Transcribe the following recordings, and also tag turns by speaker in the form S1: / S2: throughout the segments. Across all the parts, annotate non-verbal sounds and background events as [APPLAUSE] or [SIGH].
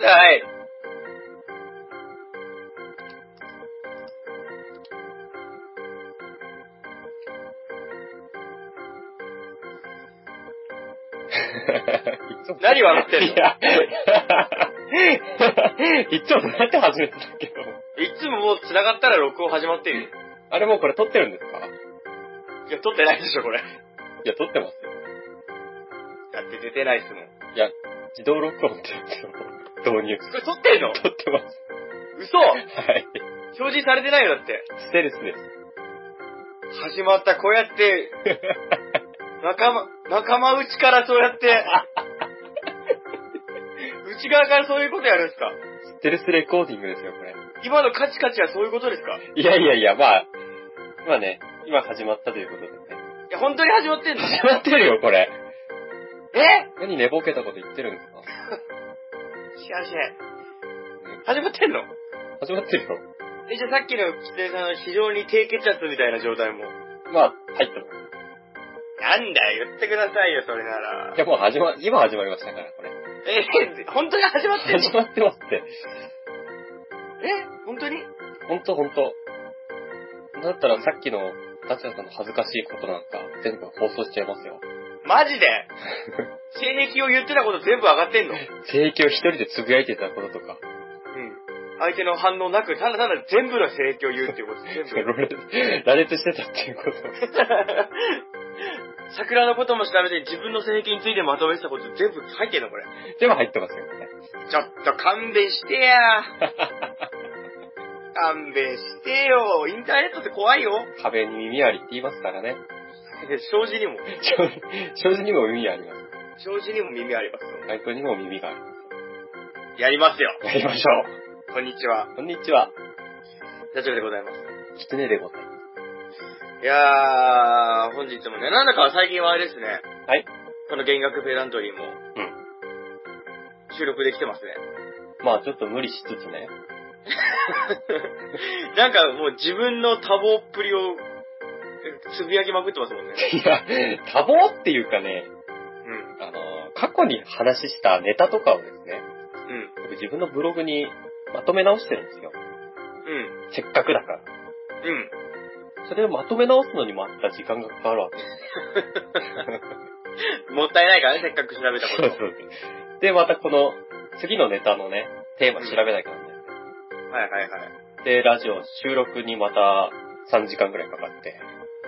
S1: [LAUGHS]
S2: はい。何笑ってんの
S1: いや、 [LAUGHS] いつもどうやって始めてたっけど。
S2: いつももう繋がったら録音始まってるよ。
S1: あれもうこれ撮ってるんですか
S2: いや、撮ってないでしょ、これ。だ
S1: いや、撮ってますよ。
S2: って出てないっすもん。
S1: いや、自動録音ってやつを導入。
S2: これ撮ってんの
S1: 撮ってます。
S2: 嘘
S1: はい。
S2: 表示されてないよ、だって。
S1: ステルスです。
S2: 始まった、こうや [LAUGHS] って、仲間、仲間内からそうやって、内側からそういうことやるんですか
S1: ステルスレコーディングですよ、これ。
S2: 今のカチカチはそういうことですかい
S1: いやいやいや、まあ、まあね、今始まったということでね。
S2: や、本当に始まってんの
S1: 始まってるよ、これ。
S2: え
S1: 何寝ぼけたこと言ってるんですか、
S2: しかし、
S1: うん
S2: 始まってんの
S1: 始まってるよ。
S2: え、じゃあさっきのキツネさんは非常に低血圧みたいな状態も。
S1: まあ、入ってます。
S2: なんだよ、言ってくださいよ、それなら
S1: い。や、もう始ま、今始まりましたから、こ [LAUGHS] れ。
S2: え、本当に始まってんの
S1: 始まってますって。
S2: [LAUGHS] え本当に
S1: ほんとほんと。だったらさっきの、達也さんの恥ずかしいことなんか、全部放送しちゃいますよ。
S2: マジ [LAUGHS] で性癖を言ってたこと全部上がってんのう
S1: 性域を一人で呟いてたこととか、 [LAUGHS]
S2: ん。相手の反応なく、ただただ全部の性癖を言うっていうこと [LAUGHS] 全部。
S1: 羅列羅列してたっていうこと。
S2: 桜のことも調べて自分の性癖についてまとめてたこと全部入ってんのこれ。
S1: でも入ってますよ、ね。
S2: ちょっと勘弁して [LAUGHS] や。勘弁してよ。インターネットって怖いよ。
S1: 壁に耳ありって言いますからね。
S2: 障子にも。
S1: 障子にも耳あります。
S2: 障子にも耳ありますよ。
S1: アイコンにも耳がありま
S2: やりますよ。
S1: す。やりましょ
S2: こんにちは。
S1: う。こんにちは。
S2: 大丈夫でございます。
S1: キツネでございます。
S2: いやー、本日もね、なんだか最近はあれですね。
S1: はい。
S2: この弦楽ペダントリーも。収録できてますね。
S1: まあちょっと無理しつつね。
S2: なんかもう自分の多忙っぷりを、つぶやきまくってますもんね。
S1: いや、多忙っていうかね、
S2: う
S1: あの、過去に話したネタとかをですね、
S2: ん。うん。
S1: 僕自分のブログにまとめ直してるんですよ。
S2: うん。
S1: せっかくだから。
S2: うん。
S1: それをまとめ直すのにまた時間がかかるわけです。
S2: もったいないからね、せっかく調べたこと。
S1: で、またこの次のネタのね、テーマ調べなきゃなんない。
S2: はいはいはい。
S1: で、ラジオ収録にまた3時間ぐらいかかって、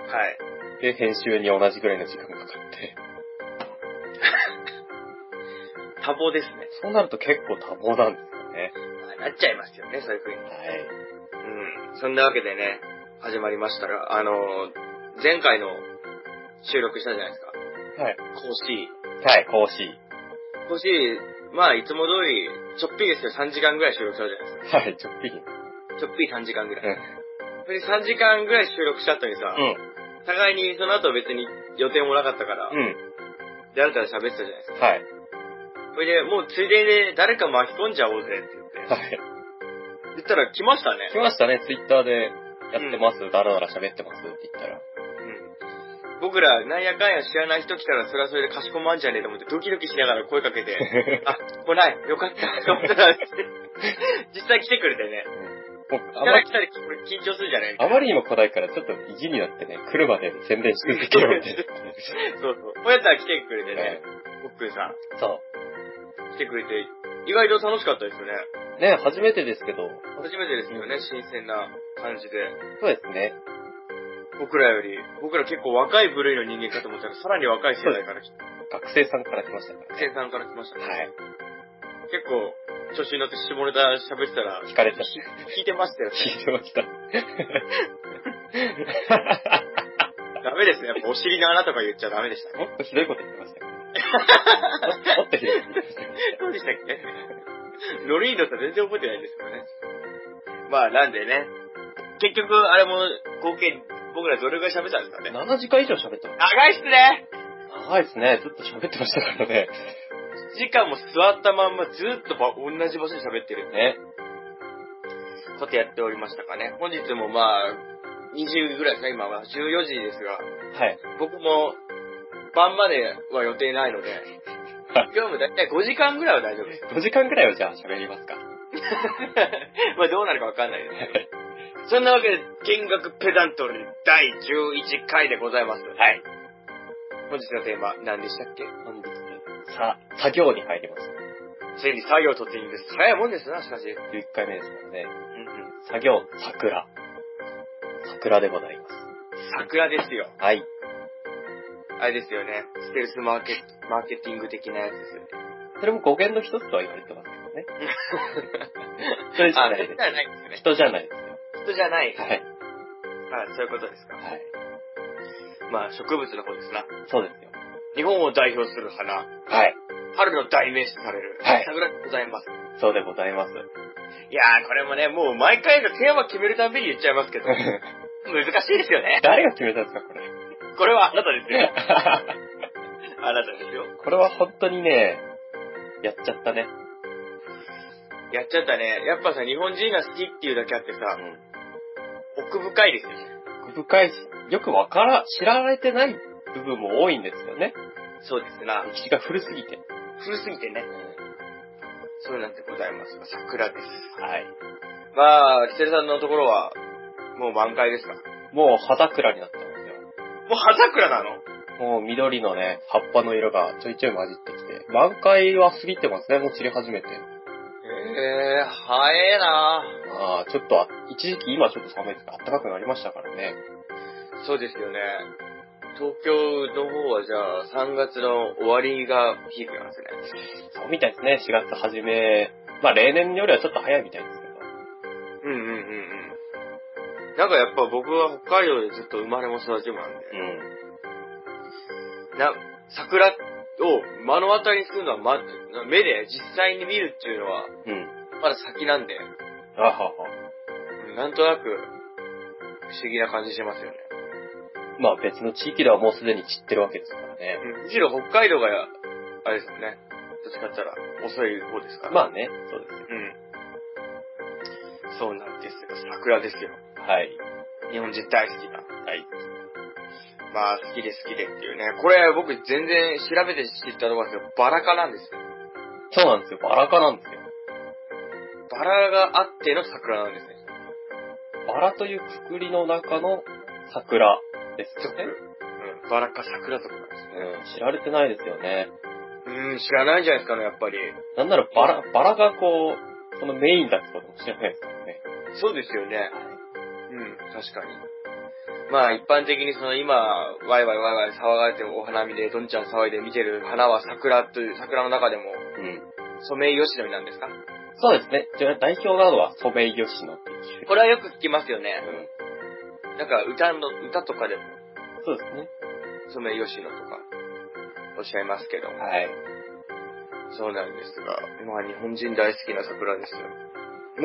S2: はい。
S1: で、編集に同じぐらいの時間がかかって、
S2: 多忙ですね。
S1: そうなると結構多忙なんですよね。
S2: なっちゃいますよね、そういう風に。
S1: はい。
S2: うん。そんなわけでね、始まりましたが、あのー、前回の収録したじゃないですか。
S1: はい。はい、講
S2: 講師。
S1: 師。
S2: 講師、まあ、いつも通り、ちょっぴりですよ、3時間ぐらい収録したじゃないです
S1: はい、ちょっぴり。
S2: か。ちょっぴり3時間ぐらい。
S1: うん。
S2: それで3時間ぐらい収録しちゃったのにさ、
S1: うん。
S2: 互いにその後別に予定もなかったから、
S1: う
S2: 誰かで喋ってたじゃないですか。
S1: ん。はい。
S2: それで、もうついでで誰か巻き込んじゃおうぜって言って。
S1: はい。
S2: 言ったら来ましたね
S1: 来。ましたね、ツイッターで。やってます、だらだら喋ってますって言ったら。
S2: うん。僕ら、なんやかんや知らない人来たらそれはそれでかしこまんじゃねえと思ってドキドキしながら声かけて、
S1: [LAUGHS]
S2: あ、来ない、よかった、と思ったら、実際来てくれてね。
S1: 僕あ
S2: 来た
S1: ま
S2: ら
S1: り
S2: 来たらこれ緊張するんじゃない
S1: あまりにも来ないから、ちょっと意地になって [LAUGHS] ね、来るまで宣伝し続けようって。
S2: そうそう。こうやったら来てくれてね
S1: ね、
S2: 僕さん。
S1: [LAUGHS] そ
S2: 来てくれて、意外と楽しかったですよね。
S1: う。ね、初めてですけど、
S2: 初めてですよね、新鮮な感じで。
S1: そうですね。
S2: 僕らより、僕ら結構若い部類の人間かと思ったら、さらに若い世代から来た。
S1: 学生さんから来ましたからね。
S2: 生さんから来ましたね。
S1: はい。
S2: 結構、調子に乗って下ネタ喋ってた [LAUGHS] ら、
S1: 聞かれた。
S2: 聞いてましたよね。
S1: 聞いてま [LAUGHS] した。
S2: ダメですね。やっぱお尻の穴とか言っちゃダメでしたね。
S1: もっとひどいこと言ってましたよね。もっとひどいこと言ってま [LAUGHS] した。
S2: どうでしたっけノリに乗ったら全然覚えてないんですけどね。まあ、なんでね。結局、あれも、合計、僕らどれぐらい喋ったんですかね。
S1: 7時間以上喋ってまし
S2: 長いっすね
S1: た。長いですね。ずっと喋ってましたからね。
S2: 時間も座ったまんまずっとば同じ場所で喋ってる
S1: ね。
S2: ことやっておりましたかね。本日もまあ、20ぐらいですか、今は。14時ですが、
S1: はい。
S2: [LAUGHS] 僕も晩までは予定ないので、業務大体5時間ぐらいは大丈夫 [LAUGHS] です。
S1: 5時間くらいはじゃあ喋りますか。
S2: まあどうなるかわかんないですね。そんなわけで、見学ペダントリー第11回でございます。はい。本日のテーマ、何でしたっけ
S1: 本日ね、さ、作業に入ります。
S2: ついに作業突入です。早いもんですな、しかし。うん
S1: 11回目ですからね。
S2: うん。
S1: 作業、桜。桜でございます。
S2: 桜ですよ。
S1: はい。
S2: あれですよね。ステルスマーケマーケティング的なやつですよね。
S1: それも語源の一つとは言われてますけ
S2: [LAUGHS]
S1: どね。それじゃ
S2: あ、
S1: な
S2: そ
S1: い
S2: れ
S1: で
S2: じ
S1: す。
S2: ゃないんですね。
S1: 人じゃないですよ。
S2: 人じゃない。
S1: は
S2: はい、
S1: い。
S2: そういうことですか。
S1: はい。
S2: まあ、植物の方ですな。
S1: そうですよ。
S2: 日本を代表する花、
S1: はい。
S2: 春の代名詞とされる、
S1: はい
S2: 桜でございます。
S1: そうでございます。 [LAUGHS]
S2: いやー、これもね、もう毎回のテーマ決めるたびに言っちゃいますけど、難しいですよね。
S1: 誰が決めたんですか、これ。 [LAUGHS]
S2: これはあなたですよ。あなたですよ。
S1: これは本当にね、やっちゃったね。
S2: やっちゃったね。やっぱさ、日本人が好きっていうだけあってさ、
S1: う
S2: 奥深いですよね。
S1: ん。深いし、よくわから、知られてない部分も多いんですよね。
S2: そうですな。
S1: 歴史が古すぎて。
S2: 古すぎてね。そうなんでございます。桜です。
S1: はい。
S2: まあ、キセルさんのところは、もう満開ですかも
S1: もう葉桜になったんですよ。
S2: う葉桜なの
S1: もう緑のね、葉っぱの色がちょいちょい混じってきて、満開は過ぎてますね、もう散り始めて。
S2: へえー、早えな
S1: ああ、ちょっとあ、一時期今ちょっと寒いですが、暖かくなりましたからね。
S2: そうですよね。東京の方はじゃあ、3月の終わりがピークなんですね。
S1: そうみたいですね、4月初め。まあ例年よりはちょっと早いみたいですけど。
S2: うんうんうんうん。なんかやっぱ僕は北海道でずっと生まれも育ちもなんで、
S1: うん。
S2: な、桜を目の当たりにするのは、ま、目で実際に見るっていうのは、
S1: うん。
S2: まだ先なんで、
S1: あはは。
S2: なんとなく、不思議な感じしますよね。
S1: まあ別の地域ではもうすでに散ってるわけですからね。
S2: むしろ北海道が、あれですもんね。どっちかって言ったら、遅い方ですから。
S1: ま
S2: あ、
S1: あね、そうですよ。
S2: うん。そうなんですよ。桜ですよ。
S1: はい。
S2: 日本人大好きな。
S1: はい。
S2: まあ、好きで好きでっていうね。これ、僕全然調べて知ったところですけど、バラ科なんですよ。
S1: そうなんですよ、バラ科なんですよ。
S2: バラがあっての桜なんですね。
S1: バラというくくりの中の桜ですよ
S2: 族。
S1: ね。
S2: うん。バラ科桜族なんですね。
S1: うん、知られてないですよね。
S2: うーん、知らないんじゃないですかね、やっぱり。
S1: なんならバラ、バラがこう、そのメインだってことも知らないですからね。
S2: そうですよね。うん、確かに。まあ一般的にその今、ワイワイワイワイ騒がれてお花見でどんちゃん騒いで見てる花は桜という、桜の中でも
S1: うん。
S2: ソメイヨシノになんですか
S1: そうですね。じゃあ代表なのはソメイヨシノっていう種類。
S2: これはよく聞きますよね。
S1: うん。
S2: なんか歌の、歌とかでも
S1: そうですね。
S2: ソメイヨシノとかおっしゃいますけども。
S1: はい。
S2: そうなんですが、まあ日本人大好きな桜ですよ。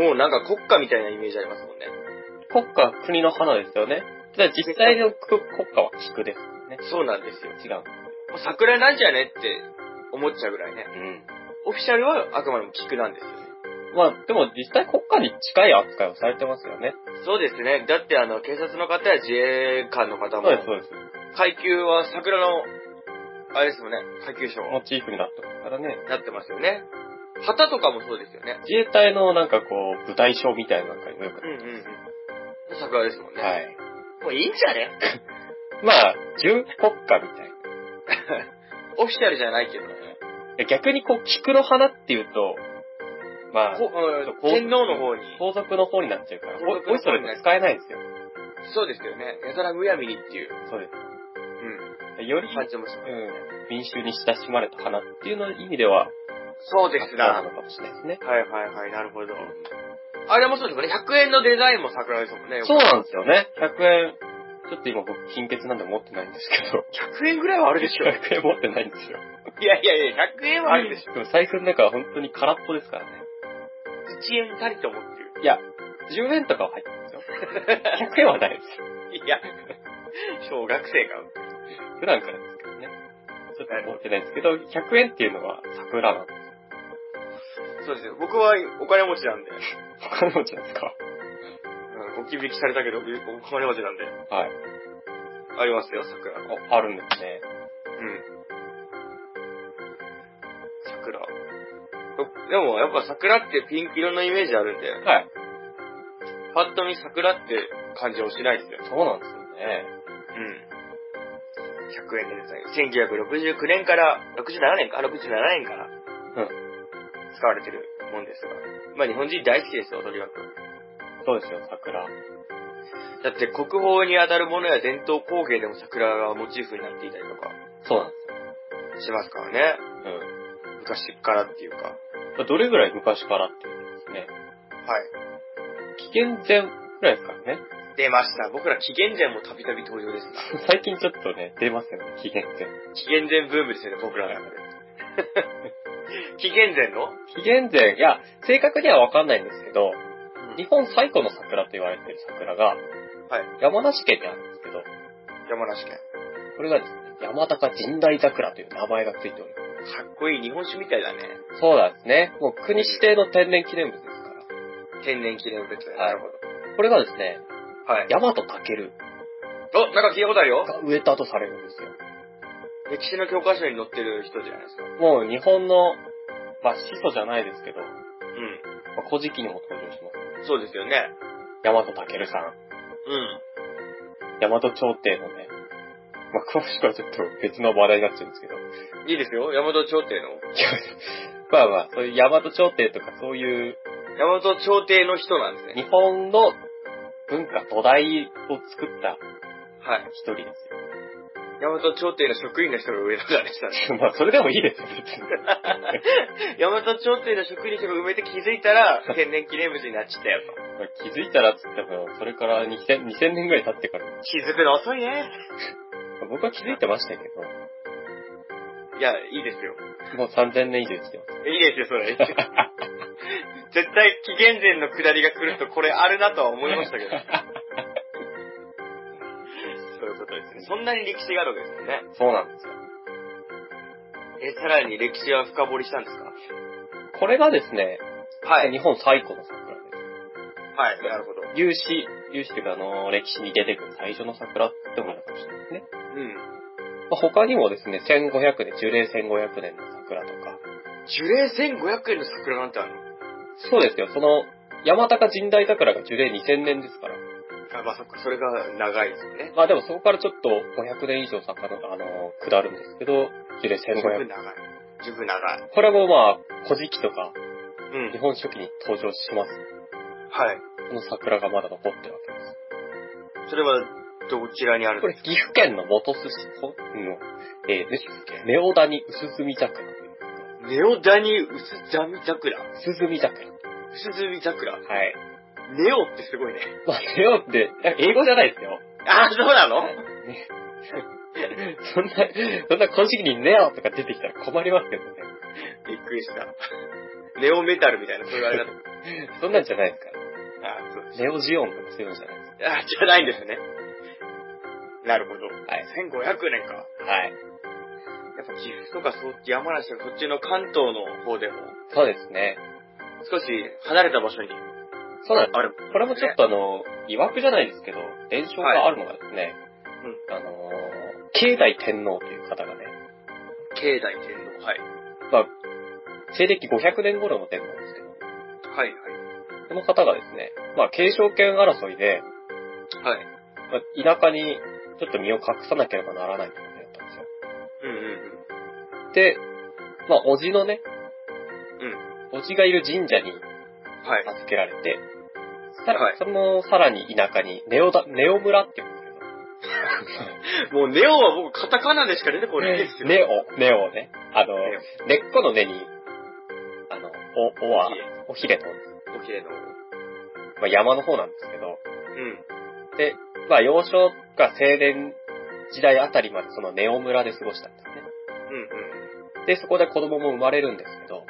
S2: もうなんか国家みたいなイメージありますもんね。
S1: 国家、国の花ですよね。じゃあ実際の国国家は菊ですね。
S2: そうなんですよ。
S1: 違う。
S2: もう桜なんじゃねって思っちゃうぐらいね。
S1: うん。
S2: オフィシャルはあくまでも菊なんですよね。
S1: まあ、でも実際国家に近い扱いをされてますよね。
S2: そうですね。だってあの、警察の方や自衛官の方
S1: そ
S2: も
S1: う、です、そうです。
S2: 階級は桜の、あれですもんね、階級賞
S1: モチーフになってますからね。
S2: なってますよね。旗とかもそうですよね。
S1: 自衛隊のなんかこう、舞台賞みたいなのなんかにもよく
S2: うんうんうん。桜ですもんね。
S1: はい。
S2: もういいんじゃね
S1: まあ、準国家みたい
S2: オフィシャルじゃないけどね。
S1: な。で逆にこう、菊の花っていうと、まあ、
S2: こうん天皇の方に。
S1: 皇族の方になっちゃうから、
S2: 皇
S1: お
S2: 族の
S1: いそ
S2: 方
S1: れ
S2: になる
S1: 使えないんですよ。
S2: そうですよね。やたらむやみにっていう。
S1: そうです
S2: う
S1: で。より、
S2: ん。感じもします
S1: う
S2: ね。
S1: ん、民衆に親しまれた花っていうの意味では、
S2: そうですな。
S1: な
S2: は
S1: のかもしれないですね。
S2: いはいはい、なるほど。あれもそうですもんね。100円のデザインも桜ですもんね。
S1: そうなんですよね。100円、ちょっと今僕、金欠なんで持ってないんですけど。
S2: 100円ぐらいはあるでしょ。い
S1: 100円持ってないんですよ。
S2: や [LAUGHS] いやいや、100円はあるでしょ。
S1: でも財布の中は本当に空っぽですからね。
S2: 1円たりと思ってる。
S1: いや、10円とかは入ってるん
S2: [LAUGHS]
S1: ですよ。100円はないですよ。
S2: いや、小学生が。
S1: 普段からですけどね。ちょっと持ってないですけど、100円っていうのは桜なんです。
S2: そうですよ。僕はお金持ちなんで。
S1: お金持ちなんですか
S2: うん、おき引きされたけど、お金持ちなんで。
S1: はい。
S2: ありますよ、桜。
S1: ああるんですね。
S2: うん。桜。でもやっぱ桜ってピンク色のイメージあるんで、
S1: はい。
S2: パッと見桜って感じはしないですよ。
S1: そうなんですよね。
S2: うん。100円でございます。1969年から、67年か、67年から、使われてるもんですが。まあ日本人大好きですよ、とにかく。
S1: そうですよ、桜。
S2: だって国宝に当たるものや伝統工芸でも桜がモチーフになっていたりとか
S1: そうなんで
S2: しますからね。
S1: すよ。うん
S2: 昔っからっていうか。はい。
S1: まあ。どれぐらい昔からっていうことですね。紀元前ぐらいですからね。 [LAUGHS]
S2: 出ました。僕ら紀元前もたびたび登場ですな。
S1: 最近ちょっとね、出ますよね、紀元前。
S2: 紀元前ブームですよね、僕らの中で。 [LAUGHS] 紀元前の
S1: 紀元前、いや、正確にはわかんないんですけど、
S2: に
S1: 日本最古の桜と言われてる桜が、山梨県にあるんですけど、
S2: 山梨県。
S1: これがですね、山高神代桜という名前がついておりま
S2: かっこいい日本酒みたいだね。
S1: す。そうなんですね。もう国指定の天然記念物ですか
S2: 天然記念物だよ
S1: はい
S2: なるほど。
S1: ら。これがですね、
S2: はい。
S1: 大和る
S2: お、なんか聞いたことあるよ。
S1: が植えたとされるんですよ。
S2: 歴史の教科書に載ってる人じゃないですか。
S1: もう日本の、まあ、始祖じゃないですけど、ま
S2: う
S1: あ、古事記にも登場します。
S2: ん。そうですよね。
S1: 大和るさん、
S2: うん。
S1: 大和朝廷のね、まあ、詳しくはちょっと別の話題になっちゃうんですけど、
S2: いいですよ。山本朝廷の。
S1: いやまあまあ、そういう大和朝廷とかそういう
S2: 山本朝廷の人なんです
S1: 日
S2: ね。
S1: 本の文化、土台を作った
S2: はい。
S1: 一人です
S2: 山本朝廷の職員の人が上田さんでしたね。
S1: よ。 [LAUGHS] まあ、それでもいいですよ、別に。
S2: 大和朝廷の職員の人が埋めて気づいたら、 [LAUGHS] 天然記念物になっちゃったよと。
S1: まあ気づいたらっつっても、それから2000 2000年ぐらい経ってから、ま
S2: 気づくの遅いね。
S1: あ僕は気づいてましたけ
S2: いや、いいですよ。
S1: ど、もう3000年以上生きてます。
S2: いいですよ、そ [LAUGHS] れ。絶対、紀元前の下りが来ると、これあるなとは思いました [LAUGHS] けど。そういうことですね。そんなに歴史があるわけですよね。
S1: そうなんですよ。
S2: え、さらに歴史は深掘りしたんですか
S1: これがですね、
S2: はい。
S1: 日本最古の桜です。
S2: はい、なるほど。
S1: 有史、有史というか、あの、歴史に出てくる最初の桜ってものかもしれないですね。
S2: うん。
S1: まあ、他にもですね、1500年、樹齢1500年の桜とか、
S2: 樹齢1500円の桜なんてあるの
S1: そうですよ、その、山高神代桜が樹齢2000年ですから。
S2: あ、まあ、そっか、それが長いですよね。
S1: まあでもそこからちょっと500年以上遡る、あの、下るんですけど、樹齢
S2: 十分
S1: 1500。
S2: 長い。十分長い。
S1: これもまあ、古事記とか、
S2: う
S1: 日
S2: ん。
S1: 本書紀に登場します。
S2: はい。
S1: この桜がまだ残ってるわけです。
S2: それは、どちらにある
S1: これ、岐阜県の本巣市の、えー、ね、ネオダニ薄墨桜。
S2: ネオダニウスザミ桜。ウ
S1: 薄墨桜。
S2: スズミ桜。
S1: はい。
S2: ネオってすごいね。
S1: まあ、ネオって、なんか英語じゃないですよ。
S2: [LAUGHS] あ、そうなの
S1: ねそんな、そんな古事記にネオとか出てきたら困りますけどね。
S2: びっくりした。ネオメタルみたいな、そういうあれだと。
S1: そんなんじゃないですから。
S2: [LAUGHS] あ、そうです。
S1: ネオジオンとかそういうのじゃないです
S2: あ、じゃないんですね。なるほど。
S1: はい。
S2: 1500年か。
S1: はい。
S2: やっぱ岐阜とかそう、山梨とかそっちの関東の方でも、
S1: そうですね。
S2: 少し離れた場所に
S1: そうなんで
S2: ある。
S1: す。これもちょっ
S2: と、
S1: とあの、疑惑じゃないですけど、伝承があるのがですね、あのー、慶代天皇という方がね、
S2: 境内天皇。はい。
S1: まあ、西暦500年頃の天皇ですけど、
S2: はい、
S1: この方がですね、まあ、継承権争いで、
S2: はい。はい。
S1: まあ、田舎にちょっと身を隠さなければならないってことだったんですよ。
S2: うんうん
S1: で、まあ、おじのね、
S2: うん。
S1: おじがいる神社に
S2: うん。はい。
S1: 預けられて、さら、
S2: はい
S1: その、さらに田舎に、ネオだ、ネオ村って言うんです
S2: もうネオは僕カタカナでしか出てこないんです
S1: けど、
S2: よ。
S1: ネオ、ネオね。あの、
S2: ネ
S1: 根っこの根に、あの、お、お
S2: オ。
S1: は
S2: ひ、れ
S1: おひれと、
S2: おひれの。
S1: まあ、山の方なんですけど、
S2: うん。
S1: で、まあ、幼少か青年時代あたりまでそのネオ村で過ごしたんですね。
S2: うんうん。
S1: で、そこで子供も生まれるんですけど、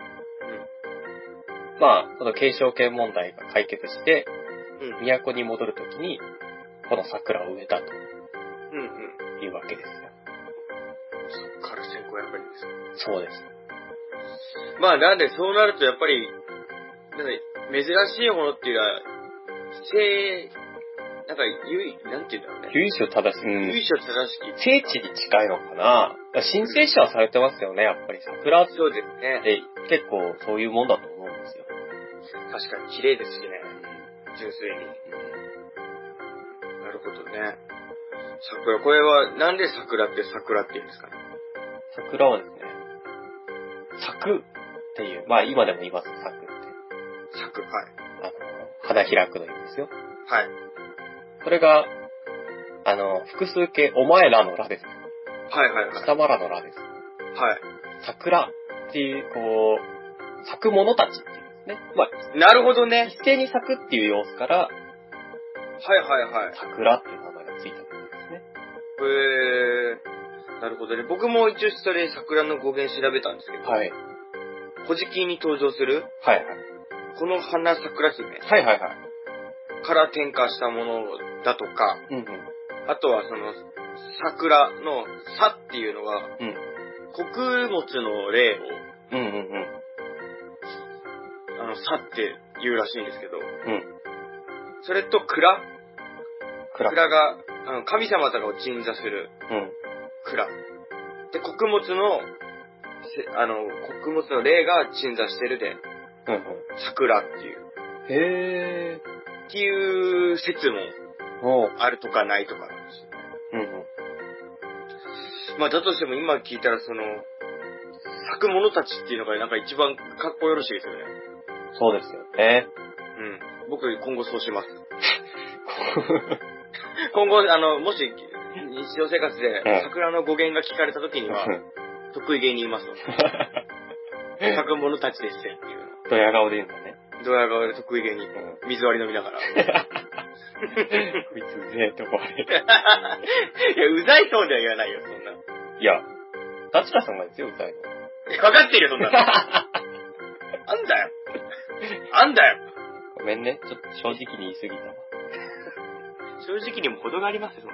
S1: まあ、この継承権問題が解決して、
S2: うん。うん。
S1: 都に戻るときに、この桜を植えたと
S2: うんうん。
S1: いうわけですよ。
S2: そっから1500人ですよ。
S1: そうです。
S2: まあなんでそうなるとやっぱり、なんか珍しいものっていうのは、西なんか、ゆい、なんて言うんだろうね。
S1: 由緒正し、う
S2: 由
S1: ん。
S2: 緒正しき。
S1: 聖地に近いのかな申請者はされてますよね、やっぱり。桜って
S2: そうですね。
S1: 結構そういうもんだと思うんですよ。
S2: 確かに綺麗ですしね。純粋に。なるほどね。桜、これは、なんで桜って桜って言うんですかね。
S1: 桜はですね、咲くっていう、まあ今でも言います、咲くって。
S2: 桜、はい。
S1: あの、花開くの意味ですよ。
S2: はい。
S1: それが、あの、複数形、お前らのらです。
S2: はいはいはい。
S1: 貴様らのらです。
S2: は
S1: 桜っていう、こう、咲く者たちっていうんですね。まあ、
S2: い。なるほどね。
S1: 一斉に咲くっていう様子から、
S2: はいはいはい。
S1: 桜っていう名前がついたんですね。
S2: へー。なるほどね。僕も一応それ桜の語源調べたんですけど、
S1: はい。
S2: 古事記に登場する、
S1: はい。
S2: この花桜姫
S1: はいはいはい。
S2: から転化したものだとか、
S1: うんうん。
S2: あとはその、桜のさっていうのは、
S1: うん
S2: 穀物の例を、
S1: うんうんうん。
S2: あの、さって言うらしいんですけど、
S1: うん。
S2: それと蔵、
S1: 蔵。
S2: 蔵が、あの神様とかを鎮座する
S1: うん。
S2: 蔵。で、穀物の、せあの、穀物の霊が鎮座してるで、
S1: うん
S2: 桜っていう。
S1: うん。へー。
S2: っていう説も
S1: おう。
S2: あるとかないとかなんですよね。
S1: うんうん。
S2: まあ、だとしても今聞いたらその、咲く者たちっていうのがなんか一番かっこよろしいですよね。
S1: そうですよね。
S2: うん。僕今後そうします。今後、あの、もし、日常生活
S1: え
S2: で
S1: え
S2: 桜の語源が聞かれた時に
S1: [LAUGHS]
S2: は、得意げに言いますので。咲く者たちですっていう
S1: ドヤ顔で言うんだね。
S2: の。ドヤ顔で得意げ
S1: う
S2: に、
S1: ん。
S2: 水割り飲みながら。い
S1: こいつうぜえって思われる。
S2: や、うざいそうでは言わないよ、そんな。
S1: [LAUGHS] いや、ダチカさんがですよ、歌い
S2: いやわかってるよ、そ
S1: [LAUGHS]
S2: んなの。あんだよ。あんだよ。
S1: ごめんね、ちょっと正直に言い過ぎたわ。
S2: 正直にも程がありますよ、そん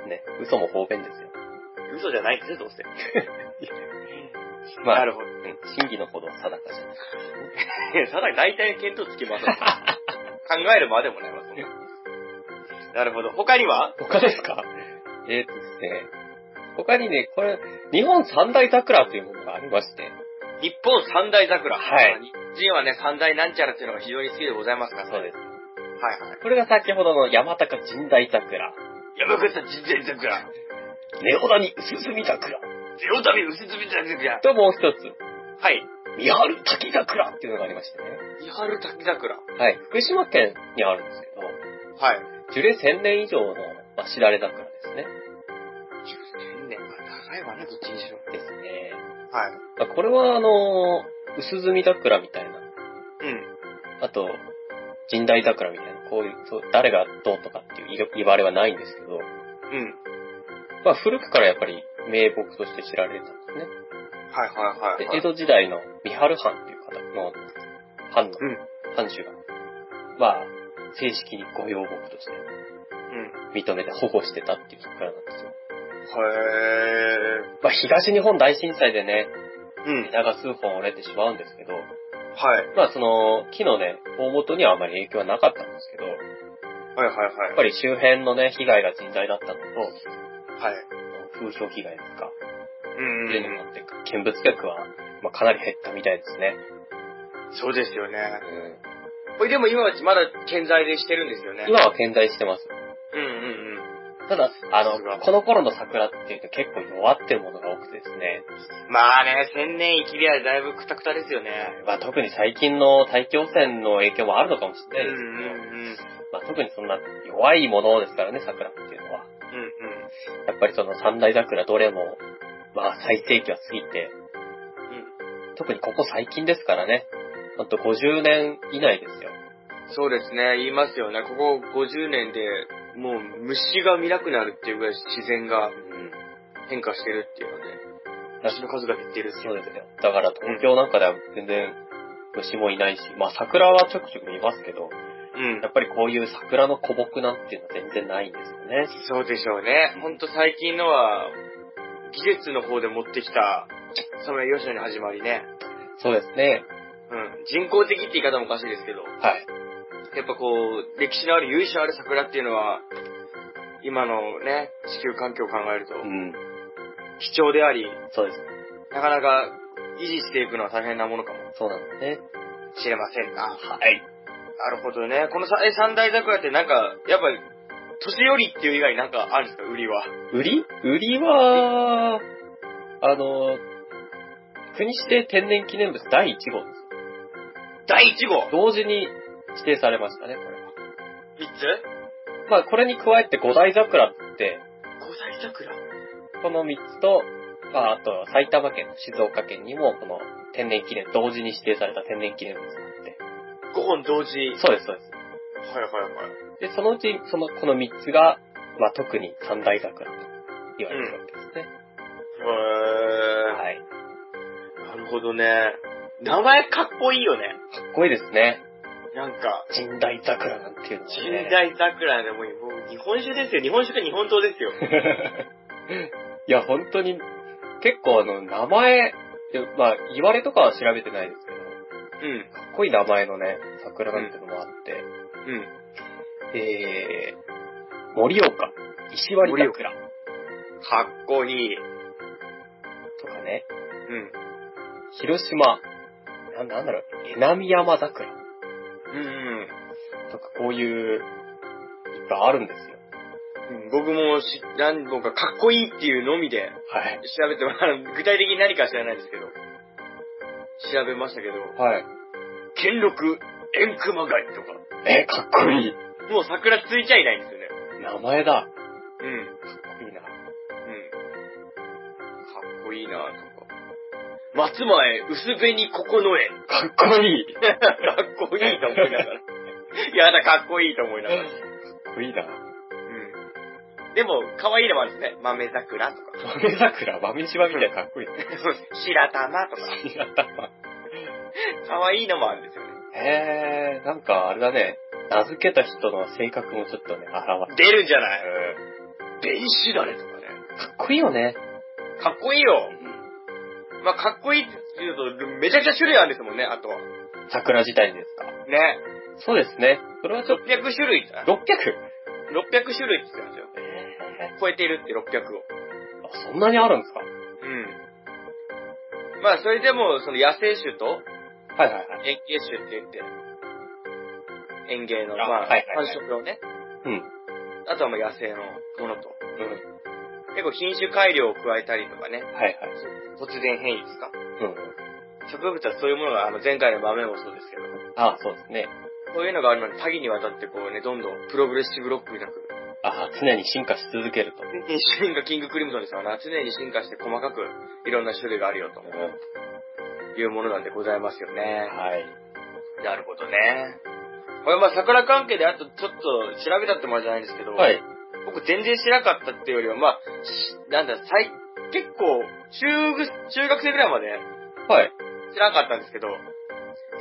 S2: な
S1: ね、嘘も方便ですよ。
S2: 嘘じゃないですどうせ。
S1: まあ、
S2: なるほど。
S1: うん真偽のほどは定かじゃない。
S2: ただ大体見当つきます。 [LAUGHS] 考えるまでもないわ、そんな。なるほど。他には
S1: 他ですかえーとですね、他にね、これ、日本三大桜というものがありまして、
S2: 日本三大桜。
S1: はい
S2: 日本人はね、三大なんちゃらっていうのが非常に好きでございますからね。
S1: す。
S2: はいはい。
S1: これが先ほどの山高神代桜、
S2: 山口人前桜。
S1: ネオダニ薄墨桜、
S2: ゼオダミ薄積み桜。
S1: ともう一つ、
S2: はい。
S1: 三春滝桜っていうのがありましてね。
S2: 三春滝桜。
S1: はい、福島県にあるんですけど、
S2: はい。
S1: 樹齢1000年以上の、まあ、知られ桜ですね。
S2: 10年が長いわね、どっちにしろ。
S1: ですね。
S2: はい。
S1: まあこれはあのー、薄墨桜みたいな、
S2: うん。
S1: あと、神代桜みたいな、こういう、そう誰がどうとかっていう言い言われはないんですけど、
S2: うん。
S1: まあ古くからやっぱり名木として知られてたんですね。
S2: はいはいはい、は
S1: で江
S2: い。
S1: 戸時代の三春藩っていう方の、藩の
S2: うん、
S1: 藩主が、まあ、正式に御用木として認めて保護してたっていう桜なんですよ。
S2: うん。へ
S1: まあ東日本大震災でね、
S2: ー。うん。
S1: 枝が数本折れてしまうんですけど、
S2: はい。
S1: まあその木のね、大元にはあまり影響はなかったんですけど、や
S2: はいはいはい。
S1: っぱり周辺のね、被害が甚大だったのと、
S2: はい。
S1: 風評被害ですか、
S2: うん
S1: っ
S2: う
S1: て
S2: ん
S1: いうのもあって、見物客は、まあ、かなり減ったみたいですね。
S2: うん。そうですよね。これでも今はまだ健在でしてるんですよね。
S1: 今は健在してます。
S2: うんうんうん。
S1: ただ、あ
S2: さすが
S1: の、この頃の桜っていうと結構弱ってるものが多くてですね、
S2: まあね、千年生きりゃだいぶクタクタですよね。
S1: まあ特に最近の大気汚染の影響もあるのかもし
S2: うん
S1: れ
S2: う
S1: ない
S2: ん
S1: ですけど、
S2: うん。
S1: まあ特にそんな弱いものですからね、桜っていうのは。
S2: うんうん。
S1: やっぱりその三大桜どれも、まあ最盛期は過ぎて、特にここ最近ですからね。ほんと50年以内ですよ。
S2: そうですね、言いますよね。ここ50年で、もう虫が見なくなるっていうぐらい自然が
S1: うん。
S2: 変化してるっていうので、
S1: だ
S2: 虫の数が減ってるってい。
S1: そううですよ。だから東京なんかでは全然虫もいないし、まあ桜はちょくちょく見ますけど、
S2: うん
S1: や。っぱりこういう桜の古木なんていうのは全然ないんですよね。
S2: そうでしょうね。ほんと最近のは、技術の方で持ってきた、ソメイヨシノに始まりね。
S1: そうですね。
S2: うん。人工的って言い方もおかしいですけど、
S1: はい。
S2: やっぱこう、歴史のある由緒ある桜っていうのは、今のね、地球環境を考えると、
S1: うん。
S2: 貴重であり、
S1: そうです。
S2: なかなか維持していくのは大変なものかも
S1: そうなんですね。
S2: しれませんが。
S1: はい。
S2: なるほどね。このさえ三大桜ってなんか、やっぱり、年寄りっていう以外になんかあるんですか、売りは。
S1: 売り売りは、あの、国指定天然記念物第1号です。
S2: 第1号
S1: 同時に指定されましたね、これは。
S2: !3 つ
S1: まあ、これに加えて五大桜って、
S2: 五大桜
S1: この3つと、まあ、あと埼玉県、静岡県にも、この天然記念、同時に指定された天然記念物があって。
S2: ?5 本同時。はい
S1: そうです、そうです。
S2: はいはい。
S1: で、そのうち、その、この3つが、まあ、特に三大桜と言われてるわけですね。
S2: へ
S1: はい。か
S2: ー。なるほどね。名前かっこいいよね。
S1: っこいいですね。
S2: なんか、
S1: 神代桜なんていうのは
S2: 神
S1: ね。
S2: 代桜でもうもう日本酒ですよ。日本酒か日本刀ですよ。
S1: [LAUGHS] いや、本当に、結構あの、名前、でまあ、言われとかは調べてないですけど、
S2: うん。
S1: かっこいい名前のね、桜なんてのもあって、
S2: うん。
S1: えー、盛岡、石割桜
S2: かっこいい。
S1: とかね、
S2: うん。
S1: 広島、ななんだろう、江波山桜
S2: うん、
S1: とかこういう、いっぱいあるんですよ。
S2: うん。僕もし、何本かかっこいいっていうのみで
S1: はい。
S2: 調べてもらう。具体的に何か知らないんですけど。調べましたけど、
S1: はい。
S2: 兼六、エンクマガイとか。
S1: え、かっこいい。
S2: もう桜ついちゃいないんですよね。
S1: 名前だ。
S2: うん。
S1: かっこいいな。
S2: うん。かっこいいなとか。松前、薄紅九重。
S1: かっこいい。か
S2: かっこいいと思いながら。やだ、かっこいいと思いながら。
S1: っこいいな。
S2: うん。でも、可愛いのもあるんですね。豆桜とか。
S1: 豆桜、豆島みたいにかっこいい。
S2: 白玉とか。可愛いのもあるんですよね。
S1: へえー、なんかあれだね。名付けた人の性格もちょっとね、現れ
S2: 出るんじゃない
S1: る。
S2: 電子だねとかね。
S1: かっこいいよね。
S2: かっこいいよ。まあ、かっこいいって言うと、めちゃくちゃ種類あるんですもんね、あとは。
S1: 桜自体にですか
S2: ね。
S1: そうですね。それはちょっ
S2: 600種類。600
S1: と、600!
S2: 種類って言ってますよ。
S1: え
S2: 超えてるって600を。
S1: ー、あそんなにあるんですか
S2: うん。まあ、それでも、その野生種と
S1: はいはいはい。
S2: 園芸種って言って、園芸の、
S1: あ
S2: まあ、
S1: はいはいは
S2: 繁
S1: い
S2: 殖をね。
S1: うん。
S2: あとはまあ野生のものと。
S1: う
S2: 結構品種改良を加えたりとかね。
S1: ん。はいはい。
S2: 突然変異ですか
S1: うん。
S2: 植物はそういうものが、あの、前回の場面もそうですけど、
S1: あそうですね。
S2: そういうのがあるのに多岐にわたってこうね、どんどんプログレッシブロックになく、
S1: あ常に進化し続けると。
S2: 進化、キングクリムゾンですからな、常に進化して細かくいろんな種類があるよと
S1: う
S2: いうものなんでございますよね
S1: ん。。はい。
S2: なるほどね。これまあ桜関係であとちょっと調べたってもらうじゃないんですけど、
S1: はい。
S2: 僕全然知らなかったっていうよりは、まあ、しなんだ、最、結構、中ぐ、中学生ぐらいまで
S1: はい。
S2: 知らなかったんですけど、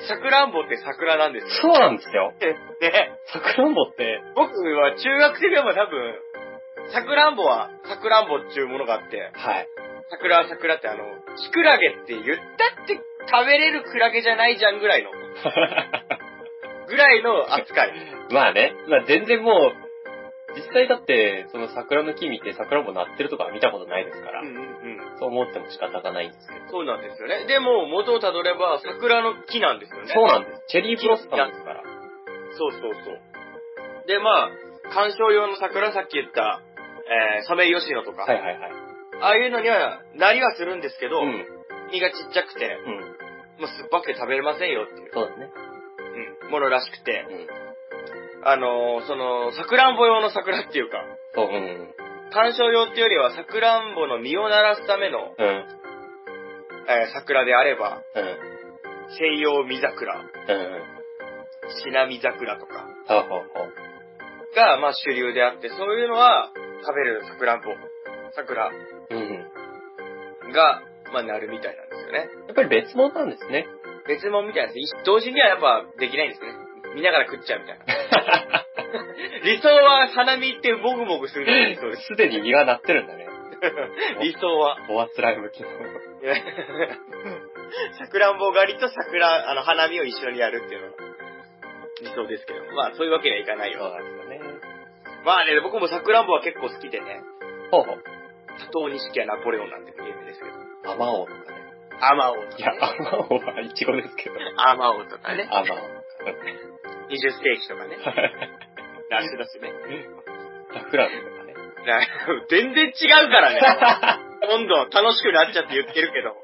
S2: 桜んぼって桜なんです
S1: そうなんですよ。
S2: よ。ね、
S1: 桜んぼって、
S2: 僕は中学生ぐらいまで多分、桜んぼは桜んぼっていうものがあって、
S1: はい。
S2: 桜は桜ってあの、キクラゲって言ったって食べれるクラゲじゃないじゃん
S1: [LAUGHS]
S2: ぐらいの、ぐらいの扱い。
S1: まあね、まあ全然もう、実際だって、その桜の木見て桜もなってるとかは見たことないですから、
S2: うんうんうん。
S1: そう思っても仕方がないんですけど。
S2: そうなんですよね。でも、元をたどれば桜の木なんですよね。
S1: そうなんです。チェリーブロッサムですから。
S2: そうそうそう。で、まあ、観賞用の桜、さっき言った、えー、ソメイヨシノとか、
S1: はいはいはい。
S2: ああいうのにはなりはするんですけど、
S1: うん。
S2: 実がちっちゃくて、
S1: うん。
S2: もう酸っぱくて食べれませんよっていう、
S1: そうですね。
S2: うん、ものらしくて、
S1: うん。
S2: あのーその、桜んぼ用の桜っていうか、
S1: そう、うん。
S2: 観賞用っていうよりは桜んぼの実を鳴らすための、
S1: うん。
S2: えー桜であれば、
S1: うん。
S2: 西洋実桜、
S1: うん。
S2: シナミ桜とか、
S1: ほうほうほう。
S2: が、まあ、主流であって、そういうのは、食べる桜んぼ、桜
S1: うん。
S2: が、まあ、なるみたいなんですよね。
S1: やっぱり別物なんですね。
S2: 別物みたいなんです。一同時にはやっぱ、できないんですね。見ながら食っちゃうみたい [LAUGHS] な。理想は、花見ってもぐもぐするのが理想です。
S1: すでに実がなってるんだね。
S2: 理想は。 [LAUGHS]
S1: おあつらい向きの。
S2: 桜んぼ狩りと桜、あの、花見を一緒にやるっていうのが、理想ですけど。まあ、そういうわけにはいかない
S1: そう
S2: よ。
S1: なんですよね。
S2: まあね、僕もサクランボは結構好きでね、
S1: ほうほう。
S2: 佐藤錦やナポレオンなんて有名ですけど。
S1: アマオとかね。
S2: アマオと
S1: いや
S2: か、ね。
S1: アマオはイチゴですけど。
S2: アマオとかね。
S1: アマオ。
S2: 20世紀とかね。ラッシュだしね。
S1: ラフランとかね。
S2: な全然違うからね。どんどん楽しくなっちゃって言ってるけど。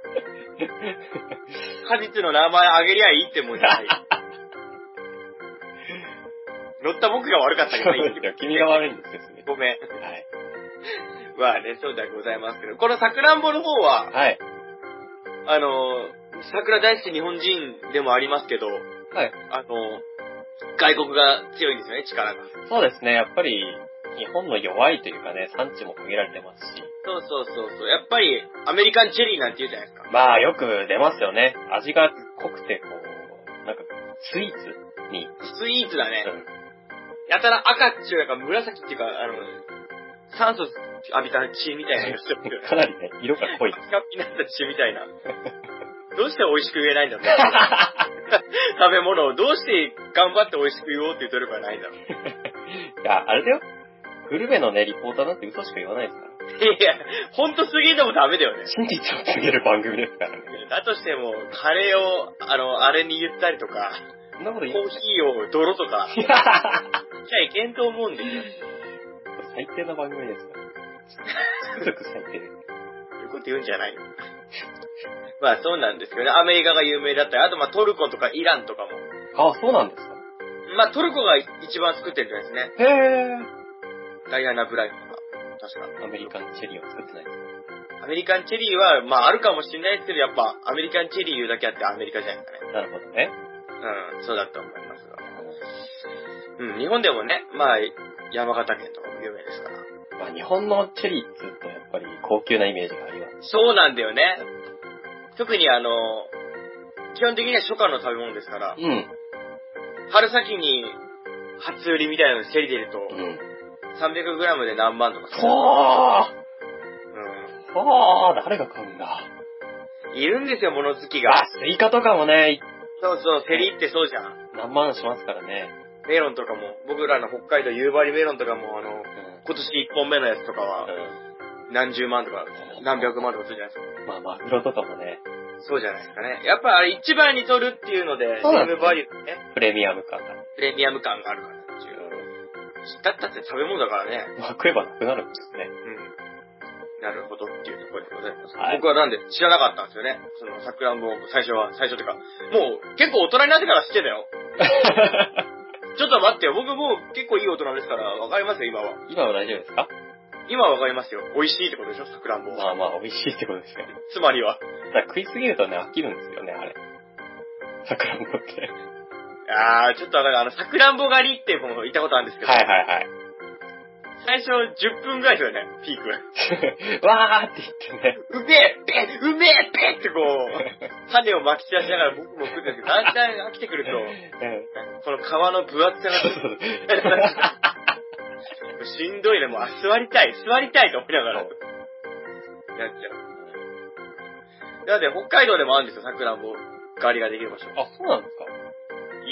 S2: 果実の名前あげりゃいいってもんじゃない。乗った僕が悪かったけ
S1: そ
S2: ど
S1: うですよ。君が悪いんですよ、
S2: ごめん。
S1: はい。
S2: まあね、そうではございますけど、この桜んぼの方は、
S1: はい。
S2: あのー、桜大好き日本人でもありますけど、
S1: はい。
S2: あのー、外国が強いんですよね、力が。
S1: そうですね。やっぱり、日本の弱いというかね、産地も限られてますし。
S2: そうそうそうそう。やっぱり、アメリカンチェリーなんて言うじゃないですか。
S1: まあ、よく出ますよね。味が濃くて、こう、なんか、スイーツに。
S2: スイーツだね。
S1: うん
S2: やたら赤っちゅうなんか紫っていうか、あの、酸素浴びた血みたいな色してるよね。
S1: かなりね、色が [LAUGHS] 濃い
S2: ピ
S1: です。
S2: カピカになった血みたいな。どうして美味しく言えないんだろ [LAUGHS] う。食べ物をどうして頑張って美味しく言おうっていう努力はないんだろう。
S1: いや、あれだよ。グルメのね、リポーターなんて嘘しか言わないですから。
S2: いや、ほんとすぎてもダメだよね。
S1: 真実を告げる番組ですからね。
S2: だとしても、カレーを、あの、あれに言ったりとか、
S1: そんなこと
S2: コー
S1: 言
S2: ヒ
S1: いま
S2: ーを泥とか、しち
S1: す
S2: ゃいけんと思うんですよ。
S1: 最低な番組ですから。すごく最低です。
S2: そういうこと言うんじゃ [LAUGHS] ないよ。まあそうなんですけどね。アメリカが有名だったり、あとまあトルコとかイランとかも。
S1: あ、そうなんですか。
S2: まあトルコが一番作ってるんじゃないですね。
S1: へえ。
S2: ダイアナ・ブライトが。確か。
S1: アメリカンチェリーを作ってないですか。
S2: アメリカンチェリーは、まああるかもしれないですけど、やっぱアメリカンチェリー言うだけあってアメリカじゃないですかね。
S1: なるほどね。
S2: うん、そうだと思いますが。うん、日本でもね、まあ山形県とかも有名ですから。
S1: まあ、日本のチェリーっつうとやっぱり高級なイメージがあります。
S2: そうなんだよね。特にあの、基本的には初夏の食べ物ですから、
S1: うん。
S2: 春先に初売りみたいなのを競り出ると、
S1: うん。
S2: 300g で何万とかする
S1: ほー
S2: う
S1: ほー誰が買うんだ
S2: ん。いるんですよ、物好き
S1: あ
S2: が。、
S1: スイカとかもね、
S2: そうそう、セリってそうじゃん。
S1: 何万しますからね。
S2: メロンとかも、僕らの北海道夕張メロンとかも、あの、
S1: うん。
S2: 今年1本目のやつとかは、何十万とか、何百万とかするじゃないで
S1: うん。まあ、マグロとかもね、
S2: すか。そうじゃないですかね。やっぱあれ一番に取るっていうので、ネ
S1: そうな
S2: ー
S1: んですね
S2: ムバリューね、
S1: プレミアム感が。
S2: プレミアム感があるからっていう。だったって食べ物だからね。
S1: まあ、食えばなくなるんですね。
S2: うん。なるほどっていうところでございます。
S1: はい
S2: 僕はなんで知らなかったんですよね。その桜んぼを最初は、最初というか、もう結構大人になってから知ってんだよ。ちょっと待ってよ。僕もう結構いい大人ですから、わかりますよ、今は。
S1: [LAUGHS] 今は大丈夫ですか
S2: 今はわかりますよ。美味しいってことでしょ、桜んぼは。
S1: まあまあ、美味しいってことですよ。
S2: つまりは。
S1: だから食いすぎるとね、飽きるんですよね、あれ。桜んぼって。
S2: あー、ちょっとわかる。あの、桜んぼ狩りっていうのいたことあるんですけど、
S1: はいはいはい。
S2: 最初10分ぐらいですよね、ピー
S1: [LAUGHS]
S2: ク。
S1: わーって言ってね。
S2: うめえペッうめえペッってこ [LAUGHS] う、種を巻き散らしながら僕も食うんですけど、だんだん飽きてくると、
S1: うん。
S2: この皮の分厚さが、
S1: そうそう
S2: しんどいね、もう、あ、座りたい、座りたいと思いながら、なっちゃう。なので、北海道でもあるんですよ、桜も。狩りができる場所。
S1: [LAUGHS] あ、そうなんですか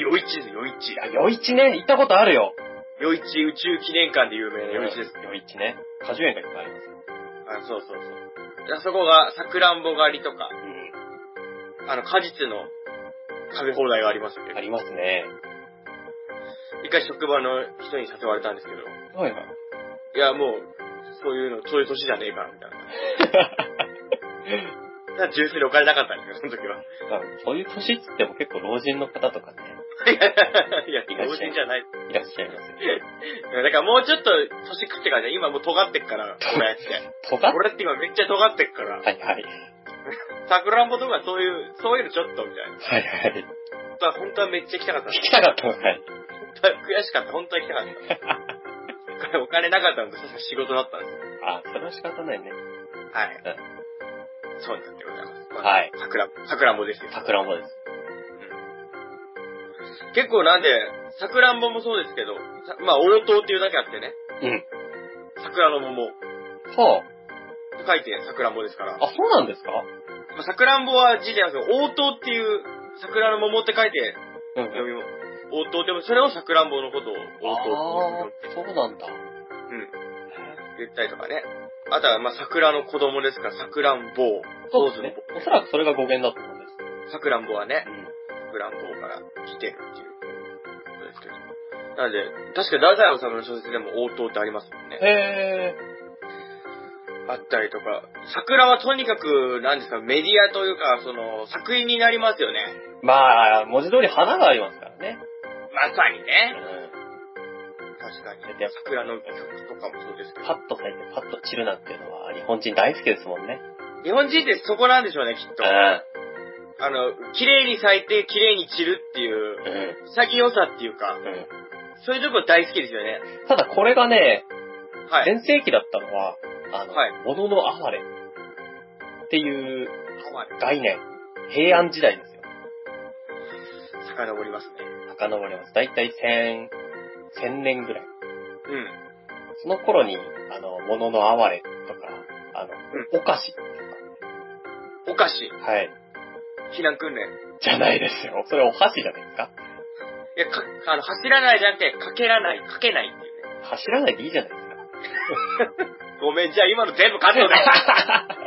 S2: 余市です、余市。
S1: いや、余市ね、行ったことあるよ。
S2: 余市宇宙記念館で有名な余市です。
S1: 余市ね。果樹園がいっぱいありますよ。
S2: あ、そうそうそう。あそこが、桜んぼ狩りとか、
S1: う
S2: あの、果実の食べ放題がありますけ
S1: ん。あ
S2: ど、
S1: りますね。
S2: 一回職場の人に誘われたんですけど、
S1: はいはい。
S2: いや、もう、そういうの、そういう年じゃねえから、 [LAUGHS] みたいな。ただ純粋にお金なかったんですよ、その時は。 [LAUGHS]
S1: そういう年っつっても結構老人の方とかね、
S2: いや、老人じゃない。
S1: いらっしゃいますよ。
S2: だからもうちょっと年食ってからね、今もう尖ってっから、俺 [LAUGHS] って。
S1: 尖っ
S2: 俺って今めっちゃ尖ってっから、
S1: はいはい。
S2: 桜んぼとかそういう、そういうのちょっとみたいな。
S1: はいはい。
S2: 本当は、本当はめっちゃ行きたかった。
S1: 聞きたかったのかい。
S2: 本当は悔しかった、本当は行きたかった。
S1: [LAUGHS]
S2: これお金なかったので、そした仕事だったんですよ。
S1: あ、それは仕方ないね。
S2: はい
S1: うん。
S2: そうなんでございます。まあ
S1: はい。
S2: 桜、桜んぼですよ。
S1: 桜んぼです。
S2: 結構なんで、桜んぼもそうですけど、さまあ、応答っていうだけあってね、
S1: うん。
S2: 桜の桃、
S1: は
S2: 書いて桜んぼですから。
S1: あ。あ、そうなんですか
S2: まあ、桜んぼは字じゃなくて、応答っていう、桜の桃って書いて
S1: うん
S2: 読みも、応答でも、それをさくらんぼのことを応
S1: あ
S2: 答
S1: あ
S2: って呼ん
S1: そ
S2: で、
S1: うなんだ。
S2: 言ったりとかね。あとは、まあ、桜の子供ですから、桜んぼう。
S1: そうですね。おそらくそれが語源だと思うんです。
S2: 桜んぼはね、
S1: うん。
S2: 桜んぼうから来てるっていうことですけど。なので、確か太宰治の小説でも応答ってありますもんね。
S1: へ
S2: あったりとか、桜はとにかく、なんですか、メディアというか、その、作品になりますよね。
S1: ー。まあ、文字通り花がありますからね。
S2: まさに
S1: う
S2: ね。
S1: ん。
S2: 確かに。
S1: だってやっ
S2: 桜の曲とかもそうですけ
S1: ぱ、パ
S2: ど。
S1: ッと咲いてパッと散るなんていうのは日本人大好きですもんね。
S2: 日本人ってそこなんでしょうね、きっと。
S1: う
S2: あの、綺麗に咲いて、綺麗に散るっていう、
S1: ん。うん。
S2: 潔良さっていうか、
S1: う
S2: そういうとこ大好きですよね。
S1: ん。ただこれがね、
S2: はい。
S1: 全盛期だったのは、あの、
S2: はい
S1: ものの哀れっていう
S2: は
S1: 概念、平安時代ですよ。
S2: 遡りますね。
S1: 遡ります。だいたい千、千年ぐらい。
S2: うん。
S1: その頃に、あの、ものの哀れとか、あの、お菓子と
S2: お菓子、
S1: か、はい。
S2: 避難訓練。
S1: じゃないですよ。それお箸じゃないですか
S2: いや、か、あの、走らないじゃなくて、かけらない、かけないっていうね。
S1: 走らないでいいじゃないですか。
S2: ごめん、じゃあ今の全部カットだ。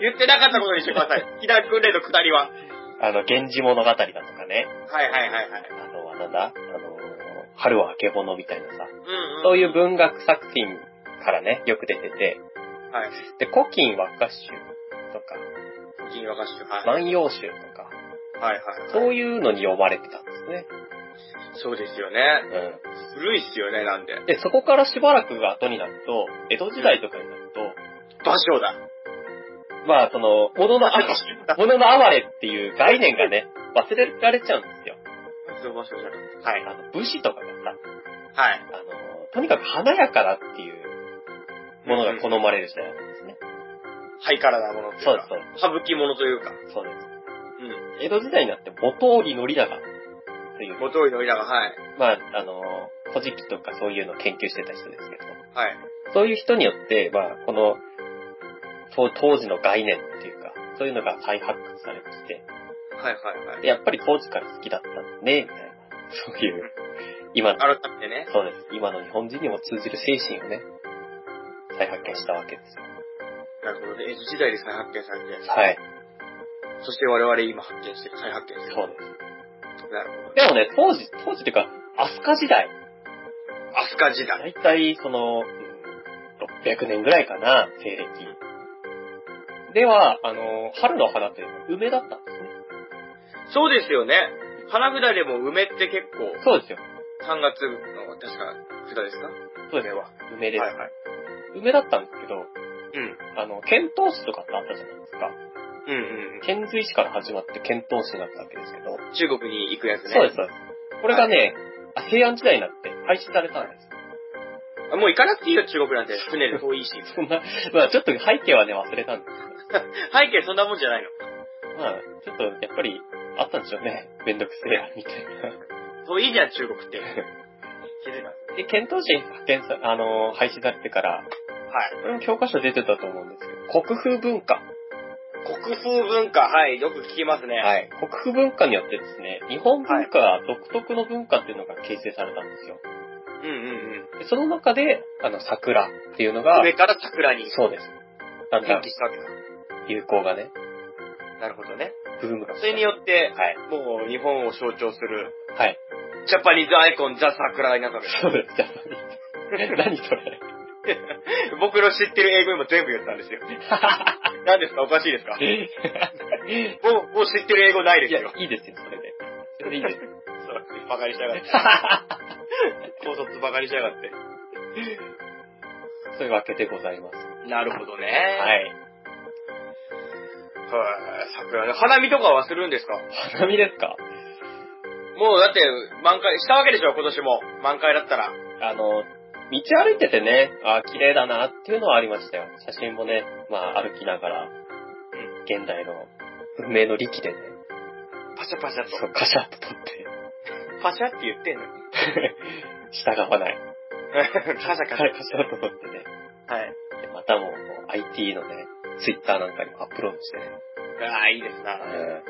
S2: 言ってなかったことにしてください。ひだくんれのくだりは。は
S1: [LAUGHS] あの、源氏物語だとかね。
S2: いはいはいはい。
S1: あの、なんだあの、春はあけぼのみたいなさ。
S2: うん、うん。
S1: そういう文学作品からね、よく出てて。
S2: はい。
S1: で、古今和歌集とか、
S2: 銀和菓子。はい。はい
S1: 万葉集とか、
S2: はいはい。
S1: そういうのに読まれてたんですね。
S2: そうですよね
S1: う。ん。
S2: 古いっすよね、なんで。
S1: で、そこからしばらくが後になると、江戸時代とかになると、
S2: 芭蕉だ。
S1: まあ、その、もののあ、
S2: 芭
S1: ものの哀れっていう概念がね、忘れられちゃうんですよ。
S2: 蕉芭蕉じゃなくて。はい。
S1: あの、武士とかがさ、
S2: はい。
S1: あの、とにかく華やかだっていうものが好まれる時代だったんですね。
S2: ハイカラなものっていう
S1: そうで
S2: か
S1: す、。そう
S2: 歌舞伎ものというか。
S1: です。そうです。
S2: うん。
S1: 江戸時代になって、元織宣長という、
S2: 元井の稲が、はい。
S1: まあ、あの、古事記とかそういうのを研究してた人ですけど、
S2: はい。
S1: そういう人によって、まあ、この、当当時の概念っていうか、そういうのが再発掘されてきて、
S2: はいはいはい。
S1: でやっぱり当時から好きだったんで、みたいな、そういう、今の、
S2: 改めてね。
S1: そうです。今の日本人にも通じる精神をね、再発見したわけですよ。
S2: なるほどね。江戸時代で再発見されて、
S1: はい。
S2: そして我々今発見してる、再発見してる。
S1: そうです。
S2: なるほどね。
S1: でもね、当時、当時っていうか、飛鳥時代、
S2: 飛鳥時代。
S1: だいたいその、うん600年ぐらいかな、西暦。では、あの、春の花というのは梅だったんですね。
S2: そうですよね。花札でも梅って結構、
S1: そうですよ。
S2: 3月の確か札ですか
S1: そうですよ。梅です。
S2: はいはい。
S1: 梅だったんですけど、
S2: うん。
S1: あの、遣唐使とかってあったじゃないですか。
S2: うんうんうん。
S1: 遣隋使から始まって遣唐使になったわけですけど。
S2: 中国に行くやつね。
S1: そうです、そうです。これがね、あ平安時代になって廃止されたんです。 [LAUGHS]
S2: あもう行かなくていいよ、中国なんて。船で遠いし。
S1: そんな、まあちょっと背景はね、忘れたんです [LAUGHS]
S2: 背景そんなもんじゃないの。
S1: けど、まあちょっとやっぱりあったんでしょうね。めんどくせえや、みたいな。
S2: 遠いじゃん、中国って。
S1: [LAUGHS]
S2: 気づいた。
S1: で、遣唐使に派遣さ、あの、廃止されてから、
S2: はい。
S1: これも教科書出てたと思うんですけど、国風文化。
S2: 国風文化、はい、よく聞きますね。い。
S1: い。国風文化によってですね、日本文化独特の文化っていうのが形成されたんですよ。
S2: うんうんうん。
S1: でその中で、あの、桜っていうのが、
S2: 上から桜に
S1: そうです。だんだ
S2: 転
S1: ん
S2: 記したわけだ。
S1: 流行がね、
S2: なるほどね。
S1: ブームが。
S2: それによって、
S1: はい。
S2: もう日本を象徴する、
S1: はい。
S2: ジャパニーズアイコン、ザ・桜になったわけ
S1: そうです。ジャパニーズ何それ
S2: です。僕の知ってる英語にも全部言ったん [LAUGHS] ですよ。何ですかおかしいですかも、
S1: いう
S2: もう知ってる英語ないです
S1: や
S2: よ、。
S1: いいですよ、それで。それでいいです。
S2: そうバカにしやがって。 [LAUGHS] 高卒バカにしやがって。
S1: そういうわけでございます。
S2: なるほどね。。
S1: はいい。
S2: はい、桜ね。花見とかはするんですか
S1: 花見ですか
S2: もうだって、満開したわけでしょ、今年も。満開だったら。
S1: あの、道歩いててね、あー綺麗だなっていうのはありましたよ。写真もね、まあ歩きながら、現代の文明の力でね、
S2: パシャパシャ
S1: そ
S2: と。
S1: う、カシャッと撮って、
S2: パシャって言ってん [LAUGHS] のに。
S1: 従わない。
S2: カシャカシ
S1: カシャッと撮ってね。
S2: ャ。はい。
S1: でまたもう、もう IT のね、ツイッターなんかにもアップロードしてね。
S2: ああ、いいですな。
S1: うん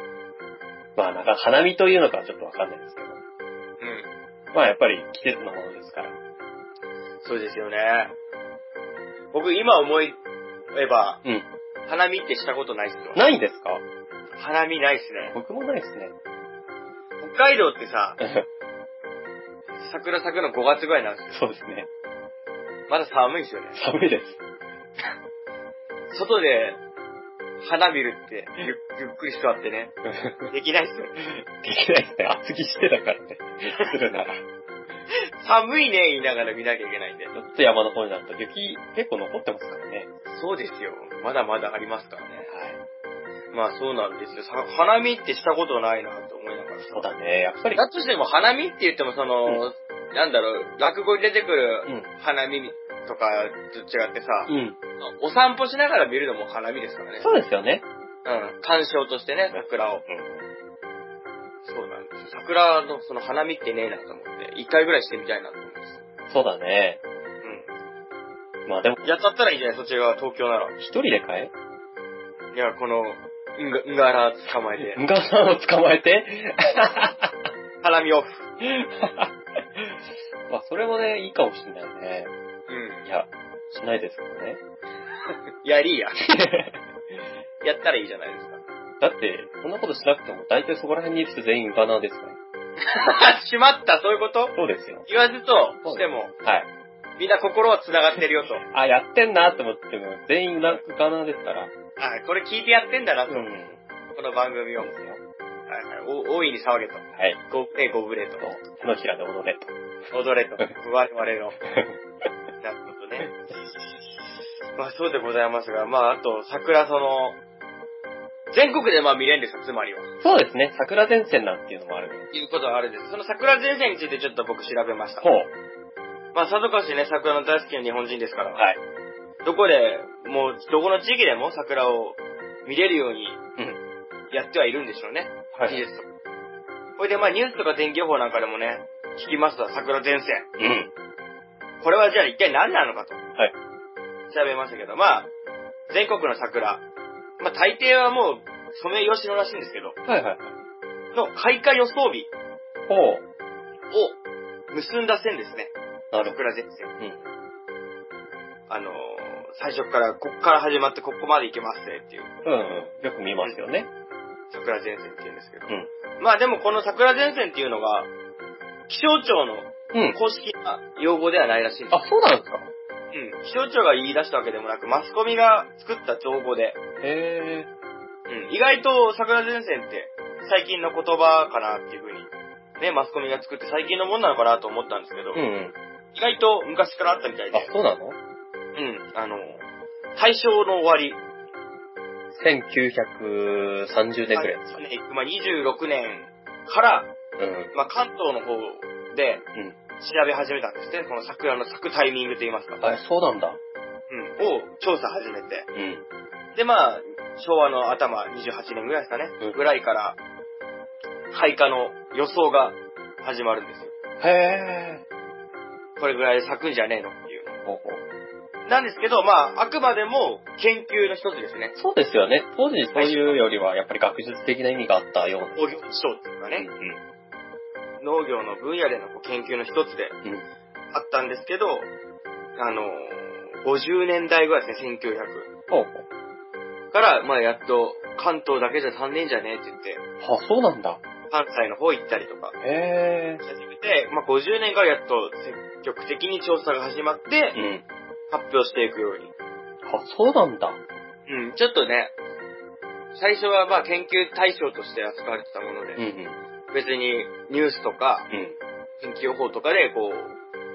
S1: まあ、なんか、花見というのかはちょっとわかんないですけど、
S2: うん。
S1: まあやっぱり季節のものですから。
S2: そうですよね。僕今思えば、
S1: うん。
S2: 花見ってしたことないっすよ。
S1: ないですか
S2: 花見ないっすね。
S1: 僕もないですね。
S2: 北海道ってさ、桜咲くの5月ぐらいなんですよ。
S1: そうですね。
S2: まだ寒いんですよね。
S1: 寒いです。
S2: 外で花見るってゆゆっくり座ってね、できないっすよ。
S1: できないですね。厚着してだからね。するなら。ち
S2: 寒いね言いながら見なきゃいけないんで。
S1: ょっと山の方になると雪結構残ってますからね。
S2: そうですよ。まだまだありますからね。
S1: はい。
S2: まあそうなんですよ。さ花見ってしたことないなと思いながら
S1: そうだね。やっぱり。
S2: だとしても花見って言ってもその、なんだろう、落語に出てくる花見とかと違ってさ、
S1: うん。
S2: お散歩しながら見るのも花見ですからね。
S1: そうですよね。
S2: うん。鑑賞としてね、桜を。
S1: う
S2: そうなんです。桜のその花見ってねえなと思って、一回ぐらいしてみたいなと思うんです。
S1: ん。そうだね。まあでも、
S2: うん。やっちゃったらいいじゃない、そっち側、東京なら。
S1: 一人で買え
S2: いや、この、んが、んがら捕まえて、
S1: ムガさんを捕まえて
S2: 花見オフ。
S1: まあそれもね、いいかもしんないね。
S2: うん。
S1: いや、しないですけどね。
S2: や [LAUGHS] りや。やったらいいじゃないですか。 [LAUGHS]
S1: だって、そんなことしなくても、大体そこら辺にいる人全員ガナーですから。
S2: しまった、そういうこと
S1: そうですよ。
S2: 言わずとしても、
S1: はい。
S2: みんな心は繋がってるよと。
S1: あ、やってんなと思っても、全員ラガナーですから。
S2: あ、これ聞いてやってんだなと。
S1: ん。
S2: この番組を。
S1: そう
S2: はい
S1: ですよ。
S2: はい。お大いに騒げと。
S1: はい。
S2: ご、え、ご無礼と
S1: そ。う手のひらで踊れと。
S2: 踊れと。
S1: [LAUGHS]
S2: 我々の。なるほどね。まあそうでございますが、まああと、桜その、全国でまあ見れるんですよ、つまりは。
S1: そうですね。桜前線なんていうのもあるね。
S2: いうことはあるんです。その桜前線についてちょっと僕調べました。
S1: ほう。
S2: まあさぞかしね、桜の大好きな日本人ですから。
S1: はい。
S2: どこで、もう、どこの地域でも桜を見れるように
S1: うん。
S2: やってはいるんでしょうね。
S1: は
S2: 事
S1: い。
S2: 実と。これでまあニュースとか天気予報なんかでもね、聞きますわ、桜前線。
S1: うん。
S2: これはじゃあ一体何なのかと。
S1: はい。
S2: 調べましたけど、まあ、全国の桜。まあ大抵はもう、ソメイヨシノらしいんですけど、
S1: はいはいはい。
S2: の開花予想日
S1: ほう。
S2: を結んだ線ですね。
S1: なるほど。
S2: 桜前線。
S1: うん。
S2: あのー、最初から、こっから始まってここまで行けますねっていう
S1: うんうん。よく見ますよね。
S2: 桜前線って言うんですけど
S1: う。ん。
S2: まあでもこの桜前線っていうのが、気象庁の
S1: うん。
S2: 公式な用語ではないらしいんです
S1: あ、そうなんですか
S2: うん。気象庁が言い出したわけでもなく、マスコミが作った造語
S1: へ
S2: で、
S1: え。
S2: うん。意外と桜前線って最近の言葉かなっていう風に、ね、マスコミが作って最近のもんなのかなと思ったんですけど、
S1: うんうん。
S2: 意外と昔からあったみたい
S1: あ
S2: で、、
S1: そうなの
S2: うん。あの、大正の終わり、
S1: ?1930 年ぐらいですか。
S2: ね、まあ、26年から、
S1: うん。
S2: まあ、関東の方で
S1: うん。
S2: 調べ始めたんですね。この桜の咲くタイミングといいますか、
S1: あ、そうなんだ。
S2: うん。を調査始めて、
S1: うん。
S2: で、まあ、昭和の頭28年ぐらいですかね、
S1: うん
S2: ぐらいから、開花の予想が始まるんですよ。
S1: へえ。
S2: これぐらいで咲くんじゃねえのっていう。
S1: ほうほう。
S2: なんですけど、まあ、あくまでも研究の一つですね。
S1: そうですよね。当時そういうよりは、やっぱり学術的な意味があったような。
S2: 農業指導っていうかね、農業の分野でのこう研究の一つで
S1: うん。うん。
S2: あったんですけど、あのー、50年代ぐらいですね、1900。
S1: ほうほう。
S2: から、まあ、やっと、関東だけじゃ足んねえんじゃねえって言って、
S1: あ、そうなんだ。
S2: 関西の方行ったりとか、
S1: へえ。
S2: 始めて、まあ、50年からやっと積極的に調査が始まって
S1: う、ん。
S2: 発表していくように。
S1: あ、そうなんだ。
S2: うん、ちょっとね、最初はまあ研究対象として扱われてたもので、
S1: うんうん。
S2: 別にニュースとか
S1: うん。
S2: 天気予報とかでこ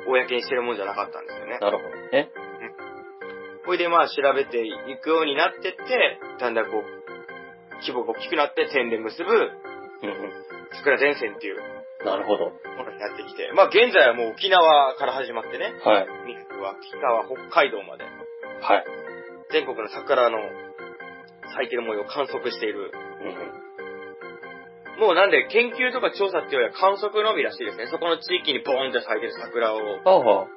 S2: う、公にしてるもんじゃなかったんですよね。
S1: なるほどね。
S2: ほいでまあ調べていくようになってって、だんだんこう、規模が大きくなって点で結ぶ
S1: うんう。
S2: 桜前線っていうん
S1: なるほど。
S2: ものになってきて、まあ現在はもう沖縄から始まってね、
S1: はい。
S2: 三陸は北は北海道まで、
S1: はい。
S2: 全国の桜の咲いてる模様を観測している。
S1: うんうん。
S2: もうなんで研究とか調査っていうよりは観測のみらしいですね。そこの地域にボーンって咲いてる桜を
S1: ああ。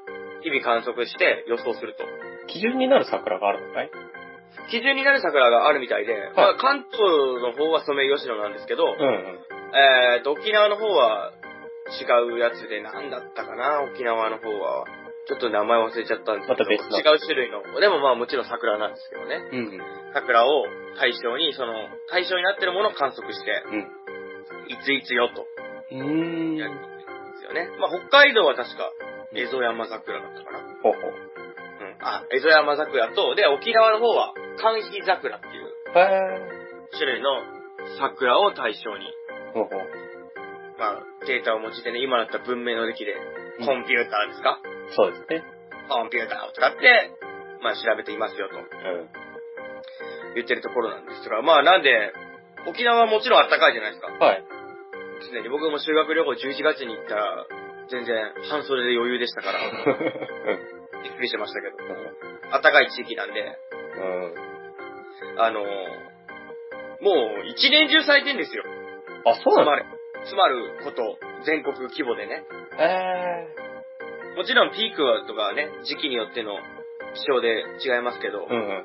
S2: 日々観測して予想すると。
S1: 基準になる桜があるのかい
S2: 基準になる桜があるみたいで、まあ、関東の方はソメイヨシノなんですけど、
S1: んうん。
S2: えーと、沖縄の方は違うやつで、なんだったかな、沖縄の方は。ちょっと名前忘れちゃったんですけど、
S1: また別の
S2: 違う種類の。でもまあもちろん桜なんですけどね。
S1: うん。
S2: 桜を対象に、その、対象になってるものを観測して、いついつよと、
S1: うん。う
S2: や
S1: ー
S2: るん
S1: ん。
S2: ですよね。まあ、北海道は確か、エゾヤマ桜だったかな。うん。
S1: ほうほう。
S2: あ、エゾヤマ桜と、で、沖縄の方は、カンヒ桜っていう
S1: へえ。
S2: 種類の桜を対象に、
S1: ほうほう。
S2: まあ、データを用いてね、今だったら文明の歴で、
S1: うん
S2: コンピューターですか、
S1: そうですね。
S2: コンピューターを使って、まあ、調べていますよと
S1: うん。
S2: 言ってるところなんですが、まあ、なんで、沖縄はもちろん暖かいじゃないですか。
S1: [LAUGHS] はい。
S2: 常に僕も修学旅行11月に行ったら、全然半袖で余裕でしたから、びっくりしてましたけど、暖かい地域なんで、
S1: うん。うん。
S2: あのーもう一年中咲いてんですよ。
S1: あ、そう
S2: つ
S1: な
S2: ま
S1: の
S2: る、つまること、全国規模でね。
S1: え
S2: もちろんピークはとかね、時期によっての気象で違いますけど、
S1: え。うん。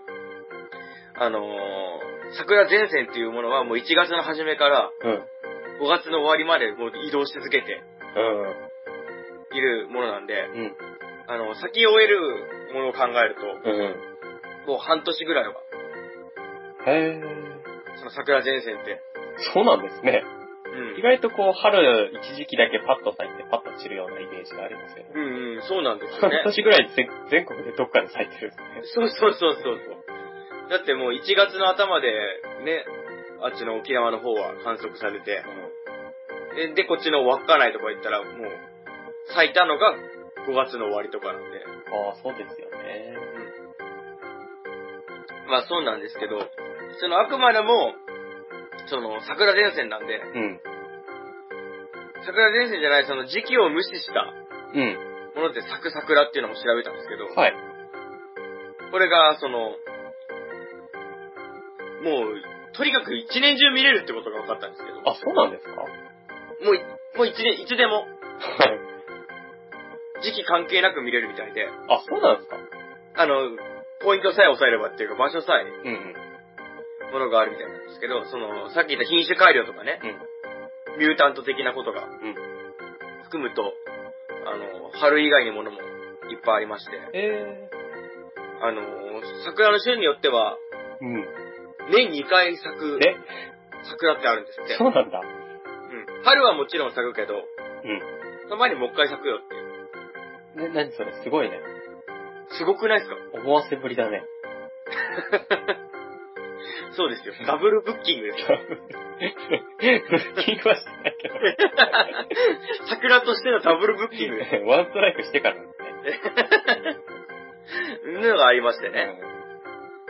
S2: あのー桜前線っていうものはもう1月の初めから
S1: うん。
S2: 5月の終わりまでもう移動し続けて
S1: うん。
S2: いるものなんで、
S1: うん。
S2: あの、先を終えるものを考えると、
S1: うん。
S2: もう半年ぐらいは、
S1: へえ。
S2: その桜前線って、
S1: そうなんですね。
S2: うん
S1: 意外とこう、春一時期だけパッと咲いてパッと散るようなイメージがありますよね。
S2: うんうん、そうなんですよ
S1: 半 [LAUGHS]
S2: ね。
S1: 年ぐらい全全国でどっかで咲いてるんですね。
S2: そうそうそうそうそう。だってもう1月の頭で、ね、あっちの沖縄の方は観測されて、で、でこっちの稚内とか行ったら、もう、咲いたのが5月の終わりとかなんで。
S1: ああ、そうですよね。
S2: まあそうなんですけど、そのあくまでも、その桜前線なんで、
S1: うん。
S2: 桜前線じゃないその時期を無視した
S1: うん。
S2: ものって咲く桜っていうのも調べたんですけど、
S1: はい。
S2: これが、その、もう、とにかく一年中見れるってことが分かったんですけど、
S1: あ、そうなんですか
S2: もうい、もう一年、いつでも、
S1: はい。
S2: 時期関係なく見れるみたいで、
S1: あ、そうなんですか
S2: あの、ポイントさえ押さえればっていうか、場所さえ、
S1: うんうん。
S2: ものがあるみたいなんですけど、その、さっき言った品種改良とかね、ミュータント的なことが
S1: うん。うん。
S2: 含むと、あの、春以外にものもいっぱいありまして、
S1: え
S2: あの、桜の種類によっては、
S1: え。うん。
S2: 年2回咲く
S1: え
S2: 桜ってあるんですって。
S1: そうなんだ。
S2: うん。春はもちろん咲くけど、
S1: う
S2: その前にもう一回咲くよっていう。
S1: ん。ね、何それすごいね。
S2: すごくないですか
S1: 思わせぶりだ [LAUGHS] ね。
S2: そうですよ。ダブルブッキングですよ。
S1: 聞きはしてない [LAUGHS] けど。
S2: 桜としてのダブルブッキングです。
S1: ワンストライクしてからなんです
S2: のがありましてね。
S1: ね。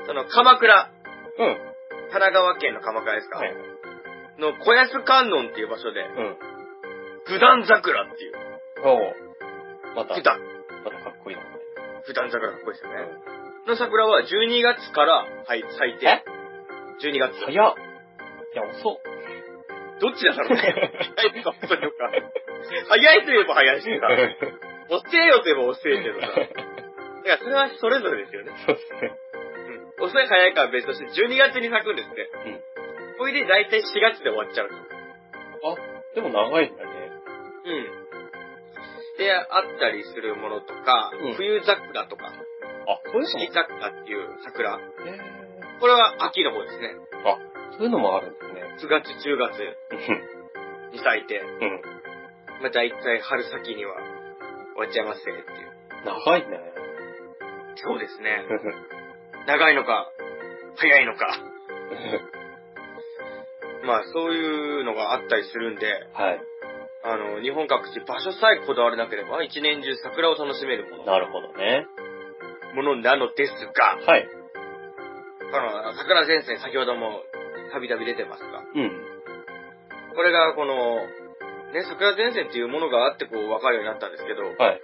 S2: その、鎌倉、
S1: うん。
S2: 神奈川県の鎌倉ですか、
S1: はい。
S2: の小安観音っていう場所で、
S1: うん。
S2: 九段桜っていう。
S1: おう。また、
S2: 九
S1: ま
S2: 段。
S1: たかっこいいな。
S2: 九段桜かっこいいですよね。の桜は12月から、はい、咲いて
S1: え、
S2: 12月。
S1: 早っ。いや、 [LAUGHS] 遅っ。
S2: どっちだろうね。早いか、遅いのか。早いといえば早いしさ、遅えよといえば遅えけどさ。だからそれはそれぞれですよね。
S1: そうですね。
S2: うん。遅い早いかは別として、12月に咲くんですって。うん。これで大体4月で終わっちゃうと。
S1: でも長いんだね。
S2: うん。で、あったりするものとか、
S1: うん
S2: 冬桜とか、
S1: あ、そういうの
S2: 四
S1: も
S2: 季桜っていう桜。
S1: へ
S2: これは秋の方ですね。
S1: ーあ、そういうのもあるんですね。
S2: 9月、10月に咲いて、
S1: うん。
S2: まあ大体春先には終わっちゃいますねっていう。
S1: 長いね。
S2: そうですね。長いのか、早いのか。まあそういうのがあったりするんで、
S1: [LAUGHS] はい。
S2: あの、日本各地場所さえこだわらなければ、一年中桜を楽しめるもの、
S1: なるほどね。
S2: ものなのですが、
S1: はい。
S2: あの、桜前線先ほどもたびたび出てますが、
S1: うん。
S2: これがこの、ね、桜前線っていうものがあってこう分かるようになったんですけど、
S1: はい。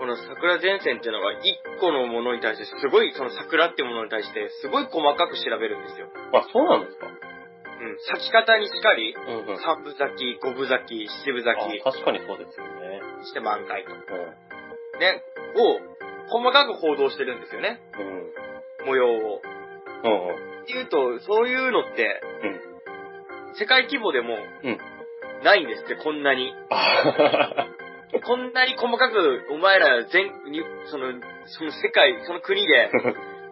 S2: この桜前線っていうのが一個のものに対して、すごい、その桜っていうものに対して、すごい細かく調べるんですよ。
S1: あ、そうなんですか
S2: うん。咲き方にしかり、
S1: うんうん。
S2: 三分咲き、五分咲き、七分咲
S1: あ確かにそうですよね。
S2: きして満開と。
S1: う
S2: ね、を、細かく報道してるんですよね。
S1: ん。うん。
S2: 模様を。
S1: うんうん。
S2: っていうと、そういうのって、
S1: うん。
S2: 世界規模でも、
S1: うん
S2: ないんですって、こんなに。
S1: あ
S2: こんなに細かく、お前ら全、にその、その世界、その
S1: [LAUGHS]
S2: 国で、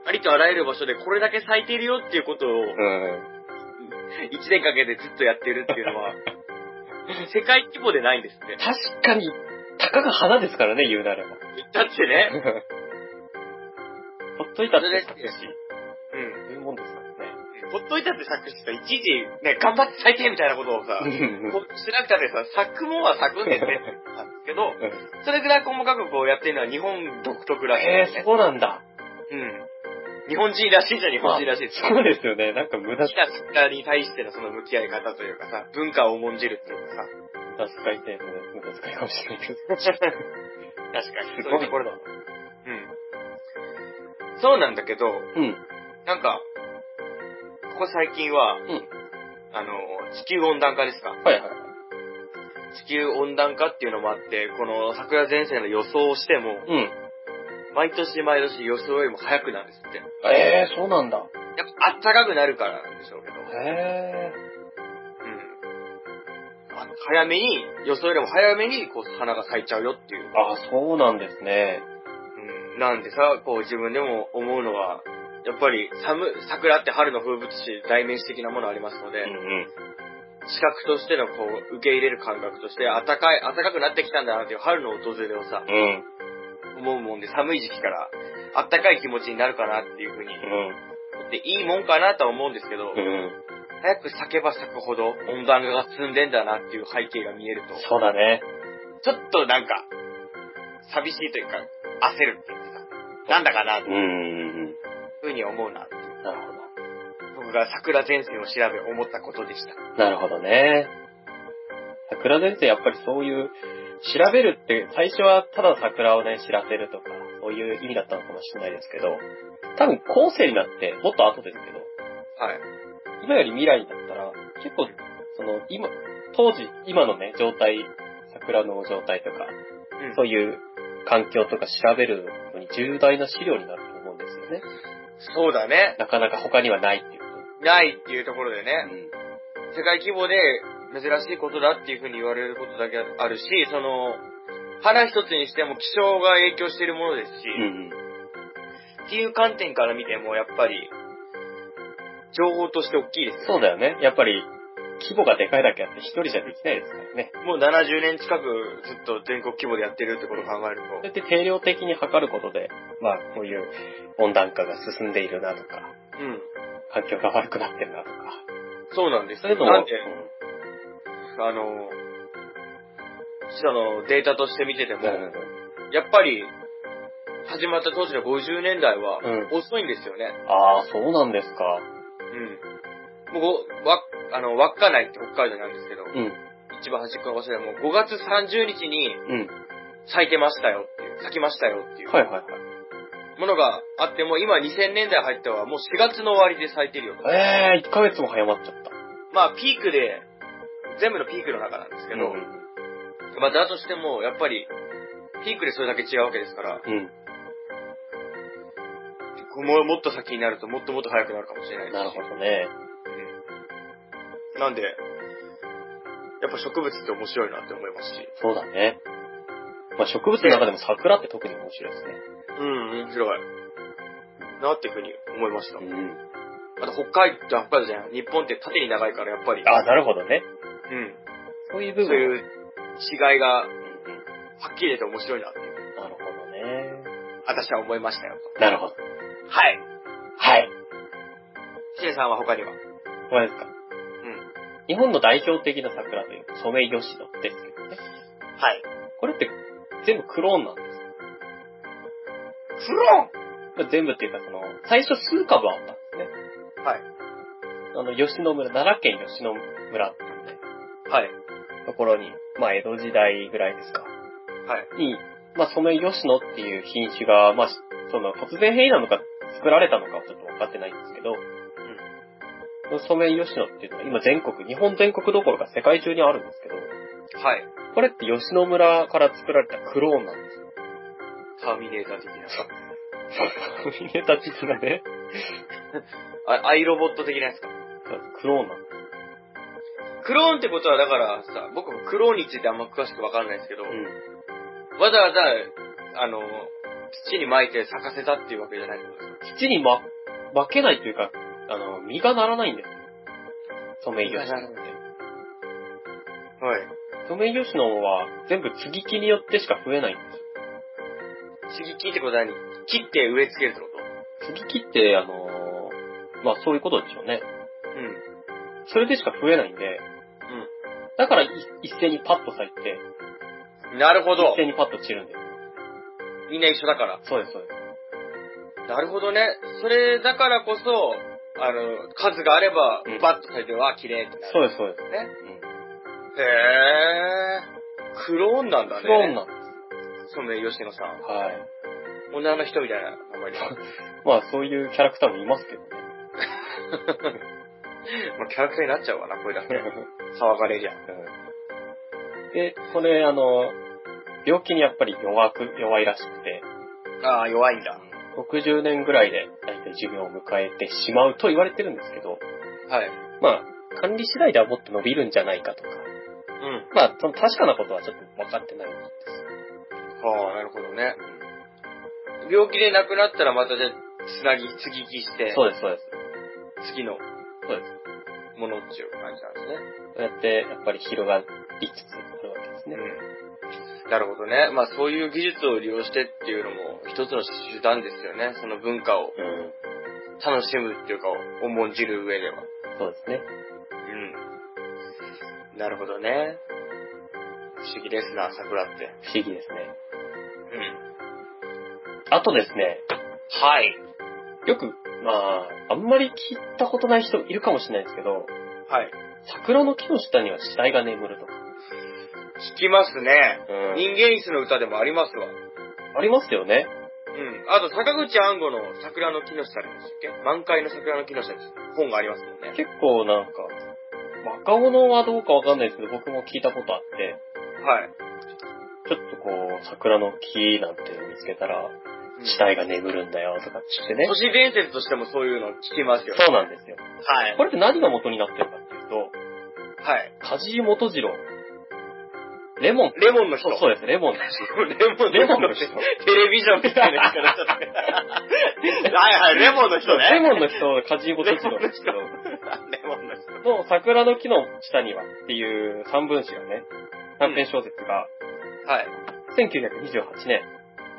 S2: ありとあらゆる場所でこれだけ咲いてるよっていうことを、
S1: [LAUGHS] うん。
S2: 1年かけてずっとやってるっていうのは、世界規模でないんですって。
S1: 確かに、たかが花ですからね、言うなれば。
S2: だっ
S1: [LAUGHS]
S2: てね、
S1: ほっといたって咲くし、
S2: う
S1: そういうもんですから
S2: ん。ほっといたって咲くしさ、一時、ね、頑張って咲いてみたいなことをさ、
S1: ね。うん
S2: こうしなくたってさ、咲くもんは咲くんですね。なんですけど、それぐらい細かくこうやってるのは日本独特らしいで
S1: え
S2: す
S1: ー、
S2: ね。
S1: そうなんだ。
S2: うん。日本人らしいじゃ日本人らしいです。
S1: そうですよね。なんか無駄、
S2: 好きな桜に対してのその向き合い方というかさ、文化を重んじるっていうか
S1: 無
S2: さ、
S1: 駄遣いっていうのね、無駄遣いかもしれないけど。
S2: 確か
S1: す
S2: に。そうい
S1: ご
S2: う
S1: い
S2: ところだ。うん。そうなんだけど、
S1: うん。
S2: なんか、ここ最近は、
S1: ん
S2: あの、地球温暖化ですか
S1: はいはい。
S2: 地球温暖化っていうのもあって、この桜前線の予想をしても、
S1: うん。
S2: 毎年毎年予想よりも早くなるんですって。やっ
S1: えー、そうなんだ。
S2: ぱ暖かくなるからなんでしょうけど、
S1: へ
S2: うん。あの早めに、予想よりも早めに、こう、花が咲いちゃうよっていう
S1: ー。。あ、そうなんですね。
S2: うん、なんでさ、こう自分でも思うのは、やっぱり寒、桜って春の風物詩、代名詞的なものありますので、
S1: うん。
S2: 視覚としてのこう、受け入れる感覚として、暖かい、暖かくなってきたんだなっていう春の訪れをさ、
S1: うん。
S2: 思うもんで、寒い時期から、暖かい気持ちになるかなっていうふうに、
S1: う
S2: で、いいもんかなとは思うんですけど、
S1: ん。うん。
S2: 早く咲けば咲くほど、温暖化が進んでんだなっていう背景が見えると、
S1: そうだね。
S2: ちょっとなんか、寂しいというか、焦るっていうかさ、なんだかなって
S1: う。
S2: いうんふうに思うな。
S1: なる
S2: 僕が桜前線を調べ思ったことでした。
S1: ほど。なるほどね。桜前線やっぱりそういう、調べるって、最初はただ桜をね、知らせるとか、そういう意味だったのかもしれないですけど、多分後世になって、もっと後ですけど、
S2: はい。
S1: 今より未来になったら、結構、その、今、当時、今のね、状態、桜の状態とか、
S2: うん、
S1: そういう環境とか調べるのに重大な資料になると思うんですよね。
S2: そうだね。
S1: なかなか他にはないっていうこ
S2: ないっていうところで
S1: と。
S2: ね、
S1: ん。
S2: 世界規模で珍しいことだっていうふうに言われることだけあるし、その、花一つにしても気象が影響しているものですし、
S1: うん。
S2: っていう観点から見ても、やっぱり、情報として大きいです
S1: そうだよね。やっぱり、規模がでかいだけあって一人じゃできないですからね。
S2: よ。もう70年近くずっと全国規模でやってるってことを考える
S1: そうやって定量的に測ることで、まあ、こういう温暖化が進んでいるなとか、
S2: と、うん。
S1: 環境が悪くなってるなとか、
S2: そうなんです。
S1: そういうの
S2: なん
S1: も
S2: で、、あの、そのデータとして見てても、
S1: うん
S2: やっぱり、始まった当時の50年代は
S1: うん、
S2: 遅いんですよね。
S1: ああ、そうなんですか。
S2: うん。もうご、わ、あの、稚内って北海道にあるんですけど、
S1: うん、
S2: 一番端っこの場所でも、5月30日に
S1: うん。
S2: 咲いてましたよっていう、咲きましたよっていう、
S1: はいはいはい。
S2: ものがあっても、今2000年代入っては、もう4月の終わりで咲いてるよと。
S1: ええー、1ヶ月も早まっちゃった。
S2: まあ、ピークで、全部のピークの中なんですけど、
S1: う
S2: まあ、だとしても、やっぱり、ピークでそれだけ違うわけですから、
S1: ん。
S2: もうもっと先になると、もっともっと早くなるかもしれない
S1: うん。
S2: し。
S1: なるほどね。
S2: なんで、やっぱ植物って面白いなって思いますし。
S1: そうだね。まあ、植物の中でも桜って特に面白いですね。
S2: うん、面白い。なっていうふうに思いました。
S1: ん。
S2: あと北海道、北海道じゃない、日本って縦に長いからやっぱり、
S1: ああ、なるほどね。
S2: うん、
S1: そういう
S2: そ
S1: 部
S2: う
S1: 分。
S2: いう違いがは
S1: うんうん
S2: っきり出て面白いなっていう、
S1: なるほどね。
S2: 私は思いましたよ。
S1: なるほど。
S2: はい。
S1: はい。
S2: シエさんは他には
S1: これですか。
S2: うん。
S1: 日本の代表的な桜というソメイヨシノですけどね。
S2: はい。
S1: これって全部クローンなんですよ
S2: フロ
S1: まあ。全部っていうかその、最初数株あったんですね。
S2: ンはい。
S1: あの、吉野村、奈良県吉野村っていうね、
S2: はい。
S1: ところに、まあ江戸時代ぐらいですか。
S2: はい。
S1: に、まあソメイヨシノっていう品種が、まあ、その突然変異なのか作られたのかはちょっと分かってないんですけど、このソメイヨシノっていうのは今全国、日本全国どころか世界中にあるんですけど、
S2: はい。
S1: これって吉野村から作られたクローンなんですよ。
S2: ターミネーター的な。
S1: ミネタチズがね、
S2: あアイロボット的なやつか。
S1: クローンなんで
S2: クローンってことはだからさ、僕もクローンについてあんま詳しくわかんないですけど、
S1: うん。
S2: わざわざ、あの、土に巻いて咲かせたっていうわけじゃないってことですか
S1: 土にま、負けないというか、あの、実がならないんだよ。ソメイヨシノっ
S2: 実
S1: て
S2: が。はい。
S1: ソメイヨシノは全部接ぎ木によってしか増えないんですよ
S2: 接ぎ木ってことは何切って植え付けるってこと
S1: 接ぎ木って、あのーまあそういうことでしょうね。
S2: うん。
S1: それでしか増えないんで、だからい一斉にパッと咲いて、
S2: うん。なるほど
S1: 一。斉にパッと散るんだよ。
S2: みんな一緒だから。
S1: そうです、そうです。
S2: なるほどね。それだからこそ、あの、数があれば
S1: うん、
S2: バッと咲いては綺麗ってなる。
S1: そう
S2: う
S1: です、そうです。
S2: ね。
S1: うん。
S2: へー。クローンなんだね。
S1: クローンなんで
S2: ソメイヨシノさん
S1: す。。はい。
S2: 女の人みたいな名前で。
S1: まあそういうキャラクターもいますけど [LAUGHS] ね。
S2: まあ、キャラクターになっちゃうわな、これだけ。騒がれりゃ。
S1: で、これあの、病気にやっぱり弱く、弱いらしくて、
S2: ああ、弱いんだ。
S1: 60年ぐらいで大体寿命を迎えてしまうと言われてるんですけど、
S2: はい。
S1: まあ、管理次第ではもっと伸びるんじゃないかとか、
S2: うん。
S1: まあ、その確かなことはちょっと分かってないんです。
S2: はあ、なるほどね。病気で亡くなったらまたじゃあ、つなぎ、継ぎ木して、
S1: そうです、そうです。
S2: 次の
S1: そうです。
S2: ものっていう感じなんですね。
S1: こうやって、やっぱり広がりつつあるわけですね。
S2: うんなるほどね。まあそういう技術を利用してっていうのも一つの手段ですよね。その文化を
S1: うん。
S2: 楽しむっていうか、重んじる上では。
S1: そうですね。
S2: うん。なるほどね。不思議ですな、桜って。
S1: 不思議ですね。
S2: うん。
S1: あとですね、
S2: はい。
S1: よく、まあ、あんまり聞いたことない人いるかもしれないですけど、
S2: はい。
S1: 桜の木の下には死体が眠るとか。
S2: 聞きますね。
S1: うん
S2: 人間椅子の歌でもありますわ。
S1: ありますよね。
S2: うん。あと、坂口安吾の桜の木の下でしたっけ満開の桜の木の下です。本がありますもんね。
S1: 結構なんか、若者はどうかわかんないですけど、僕も聞いたことあって、
S2: はい。
S1: ちょっとこう、桜の木なんて見つけたら、
S2: うん
S1: 死体が眠るんだよとかってね
S2: 都。市伝説としてもそういうの聞きますよね。
S1: そうなんですよ。
S2: はい。
S1: これって何が元になってるかっていうと、
S2: はい。
S1: 梶井元次郎。レモン。
S2: レモンの人。
S1: そうそうです、レモン。
S2: レモン
S1: レモンの
S2: の
S1: 人
S2: 人。テレビジョンみたいな人になっち
S1: [LAUGHS]
S2: ゃった。はいはい、レモンの人ね。
S1: レモンの人、梶井元次郎ですけど、
S2: レモンの人。
S1: の桜の木の下にはっていう三文詩がね、短編小説が、
S2: はい。
S1: 1928年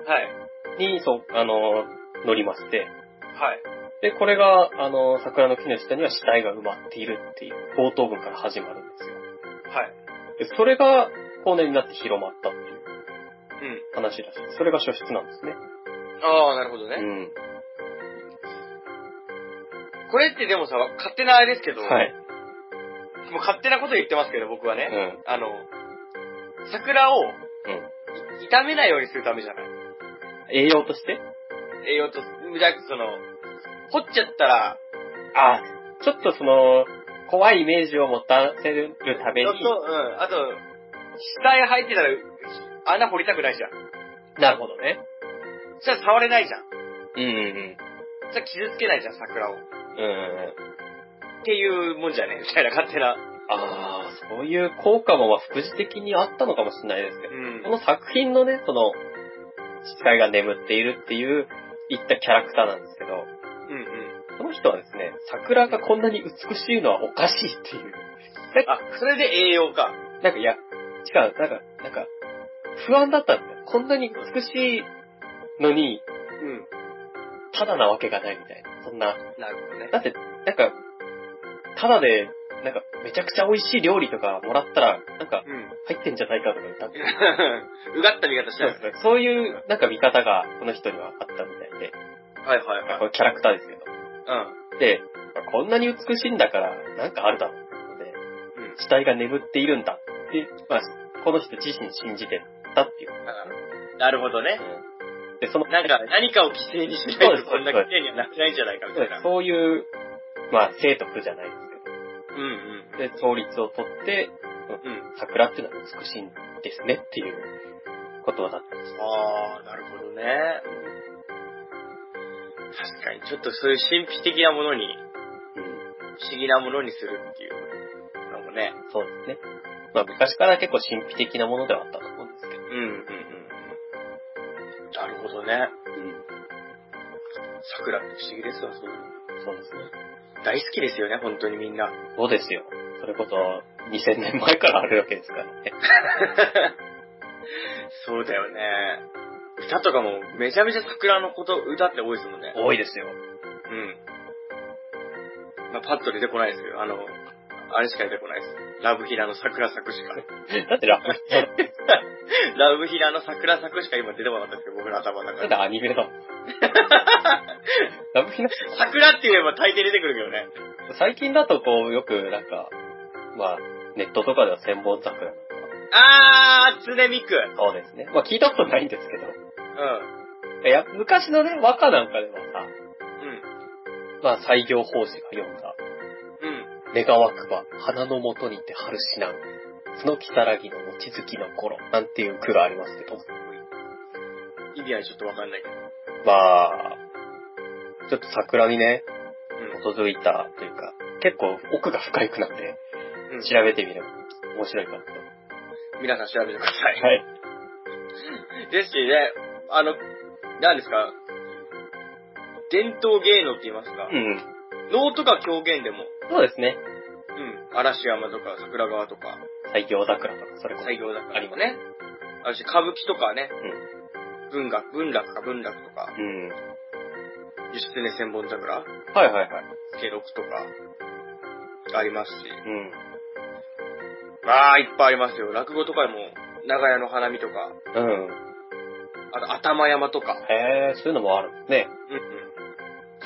S2: はい。
S1: に、そう、あの、載りまして、
S2: はい。
S1: で、これが、あの、桜の木の下には死体が埋まっているっていう冒頭文から始まるんですよ。
S2: はい。
S1: で、それが、後年になって広まったっていう
S2: うん。
S1: 話らしい。それが初出なんですね。
S2: ああ、なるほど
S1: う
S2: ね。
S1: ん。
S2: これってでもさ、勝手なあれですけど、も
S1: はい。
S2: う勝手なこと言ってますけど、僕は
S1: う
S2: ね、
S1: ん。
S2: あの、桜を
S1: うん。
S2: い傷めないようにするためじゃない
S1: 栄養として
S2: 栄養と、じゃなくてその、掘っちゃったら、
S1: あ、ちょっとその、怖いイメージを持たせるため
S2: ち
S1: に
S2: ょっ、と、うん、あと、死体入ってたら、穴掘りたくないじゃん。
S1: なるほどね。
S2: じゃあ触れないじゃん。
S1: うんうん
S2: じゃあ傷つけないじゃん、桜を。っ
S1: うん。うん。
S2: ていうもんじゃねみたいな勝手な。
S1: ああ、そういう効果もまあ副次的にあったのかもしれないですけど、
S2: ん
S1: この作品のね、その、死体が眠っているっていう、いったキャラクターなんですけど、
S2: うんうん。
S1: この人はですね、桜がこんなに美しいのはおかしいっていう。
S2: あ、それで栄養か。
S1: なんか、いや、違う、なんか、なんか、不安だったんだよ。こんなに美しいのに、
S2: うん。
S1: ただなわけがないみたいな。そんな、
S2: なるほどね。
S1: だって、なんか、ただで、なんか、めちゃくちゃ美味しい料理とかもらったら、なんか、
S2: うん。 [LAUGHS]
S1: 入ってんじゃないかとか歌って。
S2: うがった見方しち
S1: そ
S2: ゃ
S1: う
S2: う
S1: で。すね。そういう、なんか見方が、この人にはあったみたいで、
S2: はいはい
S1: まあこ
S2: はい。
S1: れキャラクターですけど。
S2: う
S1: で、まあこんなに美しいんだから、なんかあるだろうってこと
S2: ん。うん
S1: で、死体が眠っているんだって、まあ、この人自身信じてたっていう。
S2: あ。なるほどね。
S1: で、その、
S2: なんか、何かを規制にしないとこんな規制にはなくないんじゃないかみ
S1: そう
S2: た
S1: で
S2: いな。
S1: すそういう、まあ、生と不じゃないです
S2: うんうん。
S1: けど。で、創立をとって、
S2: うん。
S1: 桜っていうのは美しいんですねっていう言葉だったんです。
S2: ああ、なるほどね。確かに、ちょっとそういう神秘的なもの
S1: う
S2: に、
S1: ん。
S2: 不思議なものにするっていうのもんね。
S1: そうですね。まあ昔から結構神秘的なものではあったと思うんですけど。
S2: うん、うん、うん。なるほどね。桜って不思議ですわ、そういうの
S1: そうですね。
S2: 大好きですよね、本当にみんな。
S1: そうですよ。それこそ2000年前からあるわけですからね。
S2: そうだよね。歌とかもめちゃめちゃ桜のこと、歌って多いですもんね。
S1: 多いですよ。
S2: うん。まあ、パッと出てこないですけど、あの、あれしか出てこないです。ラブヒラの桜咲くしか。
S1: だってラブヒラ、
S2: ラブヒラの桜咲くしか今出てこなかったですけど、僕の頭の
S1: だ
S2: 中
S1: って。
S2: で
S1: アニメだ [LAUGHS] もん。ラブヒラ、
S2: 桜って言えば大抵出てくるけどね。
S1: 最近だとこうよくなんか、まあネットとかでは千本桜とか。
S2: あー、つねみく。う
S1: そうですね。まあ聞いたことないんですけど。
S2: ん。
S1: いや、昔のね、和歌なんかではさ、
S2: うん。
S1: まあ採用法師が読んだ
S2: うん。
S1: 願わくば花の元にて春死なん。その如らぎの餅月の頃なんていう句がありますけど。
S2: 意味はちょっとわかんないけど。
S1: まあ、ちょっと桜にね、
S2: う
S1: 基づいたというか、結構奥が深い句なんで、
S2: ん。うん、
S1: 調べてみれば面白いかなと。
S2: 皆さん調べてください。
S1: はい。
S2: ですしね、あの、何ですか、伝統芸能って言いますか
S1: う、ん。
S2: 能とか狂言でも、
S1: そうですね。
S2: うん、嵐山とか桜川とか、
S1: 最強桜とか、それこそ。
S2: 西行だから
S1: ありますね。
S2: あるし、歌舞伎とかね、文学、文楽か文楽とか、
S1: うん。
S2: 輸出ね千本桜、
S1: はいはいはい。
S2: 慶六とか、ありますし、
S1: うん。
S2: ああ、いっぱいありますよ。落語とかでも、長屋の花見とか、
S1: うん。
S2: あと頭山とか、
S1: へえ、そういうのもあるんですね。
S2: うんうん、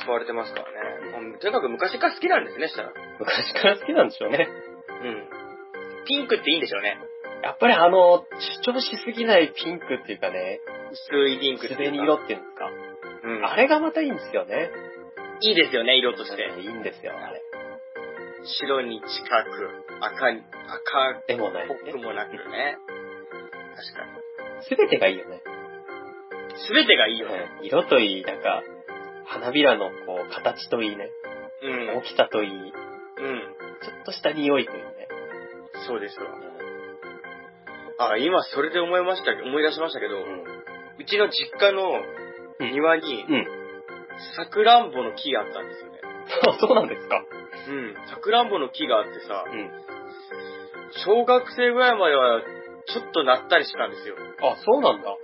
S2: 使われてますからね。うんとにかく昔から好きなんですね、したら。
S1: 昔から好きなんでしょうね。
S2: うん。ピンクっていいんでしょうね。
S1: やっぱりあの、主張しすぎないピンクっていうかね、
S2: 薄いピンクっていう
S1: に
S2: か
S1: 色っていうんですか。
S2: うん。
S1: あれがまたいいんですよね。
S2: いいですよね、色として。
S1: いいんですよ、あれ。
S2: 白に近く、赤に、赤っ
S1: でもね、
S2: ぽくもなくね。確か
S1: すべてがいいよね。
S2: に。すべてがいいよね。
S1: うん色といい、なんか、花びらのこう、形といいね。
S2: うん
S1: 大。きさといい、
S2: うん。
S1: ちょっとした匂いといいね。
S2: そうですわ。あ、今それで思いましたけど、思い出しましたけど、うちの実家の
S1: うん。
S2: 庭に、
S1: うん。
S2: さくらんぼの木があったんですよね。
S1: そう、そうなんですか。
S2: うん。さくらんぼの木があってさ
S1: う、ん。
S2: 小学生ぐらいまでは、ちょっとなったりしたんですよ。
S1: あ、そうなんだ。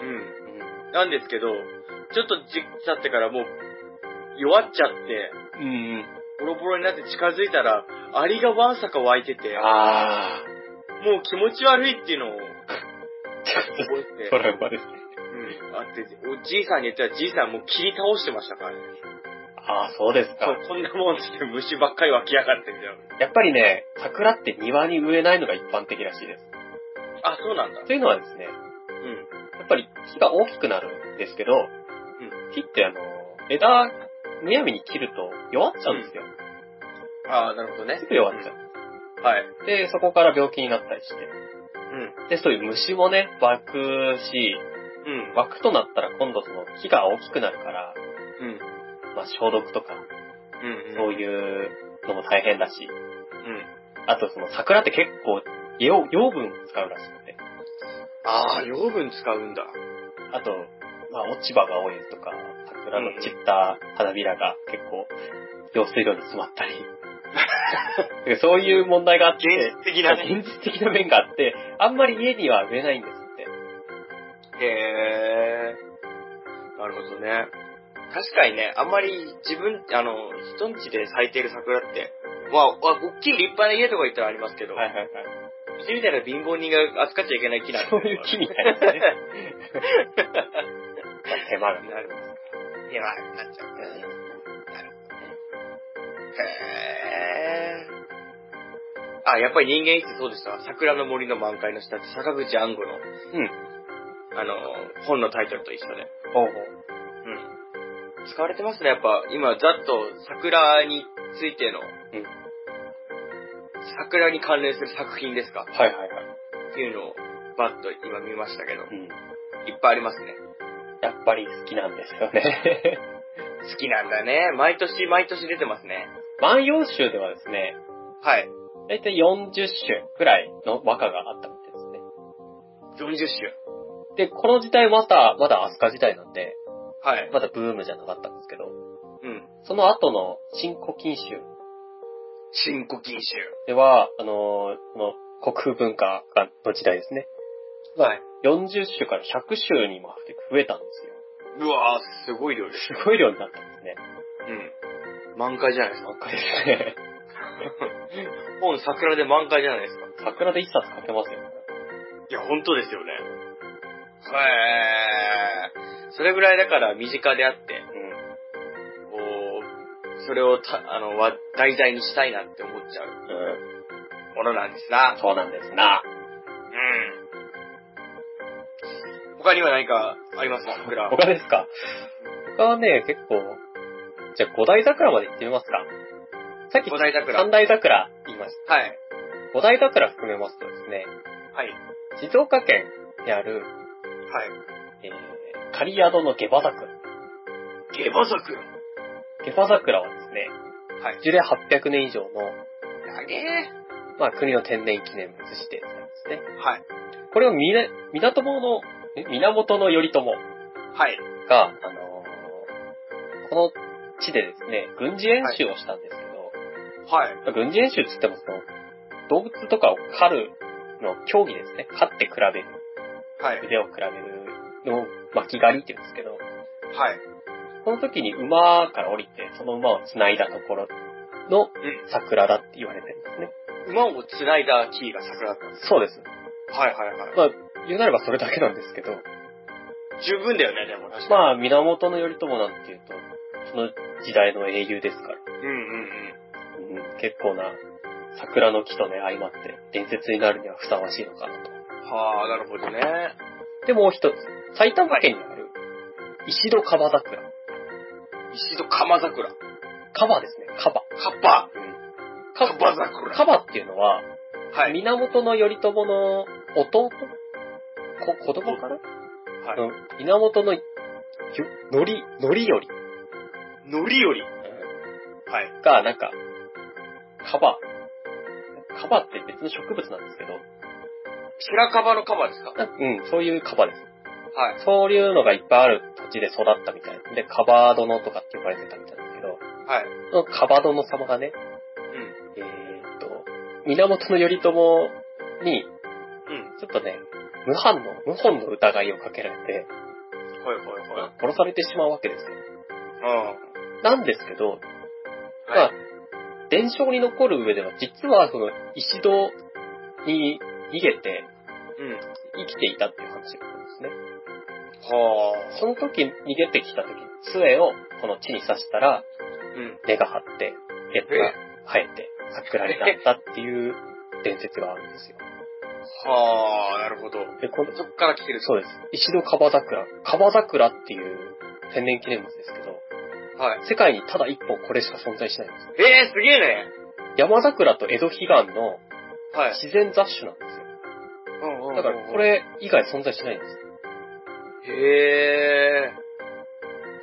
S2: うん。
S1: う
S2: なんですけど、ちょっと時期経ってからもう、弱っちゃって、
S1: ん。うん。
S2: ボロボロになって近づいたら、アリがわんさか湧いてて、
S1: [LAUGHS] あ
S2: もう気持ち悪いっていうのを覚え
S1: ー。
S2: て、
S1: トラウマですね。
S2: うん、あって、おじいさんに言ったらじいさんもう切り倒してましたからね。
S1: あー、そうですか。
S2: そうこんなもんつって虫ばっかり湧き上がってみたいな。
S1: やっぱりね、桜って庭に植えないのが一般的らしいです。
S2: あ、そうなんだ。
S1: というのはですね、
S2: うん。
S1: やっぱり木が大きくなるんですけど、木ってあの、枝、むやみに切ると弱っちゃうんですよ。
S2: ああ、なるほどね
S1: す。ぐ弱っちゃう。
S2: はい。
S1: で、そこから病気になったりして。
S2: うん。
S1: で、そういう虫もね、湧くし、
S2: うん。
S1: 湧くとなったら今度その木が大きくなるから、
S2: うん。
S1: まあ消毒とか、
S2: うん。
S1: そう
S2: う。
S1: いうのも大変だし、
S2: うん。
S1: あとその桜って結構養養分を使うらしくて、
S2: ああ、養分使うんだ。
S1: あと、まあ、落ち葉が多いとか、桜の散った花びらが結構、用水路に詰まったり。 [LAUGHS] そういう問題があって、
S2: 現実的なね。
S1: 現実的な面があって、あんまり家には植えないんですって。
S2: へー。なるほどね。確かにね、あんまり自分、あの、人んちで咲いている桜って、まあ、あ大きい立派な家とか行ったらありますけど、
S1: はいはいはいう
S2: ちみたいな貧乏人が扱っちゃいけない木なん
S1: [LAUGHS]
S2: で。
S1: そういう木みたいなね。手間がね。
S2: なるほど。いや、なっちゃうからね。なるほどね。へー。あ、やっぱり人間いつそうでした。桜の森の満開の下って坂口安吾の、
S1: うん。
S2: あの、本のタイトルと一緒で。
S1: ほうほう。
S2: うん。使われてますね、やっぱ。今、ざっと桜についての、
S1: ん
S2: 桜に関連する作品ですか
S1: はいはいはい。
S2: っていうのを、バッと今見ましたけど、
S1: うん。
S2: いっぱいありますね。
S1: やっぱり好きなんですよ [LAUGHS] ね。
S2: 好きなんだね。毎年、毎年出てますね。
S1: 万葉集ではですね、
S2: はい。
S1: だいたい40種くらいの和歌があったみたいですね。
S2: 40種。
S1: で、この時代また、まだ飛鳥時代なんで、
S2: はい。
S1: まだブームじゃなかったんですけど、
S2: うん。
S1: その後の新古今集
S2: 新古今集。
S1: では、あのーこの国風文化の時代ですね。
S2: はい。
S1: 40種から100種にも増えたんですよ。
S2: うわぁ、すごい量です。
S1: すごい量になったんですね。
S2: うん。満開じゃないですか。
S1: 満開ですね。
S2: 本桜で満開じゃないですか。
S1: 桜で一冊書けますよ。
S2: いや、本当ですよね。へー。それぐらいだから身近であって、
S1: う。
S2: こう、それをた、あの、わ題材にしたいなって思っちゃうん
S1: うん。
S2: ものなんですな。
S1: そうなんですな。
S2: うん。他には何かありますか桜。
S1: 他ですか他はね、結構、じゃあ五大桜まで行ってみますか。さっき
S2: 五大桜。は
S1: 三
S2: い。
S1: 大桜言いまし
S2: はい。
S1: た。五大桜含めますとですね、
S2: はい。
S1: 静岡県にある、えー、狩宿の下馬桜。
S2: 下馬族。
S1: 下馬桜はですね、
S2: はい。
S1: 樹齢800年以上の、
S2: あげー。
S1: まあ、国の天然記念物指定されますね。
S2: はい。
S1: これをみな、源の、え源の頼朝
S2: はい。
S1: が、あのーこの地でですね、軍事演習をしたんですけど、
S2: はい。
S1: まあ軍事演習って言ってもその、動物とかを狩るの競技ですね。狩って比べる。
S2: はい。
S1: 腕を比べるのを巻き狩りって言うんですけど、
S2: はい。
S1: この時に馬から降りて、その馬を繋いだところの
S2: ん
S1: 桜だって言われてるんですね。
S2: 馬を繋いだ木が桜だったんです。
S1: そうです。
S2: はいはいはい。
S1: まあ、言うなればそれだけなんですけど、
S2: 十分だよね、でも確か
S1: ま
S2: に。
S1: あ、源頼朝なんていうと、その時代の英雄ですから、
S2: うんうんうん。
S1: うん、結構な桜の木とね、相まって伝説になるにはふさわしいのかなと。
S2: はあ、なるほどね。
S1: で、もう一つ、埼玉県にある、石戸川桜。
S2: 石戸鎌桜。
S1: 川ですね、川。
S2: カッパ。カッパ桜。
S1: カバっていうのは、
S2: はい。
S1: 源頼朝の弟こ子供かな、
S2: はい
S1: うん源のよ、のり、のりより、
S2: のりより。はい。
S1: が、なんか、カバ。カバって別の植物なんですけど、
S2: 白樺の樺ですか
S1: なんかうん、そういうカバです。
S2: はい。
S1: そういうのがいっぱいある土地で育ったみたい。で、カバ殿とかって呼ばれてたみたいなんですけど、
S2: はい。
S1: そのカバ殿様がね、
S2: う
S1: えーっと、源頼朝に、
S2: ん。
S1: ちょっとね、無反の、無本の疑いをかけられて、
S2: うん。はいはいはい。
S1: 殺されてしまうわけですよ。
S2: あ
S1: なんですけど、
S2: あ。
S1: まあ、伝承に残る上では、実はその、石戸に逃げて
S2: うん。
S1: 生きていたっていう話なんですね。
S2: はあ。
S1: その時、逃げてきた時、杖をこの地に刺したら、
S2: うん。
S1: 根が張って、根っこが生えて、桜になったっていう伝説があるんですよ。
S2: はあ、なるほど。
S1: で、この、
S2: そっから来てる。
S1: そうです。石戸カバ桜。カバ桜っていう天然記念物ですけど、
S2: はい。
S1: 世界にただ一本これしか存在しないんですよ。
S2: ええー、すげえね。
S1: 山桜と江戸彼岸の
S2: はい。
S1: 自然雑種なんですよ。
S2: うんうん
S1: だからこ。れ以外存在しないんですよ。
S2: へえ。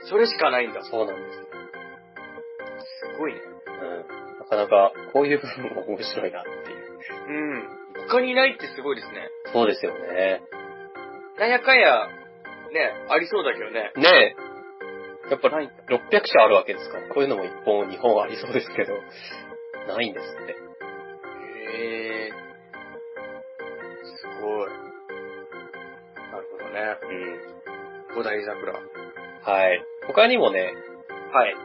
S2: それしかないんだ。す
S1: そうなんですよ。
S2: ごいね。
S1: うん。なかなかこういう部分も面白いなっていう。
S2: うん。他にないってすごいですね。
S1: そうですよね。
S2: なんやかんや、ね、ありそうだけどね。
S1: ねえ。やっぱ
S2: ない
S1: 600社あるわけですから、こういうのも1本、2本ありそうですけど、ないんですって。
S2: へえ。すごい。なるほどね。
S1: うん。
S2: 五大桜。は
S1: はい。他にもね、
S2: い。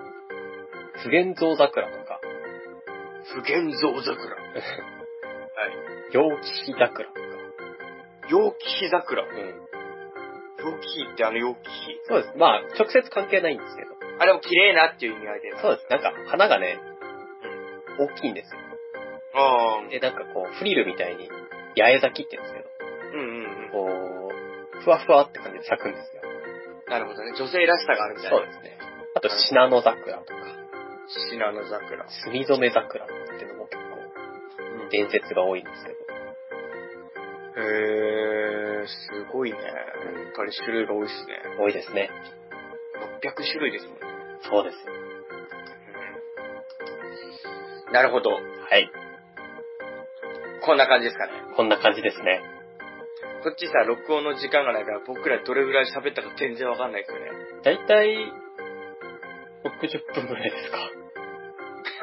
S1: 不現像桜とか、
S2: 不現像桜。
S1: 陽気桜とか、
S2: 陽気桜。
S1: うん。
S2: 陽気ってあの陽気。
S1: そうです。まあ、直接関係ないんですけど。
S2: あれも綺麗なっていう意味合いで。
S1: そうです。なんか、花がね、大きいんですよ。
S2: ああ。
S1: で、なんかこう、フリルみたいに、八重咲きって言うんです
S2: うんうん
S1: けど、こう、ふわふわって感じで咲くんですよ。
S2: うん。なるほどね。女性らしさがあるみたいな。
S1: そうですね。あと、信濃桜とか、
S2: シナノ桜。
S1: 墨染め桜っていうのも結構、伝説が多いんですけど。
S2: へえ、すごいね。やっぱり種類が多いですね。
S1: 多いですね。
S2: 600種類ですもんね。
S1: そうです。
S2: なるほど。
S1: はい。
S2: こんな感じですかね。
S1: こんな感じですね。
S2: こっちさ、録音の時間がないから、僕らどれぐらい喋ったか全然わかんないですよね。
S1: だいたい、60分ぐらいですか。 [LAUGHS]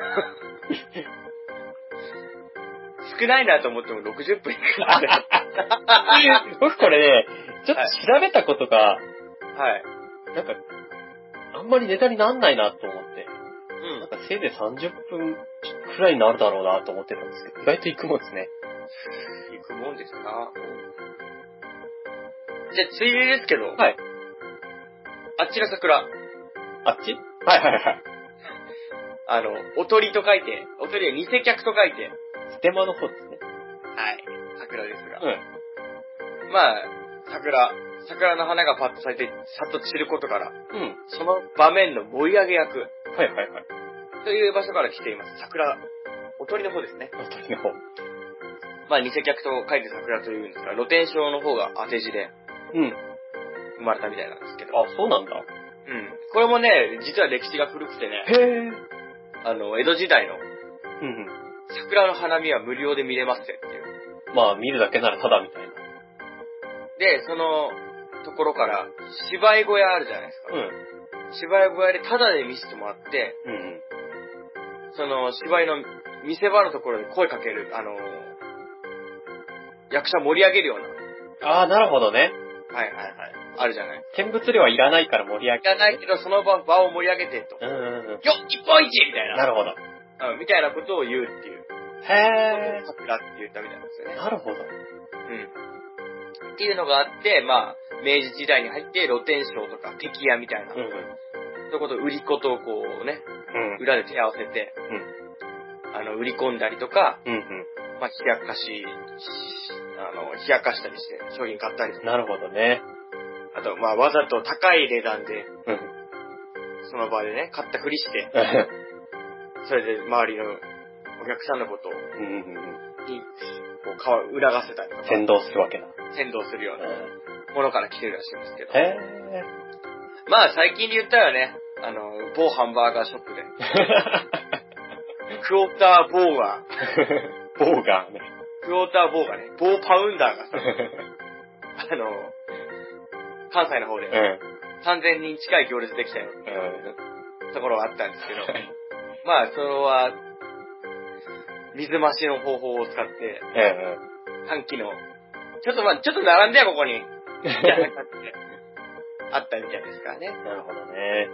S2: 少ないなと思っても60分いくらい
S1: 僕これね、ちょっと調べたことが、
S2: はい。
S1: なんか、あんまりネタになんないなと思って。
S2: うん
S1: なん。かせいぜい30分くらいになるだろうなと思ってたんですけど、意外といくもんですね。
S2: 行くもんですな。じゃあ、ついでですけど。
S1: はい。
S2: あっちの桜。
S1: あっちはいはいはい。
S2: あの、おとりと書いて、おとりは偽客と書いて。
S1: ステマの方ですね。
S2: はい。桜ですが。
S1: うん。
S2: まあ、桜。桜の花がパッと咲いて、さっと散ることから、
S1: うん。
S2: その場面の盛り上げ役
S1: はいはいはい。
S2: という場所から来ています。桜。おとりの方ですね。
S1: あ鳥の方。
S2: まあ、偽客と書いて桜というんですが、露天商の方が当て字で
S1: うん。
S2: 生まれたみたいなんですけど。
S1: あ、そうなんだ。
S2: うん。これもね、実は歴史が古くてね、
S1: へえ。うん
S2: あの、江戸時代の
S1: うん。
S2: 桜の花見は無料で見れますってっていう。
S1: まあ、見るだけならただみたいな。
S2: で、そのところから、芝居小屋あるじゃないですか。
S1: うん。
S2: 芝居小屋でタダで見せてもらって、
S1: うん。
S2: その芝居の見せ場のところで声かける、あの役者盛り上げるような。
S1: ああ、なるほどね。
S2: はいはいはい。あるじゃない。
S1: 見物料はいらないから盛り上
S2: じ
S1: げ
S2: ゃないけど、その場場を盛り上げてと。
S1: うんうんうん。
S2: よっ日本一みたいな
S1: なるほど。
S2: うんみたいなことを言うっていう。
S1: へえ。
S2: 桜って言ったみたいなんですよね。
S1: なるほど。
S2: うん。っていうのがあって、まあ、明治時代に入って露天商とか敵屋みたいな、
S1: うんうん。
S2: そういうこと売り子とこうね、
S1: うん。
S2: 裏で手合わせて、あの、売り込んだりとか、
S1: うんうん。
S2: まあ、冷やかし、しあの、冷やかしたりして、商品買ったりとか、
S1: なるほどね。
S2: あと、まあ、わざと高い値段で、
S1: うん。
S2: その場でね、買ったふりして、
S1: う
S2: それで周りのお客さんのことを、
S1: んうんうん。
S2: に、こう、かわ、裏がせたりとか、
S1: 先導するわけだ。
S2: 先導するような
S1: へ
S2: ものから来てるらしいんですけど、
S1: え。 [LAUGHS]
S2: まあ、最近で言ったらね、あの、某ハンバーガーショップで、クォーターボーガー、
S1: ボーガーね。
S2: クォーターボーガーね、ボーパウンダーがさ、
S1: [LAUGHS]
S2: あの、関西の方で
S1: うん。
S2: 3000人近い行列できたよ
S1: うん。
S2: ところがあったんですけど、まあ、それは、水増しの方法を使って、
S1: [LAUGHS] うん。
S2: 短期の、ちょっとまあ、ちょっと並んでよ、ここに。みたいな感じであったみたいですからね。
S1: なるほどね。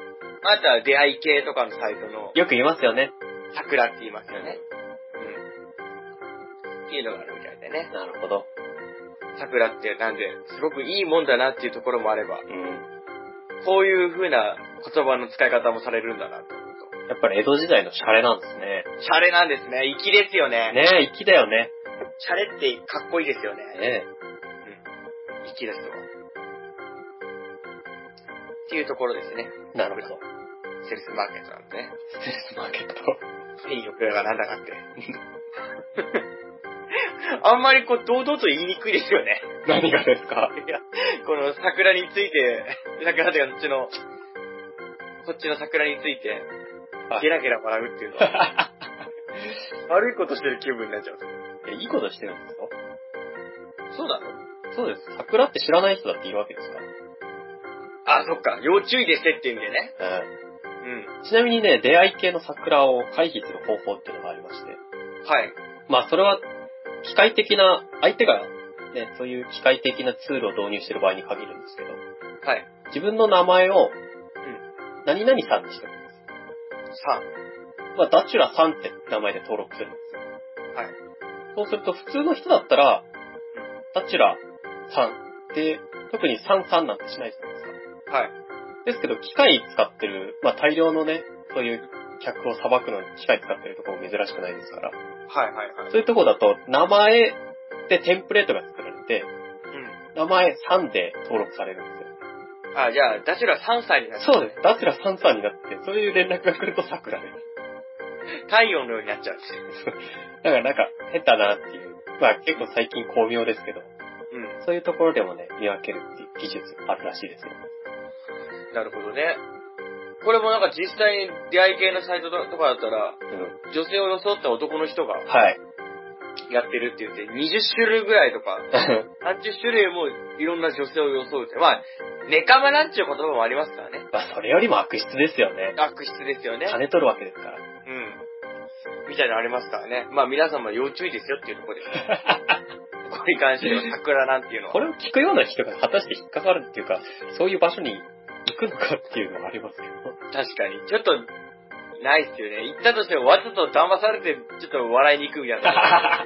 S2: あとは出会い系とかのサイトの、
S1: よく言いますよね。
S2: 桜って言いますよね。うん。っていうのがあるみたいでね。
S1: なるほど。
S2: 桜ってなんで、すごくいいもんだなっていうところもあれば、
S1: うん。
S2: こういう風な言葉の使い方もされるんだなと思うと。
S1: やっぱり江戸時代のシャレなんですね。
S2: シャレなんですね。粋ですよね。
S1: ねえ、粋だよね。
S2: シャレってかっこいいですよね。
S1: ね
S2: うん。粋ですわ。っていうところですね。
S1: え。なるほど。
S2: セルスマーケットなんでね。
S1: ステルスマーケット。
S2: いいよ、くらがなんだかって。 [LAUGHS] あんまりこう、堂々と言いにくいですよね。
S1: [LAUGHS] 何がですか
S2: この桜について、桜というかこっちの、こっちの桜について
S1: は、い
S2: ゲラゲラ笑うっていうのは、 [LAUGHS] 悪いことしてる気分になっちゃう。
S1: えいいことしてるんですか
S2: そうなの
S1: そうです。桜って知らない人だっているわけですか
S2: あ、そっか。要注意ですってっていうんでね。
S1: ら。
S2: うん。
S1: ちなみにね、出会い系の桜を回避する方法っていうのがありまして。
S2: はい。
S1: まあ、それは、機械的な、相手が、ね、そういう機械的なツールを導入してる場合に限るんですけど、
S2: はい。
S1: 自分の名前を
S2: ん、
S1: 何々さんにしておくんです。
S2: さ
S1: まあ、ダチュラさんって名前で登録するんですよ。
S2: はい。
S1: そうすると、普通の人だったら、ダチュラさんって、特にさんさんなんてしないじゃないですか。
S2: あ。はい。
S1: ですけど、機械使ってる、まあ大量のね、そういう客を裁くのに機械使ってるところも珍しくないですから、
S2: はいはいはい。
S1: そういうところだと、名前でテンプレートが作られて、
S2: う
S1: 名前3で登録されるんですよ。
S2: ん。あ、じゃあ、ダチュラ3歳になっちゃ
S1: そうです。ダチュラ3さんになって、そういう連絡が来ると桜です。
S2: 太陽のようになっちゃうっていう。
S1: だからなんか、下手なっていう。まあ結構最近巧妙ですけど、
S2: うん。
S1: そういうところでもね、見分けるっていう技術あるらしいですよ。
S2: なるほどね。これもなんか実際に出会い系のサイトとかだったら、
S1: うん。
S2: 女性を装った男の人が、
S1: はい。 [LAUGHS]
S2: やってるって言って、20種類ぐらいとか、30種類もいろんな女性を装うって。まあ、ネカマなんちゅう言葉もありますからね。
S1: まあ、それよりも悪質ですよね。
S2: 悪質ですよね。
S1: 金取るわけですから。
S2: うん。みたいなのありますからね。まあ皆様要注意ですよっていうと
S1: [LAUGHS]
S2: ころで。これに関しては桜なんていうのは。
S1: これを聞くような人が果たして引っかかるっていうか、そういう場所に行くのかっていうのがあります [LAUGHS] けど。
S2: 確かに。ちょっと、ないっすよね。行ったとしてもわざと騙されて、ちょっと笑いに行くみたいな。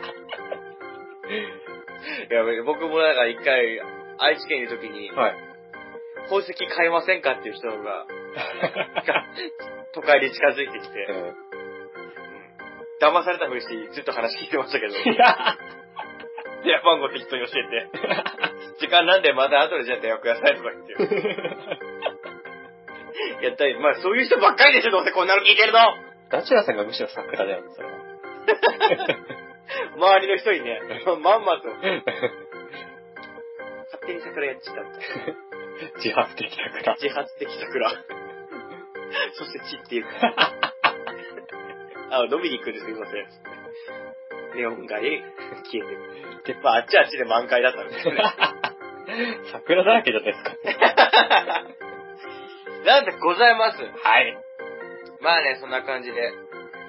S2: いや、僕もなんか一回、愛知県にいる時に、
S1: はい。
S2: 宝石買いませんかっていう人が、都会に近づいてきて、うん騙されたふりしてずっと話聞いて
S1: [LAUGHS]
S2: ましたけど、電話番号適当に教えて、時間なんでまた後でじゃあ電話くださいとか言って。やったり、まあそういう人ばっかりでしょ、どうせこんなの聞いてるの
S1: ダチュラさんがむしろ桜だよ、それは。
S2: 周りの人にね、まん
S1: [LAUGHS]
S2: まと、勝手に桜やっちゃったみたいな。
S1: 自発的桜。 [LAUGHS]
S2: 自発的 [LAUGHS] 桜。そして血っていう。あ、飲みに行くんですすいません。ネオンが消えてる。で、まあ、あっちはあっちで満開だったんですよね。
S1: 桜だらけじゃないですか。
S2: [LAUGHS] なんでございます。
S1: はい。
S2: まあね、そんな感じで。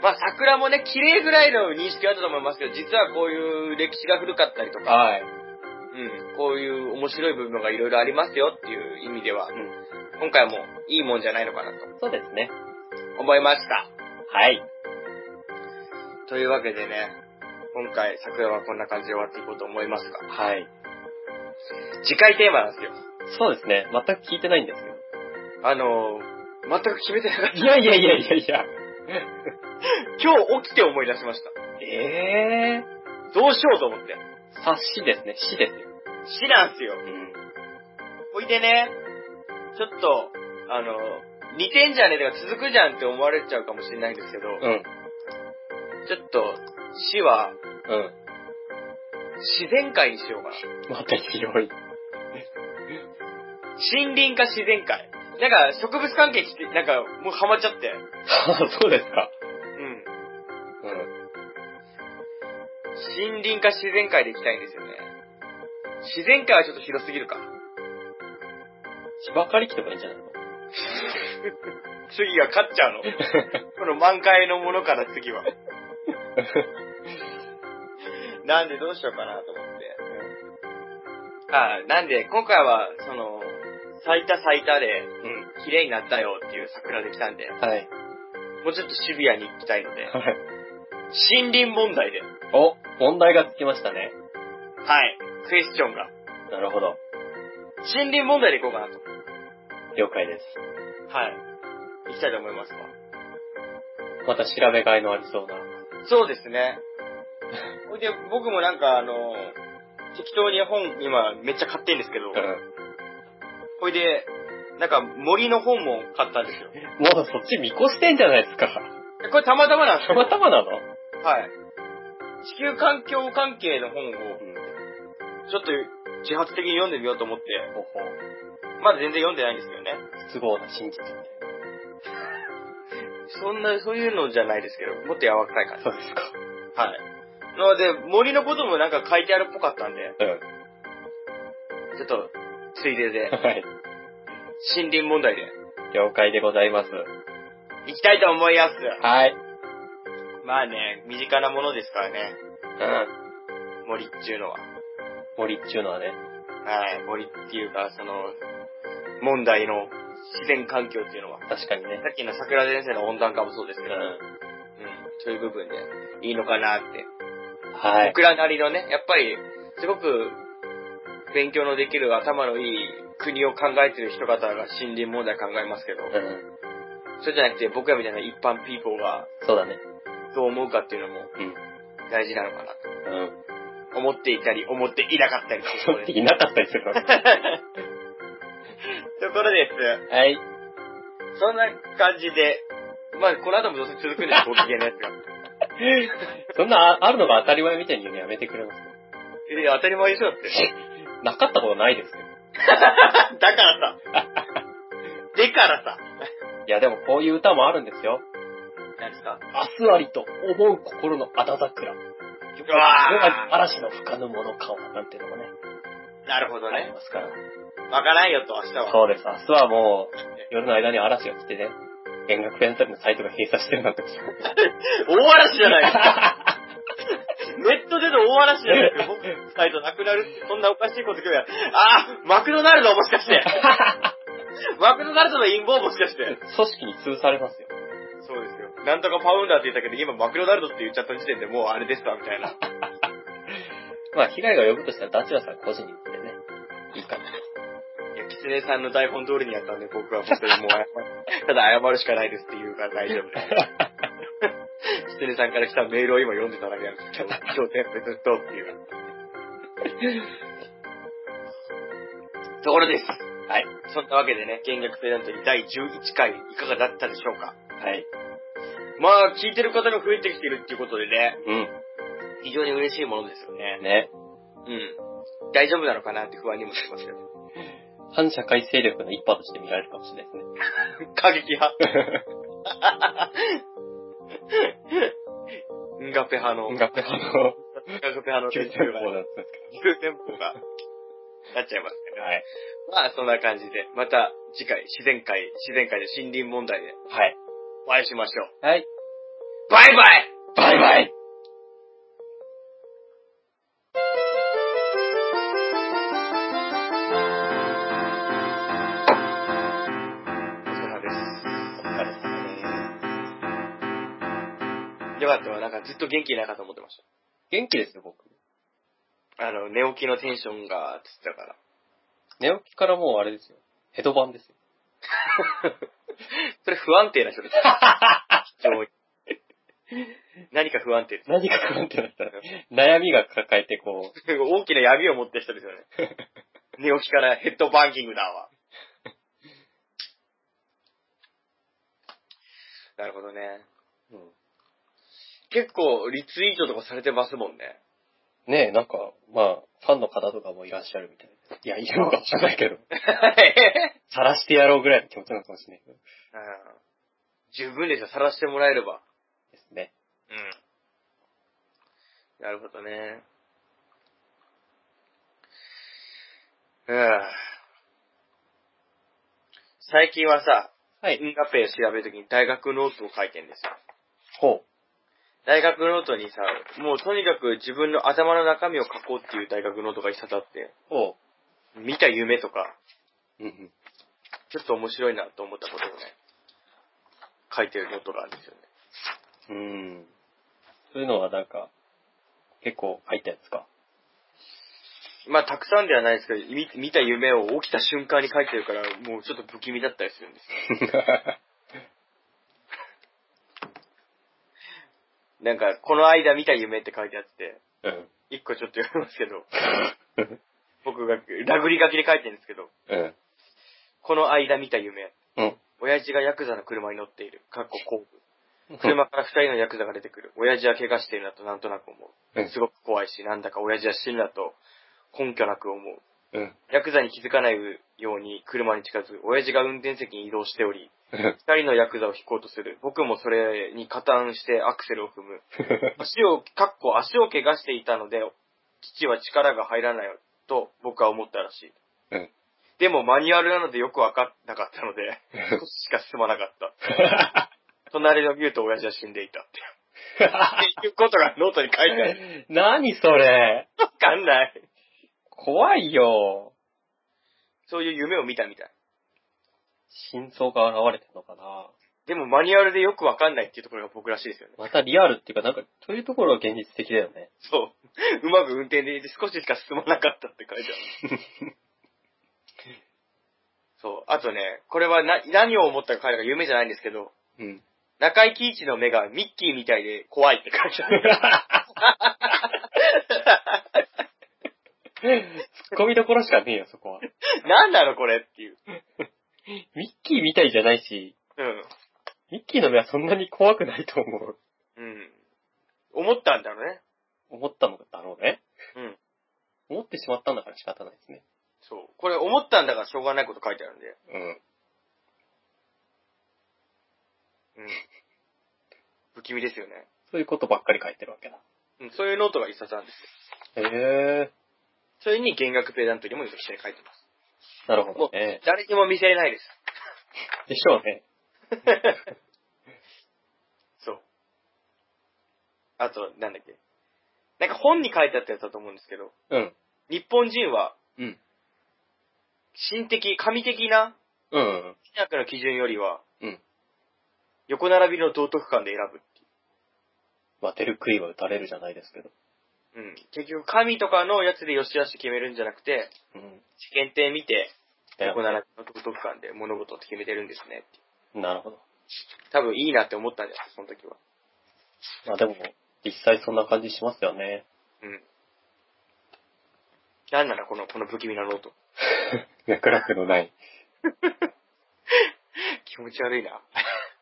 S2: まあ、桜もね、綺麗ぐらいの認識はあったと思いますけど、実はこういう歴史が古かったりとか、
S1: はい。
S2: うん、こういう面白い部分がいろいろありますよっていう意味では、
S1: うん
S2: 今回もいいもんじゃないのかなと
S1: そうですね。
S2: 思いました。
S1: はい。
S2: というわけでね、今回桜はこんな感じで終わっていこうと思いますが、
S1: はい。
S2: 次回テーマなんですよ。
S1: そうですね。全く聞いてないんですけど。
S2: あのー、全く決めてなかった。
S1: いやいやいやいやいや。
S2: 今日起きて思い出しました。
S1: ええ
S2: どうしようと思って。
S1: ー。察しですね。死ですよ。
S2: 死なんすよ。
S1: うん。
S2: ほいでね、ちょっと、あのー、似てんじゃねえとか続くじゃんって思われちゃうかもしれないんですけど、
S1: うん。
S2: ちょっと、死は
S1: うん。
S2: 自然界にしようかな。
S1: また広い。
S2: 森林か自然界。なんか、植物関係きて、なんか、もうハマっちゃって。
S1: あ [LAUGHS] そうですか。
S2: うん。
S1: うん。
S2: 森林か自然界で行きたいんですよね。自然界はちょっと広すぎるか。
S1: 芝刈り機とかいいんじゃないの
S2: 次が勝っちゃうの。 [LAUGHS] この満開のものから次は。なんでどうしようかなと思って。ああ、なんで今回は、その、咲いた咲いたで、
S1: うん。
S2: 綺麗になったよっていう桜で来たんで、
S1: はい。
S2: もうちょっとシビアに行きたいので、
S1: はい。
S2: 森林問題で、
S1: お、問題がつきましたね。
S2: はい、クエスチョンが、
S1: なるほど。
S2: 森林問題で行こうかなと。
S1: 了解です。
S2: はい。行きたいと思いますわ。
S1: また調べがいのありそうな。
S2: そうですね。ほいで、僕もなんかあの、適当に本今めっちゃ買ってんですけ
S1: う
S2: ど、
S1: ん。
S2: ほいで、なんか森の本も買ったんですよ。
S1: もうそっち見越してんじゃないですか。
S2: これたまたまなんです
S1: た
S2: よ。
S1: またまなの
S2: はい。地球環境関係の本を
S1: ん。
S2: ちょっと自発的に読んでみようと思って、
S1: ほほ
S2: まだ全然読んでないんですけどね。
S1: 不都合な真実みたい
S2: そんな、そういうのじゃないですけど、もっと柔らかい感
S1: な。そうですか。
S2: じ。はい。なので、森のこともなんか書いてあるっぽかったんで、
S1: うん。
S2: ちょっと、ついで
S1: [LAUGHS]
S2: で、
S1: はい。
S2: 森林問題で
S1: 了解でございます。
S2: 行きたいと思います。
S1: はい。
S2: まあね、身近なものですからね、
S1: うん。
S2: 森っちゅうのは。
S1: 森っちゅうのはね。
S2: はい、森っていうか、その、問題の自然環境っていうのは。さ
S1: 確かにね。
S2: っきの桜先生の温暖化もそうです
S1: う
S2: けど、うん、。そういう部分でいいのかなって。
S1: はい。
S2: 僕らなりのね、やっぱり、すごく、勉強のできる頭のいい国を考えてる人方が森林問題考えますけど、
S1: うん。
S2: そうじゃなくて僕らみたいな一般ピーポーが
S1: そうだね。
S2: どう思うかっていうのも
S1: うん。
S2: 大事なのかなと。
S1: うん。
S2: 思っていたり、思っていなかったり
S1: [LAUGHS]
S2: というこ
S1: そう
S2: とで
S1: っていなかったりするわけ。
S2: ところです。
S1: はい。
S2: そんな感じで、まあ、この後もどうせ続くんです、ご機嫌のやつ [LAUGHS] が。
S1: そんなあ、あるのが当たり前みたいに言うのやめてくれます
S2: え、当たり前でしょだって。
S1: なかったことないですよ。
S2: だからさ。でからさ。
S1: いや、でもこういう歌もあるんですよ。
S2: 何ですか
S1: 明日ありと思う心のあだ桜。よく
S2: うわー
S1: 嵐の深のものかなんていうのもね、
S2: なるほど
S1: あり
S2: ね。
S1: ますから。
S2: わからんよと、明日は。
S1: そうです。明日はもう、夜の間に嵐が来てね、弦楽ペンタルのサイトが閉鎖してるなんて。
S2: 大嵐じゃないですか。ネットでの大嵐じゃないですか。僕のサイトなくなるって、そんなおかしいこと今日や。あー、マクドナルドもしか [LAUGHS] して。マクドナルドの陰謀もしかして。
S1: 組織に潰されますよ。
S2: そうですよ。なんとかパウンダーって言ったけど、今マクドナルドって言っちゃった時点でもうあれですわ、みたいな。
S1: まあ、被害が及ぶとしたら、ダチュラさん個人に言ってね、いいかな。
S2: いや、キツネさんの台本通りにやったんで、僕は本当にもう謝る。ただ謝るしかないですって言うから大丈夫です。キツネさんから来たメールを今読んでただけなんですけど、今日全部ずっとっていう。ところです。
S1: はい。
S2: そんなわけでね、見学ペダントリー第11回いかがだったでしょうか
S1: はい。
S2: まあ、聞いてる方が増えてきてるっていうことでね、
S1: う
S2: 非常に嬉しいものですよ
S1: ん。
S2: ね。
S1: ね。
S2: うん。大丈夫なのかなって不安にもしてますけど。
S1: 反社会勢力の一派として見られるかもしれないですね。
S2: 過激派。 [LAUGHS] ンガペ派の、
S1: 音
S2: ンガ
S1: 楽派の
S2: ペ派の
S1: 急
S2: 研
S1: 展
S2: 究
S1: 望だ
S2: が、
S1: ったんです
S2: 急店舗が、なっちゃいます
S1: け
S2: ね。
S1: ど。はい。
S2: まあ、そんな感じで、また次回、自然界、自然界で森林問題で
S1: はい。
S2: お会いしましょう。
S1: はい。
S2: バイバイ
S1: バイバイお疲れ様で
S2: お疲れ様です。
S1: す。
S2: よかったわ、なんかずっと元気ないかと思ってまし
S1: 元気ですよ、僕。
S2: た。あの、寝起きのテンションが、つってたから。
S1: 寝起きからもうあれですよ。ヘドバンですよ。
S2: それ不安定な人です。非常に何か不安定です。
S1: 何か不安定だったら、悩みが抱えてこう、
S2: 大きな闇を持った人ですよね。
S1: [LAUGHS]
S2: 寝起きからヘッドバンキングだわ。なるほどね。結構リツイートとかされてますもんね。
S1: ねえ、なんか、まあ、ファンの方とかもいらっしゃるみたいな。いや、いるのかもしれない [LAUGHS] けど、晒してやろうぐらいの気持ちなのかもしれないけど。
S2: うん十分ですよ、晒してもらえれば。
S1: ですね。
S2: うん。なるほどね。うん。最近はさ、
S1: はい。
S2: インカペを調べるときに大学ノートを書いてんですよ。
S1: ほ
S2: 大学ノートにさ、もうとにかく自分の頭の中身を書こうっていう大学ノートが一冊あって、
S1: う。ほ
S2: 見た夢とか、
S1: う。うんうん。
S2: ちょっと面白いなと思ったことをね、書いてるノートがあるんですよね。
S1: うん。そういうのはなんか、結構入ったやつか。
S2: まあ、たくさんではないですけど、み見た夢を起きた瞬間に書いてるから、もうちょっと不気味だったりするんですよ。なんか、この間見た夢って書いてあって、
S1: うん。
S2: 一個ちょっと読みますけど、僕がラグリ書きで書いてるんですけど、
S1: うん。
S2: この間見た夢、
S1: うん。
S2: 親父がヤクザの車に乗っている、かっこ後部。車から二人のヤクザが出てくる。親父は怪我しているなとなんとなく思
S1: う
S2: う。
S1: ん
S2: すごく怖いし、なんだか親父は死ぬなと根拠なく思う。
S1: うん。
S2: ヤクザに気づかないように車に近づく。親父が運転席に移動しており、
S1: うん。
S2: 二人のヤクザを引こうとする。僕もそれに加担してアクセルを踏む。足を、かっこ足を怪我していたので、父は力が入らないと僕は思ったらしい。
S1: うん。
S2: でもマニュアルなのでよくわかんなかったので、少ししか進まなかった。 [LAUGHS] 隣のビューと親父は死んでいたって。っていうことがノートに書いてある。
S1: [LAUGHS] 何それ
S2: わかんない。
S1: 怖いよ。
S2: そういう夢を見たみたい。
S1: 真相が現れてるのかな
S2: でもマニュアルでよくわかんないっていうところが僕らしいですよね。
S1: またリアルっていうか、なんか、そういうところは現実的だよね。
S2: そう。うまく運転できて少ししか進まなかったって書いてある。そう。あとね、これはな何を思ったか彼が夢じゃないんですけど、
S1: [LAUGHS] うん。
S2: 中井貴一の目がミッキーみたいで怖いって書いてあ
S1: [LAUGHS]
S2: る。
S1: ツッコミどころしかねえよ、そこは。
S2: 何なのこれっていう。
S1: ミッキーみたいじゃないし、
S2: うん。
S1: ミッキーの目はそんなに怖くないと思う。
S2: うん。思ったんだろうね。
S1: 思ったのだろうね。
S2: うん。
S1: 思ってしまったんだから仕方ないですね。
S2: そう。これ思ったんだからしょうがないこと書いてあるんで。
S1: うん。
S2: うん。不気味ですよね。
S1: そういうことばっかり書いてるわけだ。
S2: うん、そういうノートが一冊あるんですよ。
S1: へえ
S2: それに見学ペーダントリーも一緒に書いてます。
S1: なるほ
S2: も
S1: ど
S2: う
S1: ね。、
S2: 誰にも見せれないです。
S1: でしょうね。
S2: [LAUGHS] そう。あと、なんだっけ。なんか本に書いてあったやつだと思うんですけど、
S1: うん。
S2: 日本人は
S1: うん。
S2: 神的、神的な
S1: うん。
S2: 美学の基準よりは、
S1: うん。
S2: 横並びの道徳観で選ぶってい
S1: まあ、出る杭は打たれるじゃないですけど。
S2: う。うん。結局、神とかのやつでよし悪し決めるんじゃなくて、
S1: うん。
S2: 試験点見て、
S1: だよ
S2: 横並びの道徳観で物事を決めてるんですねっていう。
S1: なるほど。
S2: 多分いいなって思ったんじゃないですか、その時は。
S1: まあでも、実際そんな感じしますよね。
S2: うん。なんならこの、この不気味なノート。
S1: 脈絡のない。
S2: 気持ち悪いな。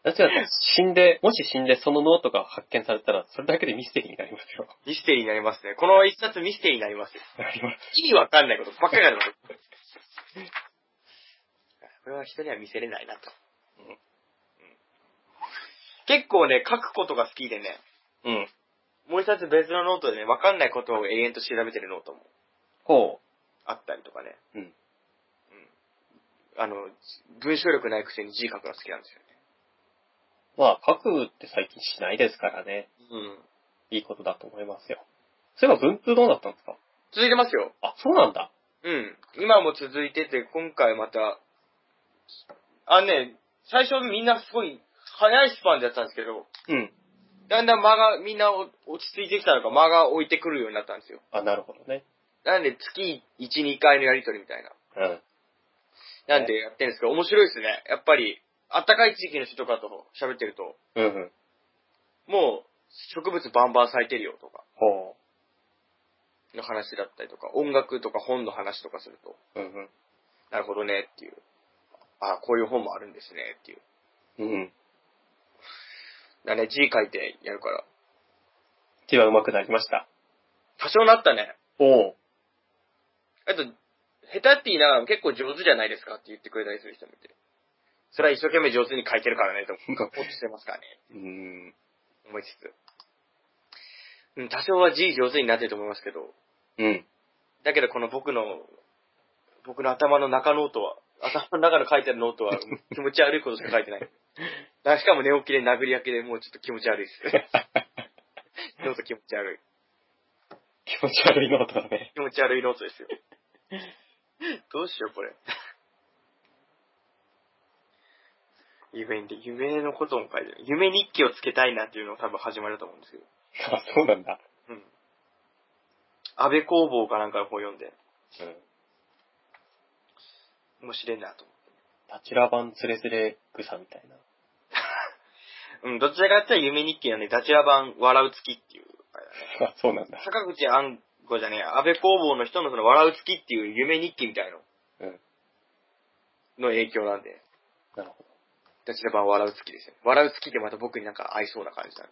S1: だってだって死んで、もし死んでそのノートが発見されたら、それだけでミステリーになりますよ。
S2: ミステリーになりますね。この一冊ミステリーになりますよ。
S1: [LAUGHS] なります。
S2: 意味わかんないことばっかりあるの。これは人には見せれないなと。
S1: うん
S2: うん結構ね、書くことが好きでね、
S1: うん。
S2: もう一冊別のノートでね、わかんないことを永遠と調べてるノートも
S1: ほ
S2: あったりとかね。
S1: う。うん。
S2: あの、文章力ないくせに字書くの好きなんですよ
S1: まあ、書くって最近しないですからね。
S2: ね。うん。
S1: いいことだと思いますよ。そういえば文通どうだったんですか
S2: 続いてますよ。
S1: あ、そうなんだ。
S2: うん。今も続いてて、今回また、あのね、最初みんなすごい早いスパンでやったんですけど、
S1: うん。
S2: だんだん間が、みんなお落ち着いてきたのか間が置いてくるようになったんですよ。
S1: あ、なるほどね。
S2: なんで月1、2回のやりとりみたいな。
S1: うん。
S2: なんでやってるんですけど、面白いですね。やっぱり、あったかい地域の人とかと喋ってると、
S1: うんうん。
S2: もう植物バンバン咲いてるよとか、
S1: ほ
S2: の話だったりとか、音楽とか本の話とかすると、
S1: う。うん
S2: なるほどねっていう。ああ、こういう本もあるんですねっていう。
S1: うん。うん。
S2: だね、字書いてやるから。
S1: 字は上手くなりました。
S2: 多少なったね。
S1: おう。
S2: あと、下手って言いながらも結構上手じゃないですかって言ってくれたりする人もいて。それは一生懸命上手に書いてるからね、と思ってしてますからね、
S1: うん。
S2: 思いつつ。うん、多少は字上手になってると思いますけど、
S1: うん。 [LAUGHS]
S2: だけどこの僕の、僕の頭の中ノートは、頭の中の書いてあるノートは気持ち悪いことしか書いてない。だしかも寝起きで殴り焼けでもうちょっと気持ち悪いです。 [LAUGHS] ノート気持ち悪い。
S1: 気持ち悪いノートだね。 [LAUGHS]
S2: 気持ち悪いノートですよ。どうしよう、これ。夢で、夢のことも書いてる。夢日記をつけたいなっていうのが多分始まりだと思うんですけど。
S1: あ、そうなんだ。
S2: うん。安倍工房かなんかの本読んで、
S1: うん。
S2: 面白いなと思
S1: タチラ版つれづれ草みたいな。 [LAUGHS]
S2: う。うん、どちらかというと夢日記のね、ダチラ版笑う月っていう、あれだね。
S1: あ、そうなんだ。
S2: 坂口安吾じゃねえや、安倍工房の人のその笑う月っていう夢日記みたいの、
S1: うん。
S2: の影響なんで、
S1: なるほ
S2: ダチラ版笑う月ですよ。笑う月ってまた僕になんか合いそうな感じだね。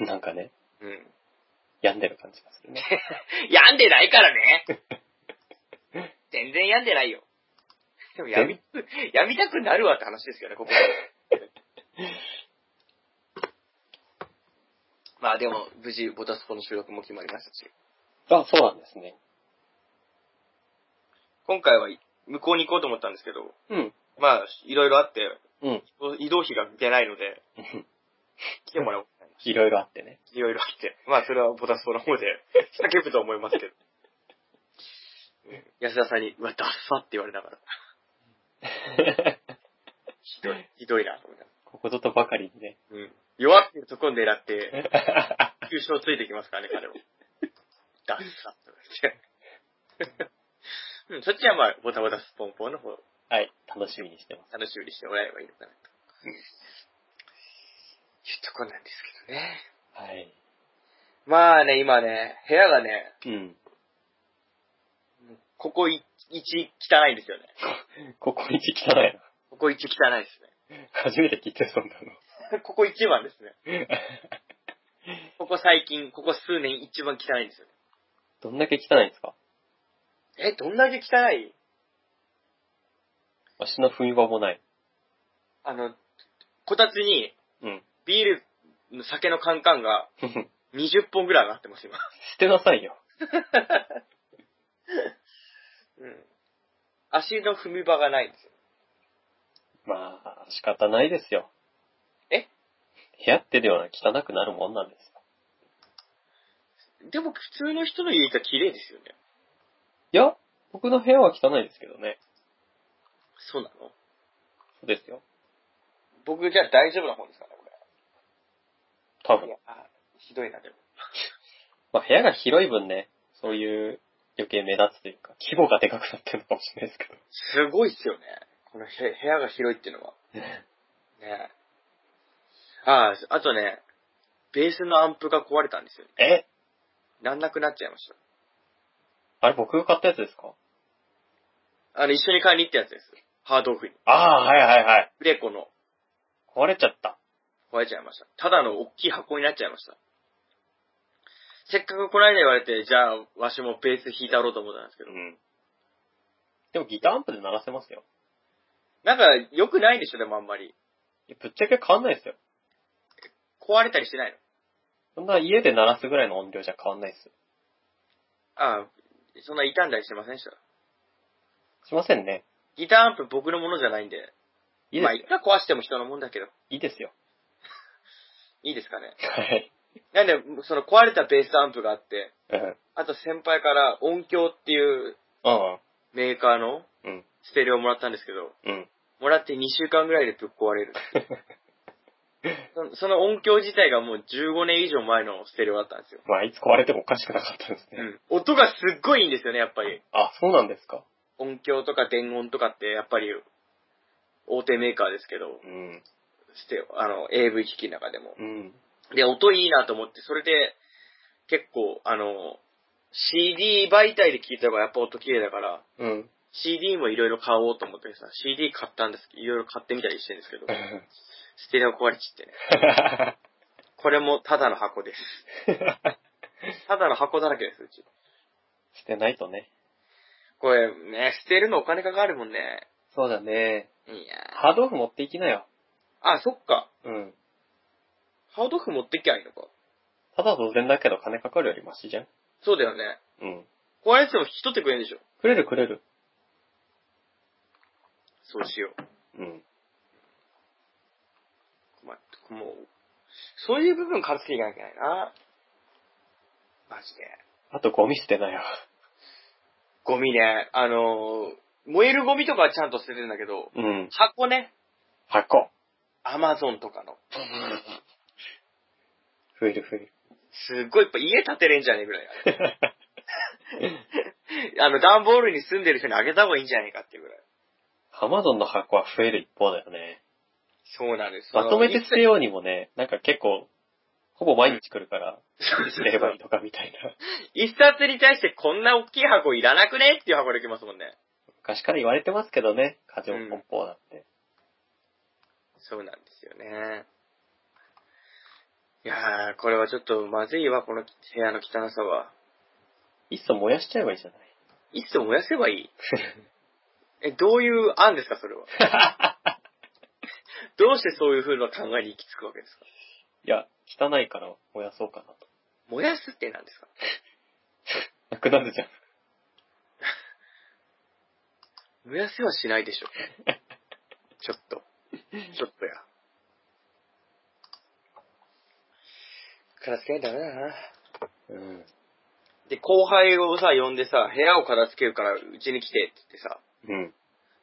S1: ど。なんかね、
S2: うん。
S1: 病んでる感じがするね。
S2: [LAUGHS] 病んでないからね。 [LAUGHS] 全然病んでないよ。でも病み、 [LAUGHS] 病みたくなるわって話ですよ [LAUGHS] ね、ここはまあでも、無事、ボタスポの収録も決まりましたし、
S1: あ、そうなんですね。
S2: 今回は向こうに行こうと思ったんですけど、
S1: うん。
S2: まあ、いろいろあって、
S1: うん。 [LAUGHS]
S2: 移動費が出ないので、来てもらおう。
S1: いろいろあってね。 [LAUGHS]
S2: いろいろあって。まあ、それはボタスポの方で叫ぶと思いますけど。安田さんに、うわ、ダッサって言われながら。ひどい。ひどいな、と思いなが
S1: ここぞとばかりにね。 [LAUGHS]
S2: ら。うん。弱ってるところ狙って、急所をついてきますから [LAUGHS] ね、彼も。ダッサって言われて。 [LAUGHS] うん、そっちはまあ、ボタボタスポンポンの方、
S1: はい、楽しみにしてます。
S2: 楽しみにしてもらえればいいのかなと。いうとこなんですけどね。
S1: はい。
S2: まあね、今ね、部屋がね、
S1: うん。
S2: ここ一汚いんですよね。
S1: ここに汚いな。
S2: ここ一汚いですね。
S1: [LAUGHS] 初めて聞いたよそんなの。
S2: ここ一番ですね。ここ最近、ここ数年一番汚いんですよ。
S1: [LAUGHS] どんだけ汚いんですか
S2: え、どんだけ汚い
S1: 足の踏み場もない。
S2: あの、こたつに
S1: うん。 [LAUGHS]
S2: ビールの酒のカンカンが20本ぐらい上がってます、今。
S1: 捨てなさいよ。
S2: うん。足の踏み場がないんですよ。
S1: まあ、仕方ないですよ。
S2: え
S1: 部屋ってでは汚くなるもんなんですよ。
S2: でも、普通の人の家が綺麗ですよね。
S1: いや、僕の部屋は汚いですけどね。
S2: そうなの
S1: そうですよ。
S2: 僕じゃあ大丈夫な方ですかね、こ
S1: 多
S2: れ。い
S1: 分
S2: や。、あひどいな、でも。
S1: まあ、部屋が広い分ね、そういう余計目立つというか、規模がでかくなってるのかもしれないですけど。
S2: すごいっすよね。このへ部屋が広いっていうのは。ねえ。ああ、あとね、ベースのアンプが壊れたんですよ。
S1: え
S2: なんなくなっちゃいました。
S1: あれ僕が買ったやつですか
S2: あの、一緒に買いに行ったやつです。ハードオフに。
S1: ああ、はいはいはい。
S2: プレコの
S1: 壊れちゃった。
S2: 壊れちゃいました。ただの大きい箱になっちゃいました。せっかくこの間言われて、じゃあ、わしもベース弾いたろうと思ったんですけど。
S1: ん。でもギターアンプで鳴らせますよ。
S2: なんか、良くないでしょ、でもあんまり。
S1: いやぶっちゃけ変わんないですよ。
S2: 壊れたりしてないの
S1: そんな家で鳴らすぐらいの音量じゃ変わんないです。
S2: ああ、そんな傷んだりしてませんでした。
S1: しませんね。
S2: ギターアンプ僕のものじゃないんで。
S1: いいで
S2: ますあ、
S1: よ
S2: い。くら壊しても人のもんだけど。
S1: いいですよ。
S2: いいですかね。
S1: はい。
S2: なんで、その壊れたベースアンプがあって、
S1: うん。
S2: あと先輩から音響っていう
S1: ああ。
S2: メーカーの
S1: うん。
S2: ステレオをもらったんですけど、
S1: うん。 [LAUGHS]
S2: もらって2週間ぐらいでぶっ壊れる。そその音響自体がもう15年以上前のステレオだったんですよ。
S1: まあ、いつ壊れてもおかしくなかったですね。
S2: うん。音がすっごいいいんですよね、やっぱり。
S1: あ、そうなんですか。
S2: 音響とか伝言とかって、やっぱり、大手メーカーですけど、
S1: うん。
S2: ステレオあの、AV 機器の中でも。
S1: うん。
S2: で、音いいなと思って、それで、結構、あの、CD 媒体で聞いた方がやっぱ音綺麗だから、
S1: うん。 [LAUGHS]
S2: CD もいろいろ買おうと思ってさ、CD 買ったんですけど、いろいろ買ってみたりしてるんですけど、ステレオ壊れちってね。これもただの箱です。ただの箱だらけです、うち。
S1: 捨てないとね。
S2: これね、捨てるのお金かかるもんね。
S1: そうだね。
S2: いやー
S1: ハードオフ持っていきなよ。
S2: あ、そっか。
S1: うん。
S2: ハードオフ持ってきゃいいのか。
S1: ただ当然だけど金かかるよりマシじゃん。
S2: そうだよね。
S1: うん。
S2: 壊れても引き取ってくれるんでしょ。
S1: くれるくれる。
S2: そうしよ
S1: う
S2: う。
S1: ん。
S2: まあ、もう、そういう部分片付けていかなきゃいけないな。マジで。
S1: あとゴミ捨てなよ。
S2: ゴミね、あのー燃えるゴミとかはちゃんと捨ててるんだけど、
S1: うん。
S2: 箱ね、
S1: 箱。
S2: アマゾンとかの。
S1: 増える増える。
S2: すっごいいっぱい家建てれんじゃねえぐらいあ [LAUGHS] る。あの、段ボールに住んでる人にあげた方がいいんじゃねえかっていうぐらい。
S1: アマゾンの箱は増える一方だよね。
S2: そうなんです。
S1: まとめて捨
S2: そ
S1: て
S2: の
S1: ようにもね、なんか結構、ほぼ毎日来るから、
S2: そう
S1: 捨
S2: そう
S1: てれ
S2: そ
S1: ばいういとかみたいな。 [LAUGHS]
S2: 一冊に対してこんな大きい箱いらなくねっていう箱できますもんね。
S1: 昔から言われてますけどね、過剰奔放だって。
S2: そうなんですよね。いやー、これはちょっとまずいわ、この部屋の汚さは。
S1: いっそ燃やしちゃえばいいじゃない。
S2: いつも燃やせばい [LAUGHS] い。え、どういう案ですか、それは。 [LAUGHS] どうしてそういう風な考えに行き着くわけですか
S1: いや、汚いから燃やそうかなと。
S2: 燃やすって何ですか
S1: なくなるじゃん。
S2: 燃やせはしないでし [LAUGHS] ょ。ちょっと。ちょっとや。片付けないとダメだな。
S1: うん。
S2: で、後輩をさ、呼んでさ、部屋を片付けるからうちに来てって言ってさ、
S1: うん。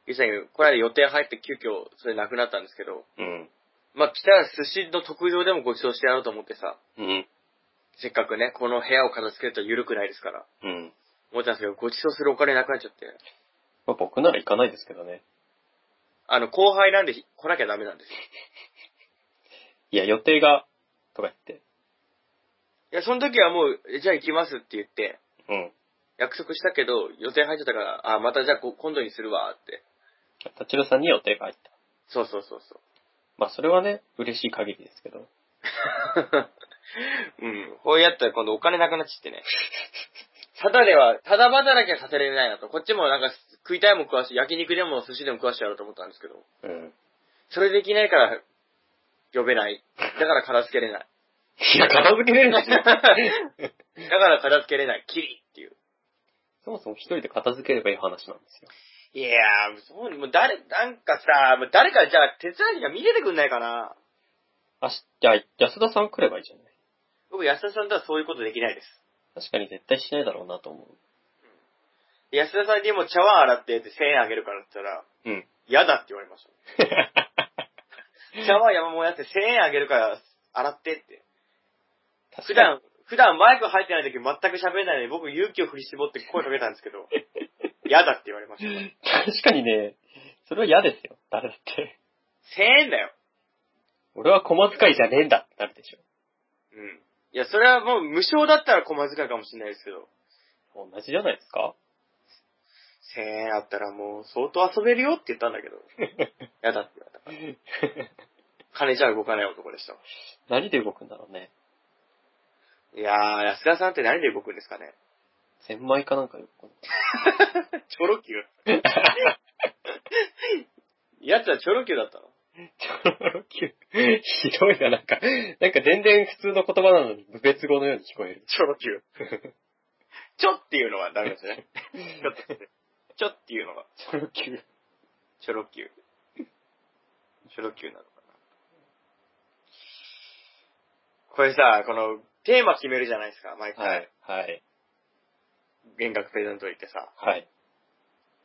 S2: ゆうさんに、これ予定入って急遽それなくなったんですけど、
S1: うん。
S2: まあ来たら寿司の特上でもご馳走してやろうと思ってさ、
S1: うん。
S2: せっかくね、この部屋を片付けると緩くないですから、
S1: うん。
S2: 思ったんですけど、ご馳走するお金なくなっちゃって、
S1: まあ、僕なら行かないですけどね。
S2: あの、後輩なんで来なきゃダメなんですよ。
S1: いや、予定が、とか言って。
S2: いや、その時はもう、えじゃあ行きますって言って、
S1: うん。
S2: 約束したけど、予定入っちゃったから、あ、またじゃあこ今度にするわって。
S1: タチルさんに予定が入った。
S2: そうそうそうそう。
S1: まあ、それはね、嬉しい限りですけど。
S2: [LAUGHS] うん。こうやったら今度お金なくなっちゃってね。ただでは、ただ働きはさせられないなと。こっちもなんか食いたいもん食わし、焼肉でも寿司でも食わしてやろうと思ったんですけど、
S1: うん。
S2: [LAUGHS] それできないから、呼べない。だから片付けれない。
S1: いや、片付けれないし。
S2: だから片付けれない。キリっていう。
S1: [LAUGHS] そもそも一人で片付ければいい話なんですよ。
S2: いやー、そう、もう誰、なんかさ、もう誰かじゃあ手伝いには見れてくんないかな。
S1: あし、じゃあ、安田さん来ればいいじゃない
S2: 僕、安田さんとはそういうことできないです。
S1: 確かに絶対しないだろうなと思
S2: 安田さんにも茶碗洗ってって1000円あげるからって言ったら、
S1: う。 [LAUGHS] うん。
S2: 嫌だって言われました。茶碗山もやって1000円あげるから洗ってって。普
S1: 確かに。
S2: 段、普段マイク入ってない時全く喋れないのに僕勇気を振り絞って声かけたんですけ
S1: [LAUGHS]
S2: ど、嫌だって言われました。1000
S1: 確かにね、それは嫌ですよ。誰だって。
S2: 円だよ。
S1: 俺は駒遣いじゃねえんだってなるでし
S2: うん。いや、それはもう無償だったら駒遣いかもしれないですけど、
S1: ょ。同じじゃないです [LAUGHS] か
S2: 1000円あったらもう相当遊べるよって言ったんだけど、嫌だって言われた。金じゃ動かない男でしたわ。
S1: 何で動くんだろうね。
S2: いやー、安田さんって何で動くんですかね
S1: 千枚かなんかで動くの
S2: チョロ Q? [LAUGHS] やつはチョロ Q だったの
S1: チョロ Q。ひどいな、なんか。なんか全然普通の言葉なのに、無別語のように聞こえる。
S2: チョロ Q。
S1: [LAUGHS]
S2: チョっていうのはダメですね。ちょっとねチョっていうのが、
S1: チョロ Q。
S2: チョロ Q。チョロ Q なのかな。これさ、この、テーマ決めるじゃないですか、毎
S1: は
S2: 回
S1: い。。はい。
S2: 弦楽プレゼント行ってさ。
S1: はい。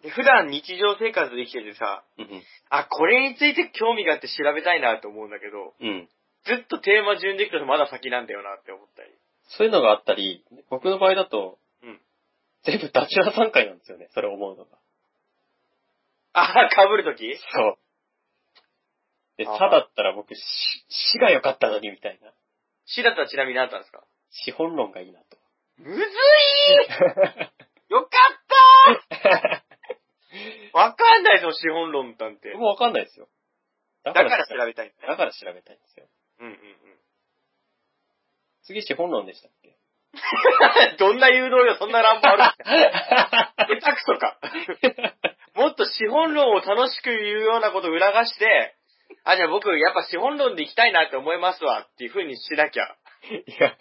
S2: で、普段日常生活で生きててさ、
S1: うん。
S2: あ、これについて興味があって調べたいなと思うんだけど、
S1: うん。
S2: ずっとテーマ順でいくとまだ先なんだよなって思ったり。
S1: そういうのがあったり、僕の場合だと、
S2: うん
S1: 全部ダチュラ3回なんですよね、それ思うのが。
S2: あ、被るとき
S1: そう。で、
S2: あー
S1: さだったら僕、し、死が良かったのに、みたいな。
S2: シだったらちなみに何だったんですか
S1: 資本論がいいな [LAUGHS] と。
S2: むずいよかったわかんないぞ、資本論なんて。
S1: 僕もわかんないですよ。だ
S2: だから調べたいんだ
S1: だ
S2: よ。
S1: から調べたいんですよ。
S2: うんうんうん。
S1: 次、資本論でしたっけ
S2: どんな [LAUGHS] 誘導よ、そんな乱暴ある下手くそか。もっと資本論を楽しく言うようなことを促して、あ、じゃあ僕、やっぱ資本論で行きたいなって思いますわっていう風にしなきゃ。
S1: [LAUGHS] いや、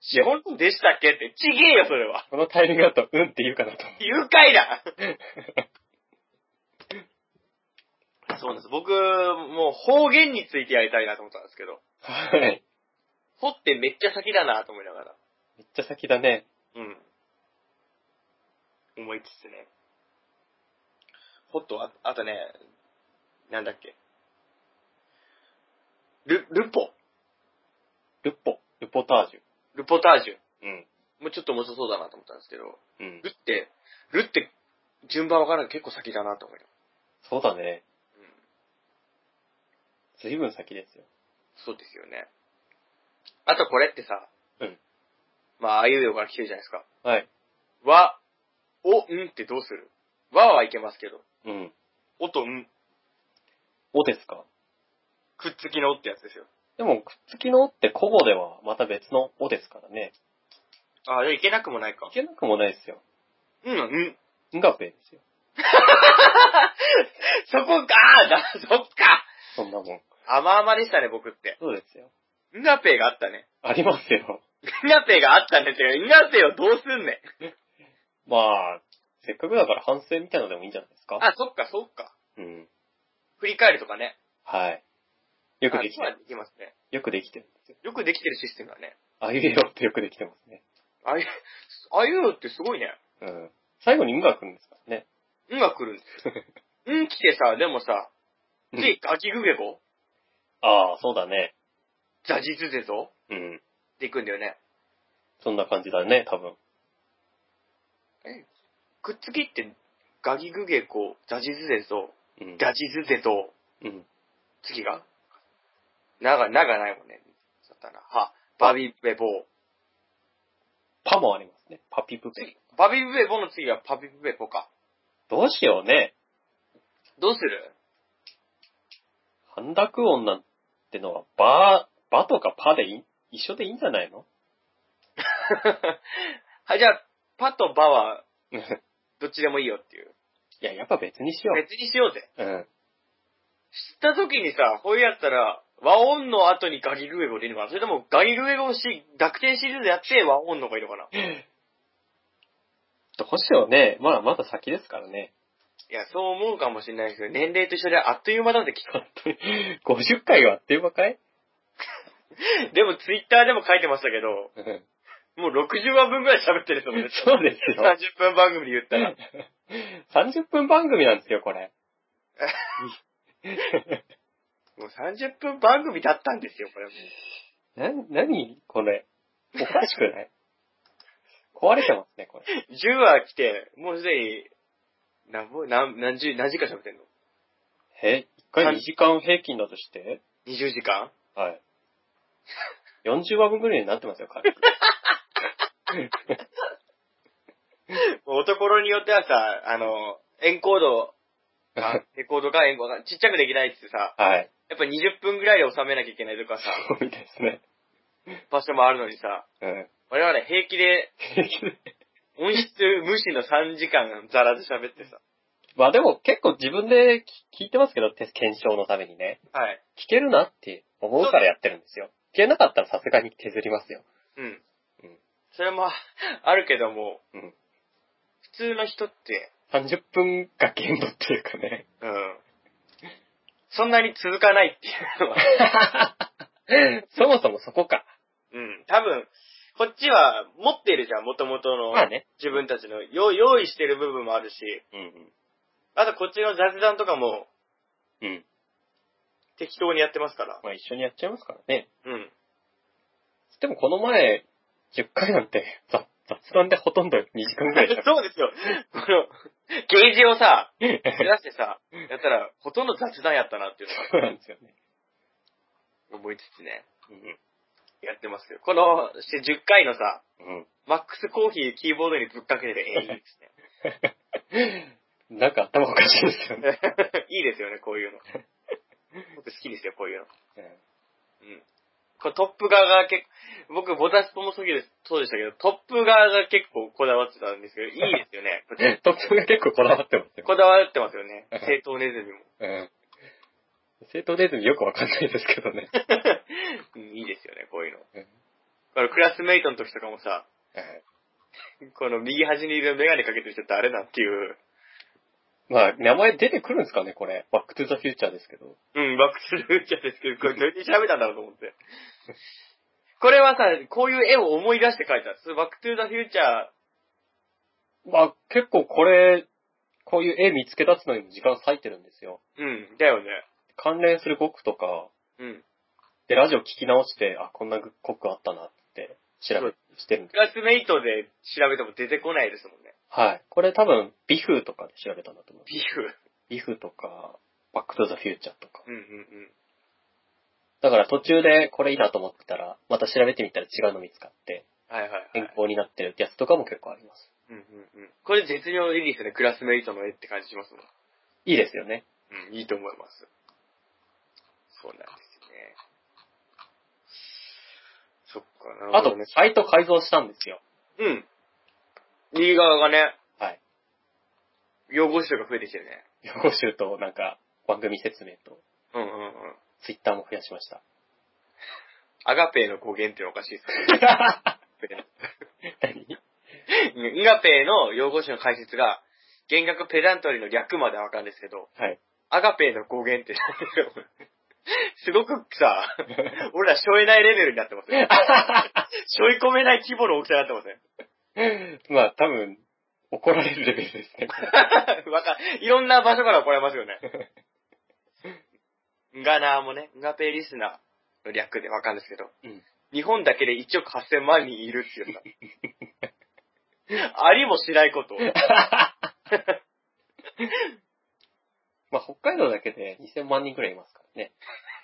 S2: 資本論でしたっけって、ちげえよ、それは。
S1: このタイミングだと、うんって言うかなと思
S2: 誘拐だ
S1: う。
S2: そうなんです。僕、もう方言についてやりたいなと思ったんですけど、
S1: はい。
S2: ほってめっちゃ先だなと思いながら。
S1: めっちゃ先だね。
S2: うん。思いつつね。ほっと、ああとね、なんだっけ。ル、ルポ。
S1: ルポ、ルポタージュ。
S2: ルポタージュ。
S1: うん。
S2: もうちょっと面白そうだなと思ったんですけど、
S1: うん
S2: ル。って、ルって順番わからんけど結構先だなと思いながら
S1: そうだね。
S2: うん
S1: 随分先ですよ。
S2: そうですよね。あとこれってさ、
S1: うん。
S2: まあ、あいうえおから来てるじゃないですか。
S1: はい。
S2: わ、お、んってどうするわはいけますけど、
S1: うん。
S2: おとん、
S1: おですか
S2: くっつきのおってやつですよ。
S1: でも、くっつきのおって古語ではまた別のおですからね。
S2: あ、いけなくもないか
S1: い。けなくもないですよ。
S2: うん、うん。
S1: んがべですよ。
S2: そこかあー [LAUGHS] だ、そっか
S1: そんなもん。
S2: 甘々でしたね、僕って。
S1: そうですよ。
S2: んがぺーがあったね。
S1: ありますよ。
S2: んがぺーがあったねっていうか、んがぺーをどうすんねん。
S1: まあ、せっかくだから反省みたいなのでもいいんじゃないですか。
S2: あ、そっか、そっか。
S1: うん。
S2: 振り返るとかね。
S1: はい。よくできて
S2: あそうは
S1: る。
S2: できますね。
S1: よくできてるんですよ。
S2: よくできてるシステムだね。
S1: あいうえおってよくできてますね。
S2: あいう、あいうのってすごいね。
S1: うん。最後にんが来るんですからね。
S2: んが来るんで
S1: [LAUGHS]
S2: すよ。うん来てさ、でもさ、
S1: うん
S2: で、秋ぐげこ、
S1: ああ、そうだね。
S2: ザジズゼゾ
S1: うん。
S2: って行くんだよね。
S1: そんな感じだね、多分。
S2: くっつきって、ガギグゲコ、ザジズゼゾ、
S1: うん。
S2: ダジズゼゾ、
S1: うん。
S2: 次がなが、ながないもんね。だったな。は、バビブベボー。
S1: パもありますね。パピプペ
S2: 次。、バビブベボーの次がパビブベボか。
S1: どうしようね。
S2: どうする [LAUGHS]
S1: 半濁音なんてのは、ば、ばとかぱでいい一緒でいいんじゃないの
S2: はい、じゃあ、パとバはいどっちでもいいよっていう。
S1: や、やっぱ別にしよ
S2: 別にしようぜ。
S1: う。うん。
S2: 知った時にさ、こうやったら、和音の後にガリルエゴでいいのかなそれともガリルエゴし、濁点シリーズやって和音の方がいいのかない
S1: どうしようね。まあ、まだ先ですからね。 [LAUGHS]
S2: や、そう思うかもしれないですけど、年齢と一緒であっという間なんできっ
S1: 本当に50回はあっという間かい
S2: と。でもツイッターでも書いてましたけど、
S1: うん
S2: もう60話分ぐらい喋ってると思うんですよ。
S1: そうです
S2: [LAUGHS]
S1: よ。
S2: 30分番組で言ったら。
S1: 30分番組なんですよ、これ。
S2: もう30分番組だったんですよ、これもう。
S1: な、なにこれ。おかしくない壊れてますね、これ。
S2: 10話来て、もうすでに、何ぼ、何、何十、何時間喋ってんの
S1: え、一回2時間平均だとして、
S2: ?20 時間
S1: [LAUGHS] はい。40話分ぐらいになってますよ、 [LAUGHS] 軽く。
S2: もう男によってはさ、あの、エンコード、
S1: [LAUGHS]
S2: あレコードかエンコードか、ちっちゃくできないっつってさ、
S1: はい。
S2: やっぱ20分ぐらいで収めなきゃいけないとかさ、
S1: そうですね。
S2: 場所もあるのにさ、
S1: [LAUGHS] うん。
S2: 我々平気で音質無視の3時間ざらず喋ってさ、
S1: まあでも結構自分で聞聞いてますけど、テ検証のためにね。
S2: はい。
S1: 聞けるなって思うからやってるんですよ。聞けなかったらさすがに削りますよ。
S2: うん。
S1: うん
S2: それもああるけども、
S1: うん。
S2: 普通の人って、
S1: 30分が限度っていうか [LAUGHS] ね。
S2: うん。そんなに続かないっていうのは、
S1: そもそもそこか。
S2: [LAUGHS] うん。多分、こっちは持ってるじゃん、元々の。
S1: まあね。
S2: 自分たちの用用意してる部分もあるし、
S1: うん。
S2: あとこっちの雑談とかも
S1: うん。
S2: 適当にやってますから。
S1: まあ一緒にやっちゃいますからね。
S2: うん。
S1: でもこの前、10回なんて [LAUGHS] 雑雑談でほとんど2時間ぐらいしか。
S2: [LAUGHS] そうですよ。この、ゲージをさ、
S1: そ
S2: 減らしてさ、やったら、ほとんど雑談やったなっていうの
S1: うなんですよね。
S2: を思いつつね、
S1: うん。
S2: やってますけど、この、して10回のさ、
S1: うん。
S2: マックスコーヒーキーボードにぶっかけてて、えーいいですね。
S1: なん [LAUGHS] か頭おかしいですよね。
S2: [LAUGHS] いいですよね、こう [LAUGHS] いうの。僕好きですよ、こういうの。
S1: うん
S2: うん。これトップ側が結構、僕、ボタスポもそうですそうでしたけど、トップ側が結構こだわってたんですけど、いいですよね。
S1: 特徴が結構こだわってますよ。
S2: こだわってますよね。正当ネズミも。 [LAUGHS]
S1: うん。正当ネズミよくわかんないですけどね。
S2: うんいいですよね、こういうの。
S1: うん
S2: このクラスメイトの時とかもさ、
S1: はい
S2: この右端にいるメガネかけてる人誰だっていう、
S1: まあ、名前出てくるんですかね、これ。バックトゥザフューチャーですけど。
S2: うん、バックスルーチャーですけど、これどうやって調べたんだろうと思って。これはさ、こういう絵を思い出して描いたんです。バックトゥーザフューチャ
S1: まあ、結構これ、こういう絵見つけ出すのにも時間割いてるんですよ。
S2: ー、うん、だよね。
S1: 関連する語句とか、
S2: うん。
S1: で、ラジオ聞き直して、あ、こんな語句あったなって調べしてるんで
S2: クラスメイトで調べても出てこないですもんね。
S1: はい。これ多分、ビフーとかで調べたんだと思う。
S2: ビフ。
S1: ビフーとか、バックトゥザフューチャーとか。
S2: うんうんうん。
S1: だから途中でこれいいなと思ってたら、また調べてみたら違うの見つかって、
S2: はいはい、はい。
S1: 変更になってるやつとかも結構あります。
S2: うんうんうん。これ絶妙リリースね、クラスメイトの絵って感じしますもん。
S1: いいですよね。
S2: うん、いいと思います。そうなんですね。そっかな
S1: あ
S2: るほ
S1: と
S2: どね、
S1: サイト改造したんですよ。
S2: うん。右側がね、
S1: はい。
S2: 用語集が増えてきてるね。
S1: 用語集と、なんか、番組説明と、
S2: うんうんうん。
S1: ツイッターも増やしま
S2: [LAUGHS]
S1: した。
S2: アガペーの語源っていうのおかしいです [LAUGHS] ね
S1: 何
S2: うんアガペーの用語集の解説が、弦楽ペダントリーの略までわかるんですけど、
S1: はい。
S2: アガペーの語源って、すごくさ、俺らしょえないレベルになってま
S1: [LAUGHS]
S2: すね。しょい込めない規模の大きさになってますね。
S1: [LAUGHS] まあ、多分、怒られるレベルですね。
S2: わかいろんな場所から怒られますよね。ガナーもね、ガペーリスナーの略でわかるんですけど、
S1: うん
S2: 日本だけで1億8000万人いるっていうさ、ありもしないことを。
S1: [LAUGHS] まあ、北海道だけで2000万人くらいいますからね。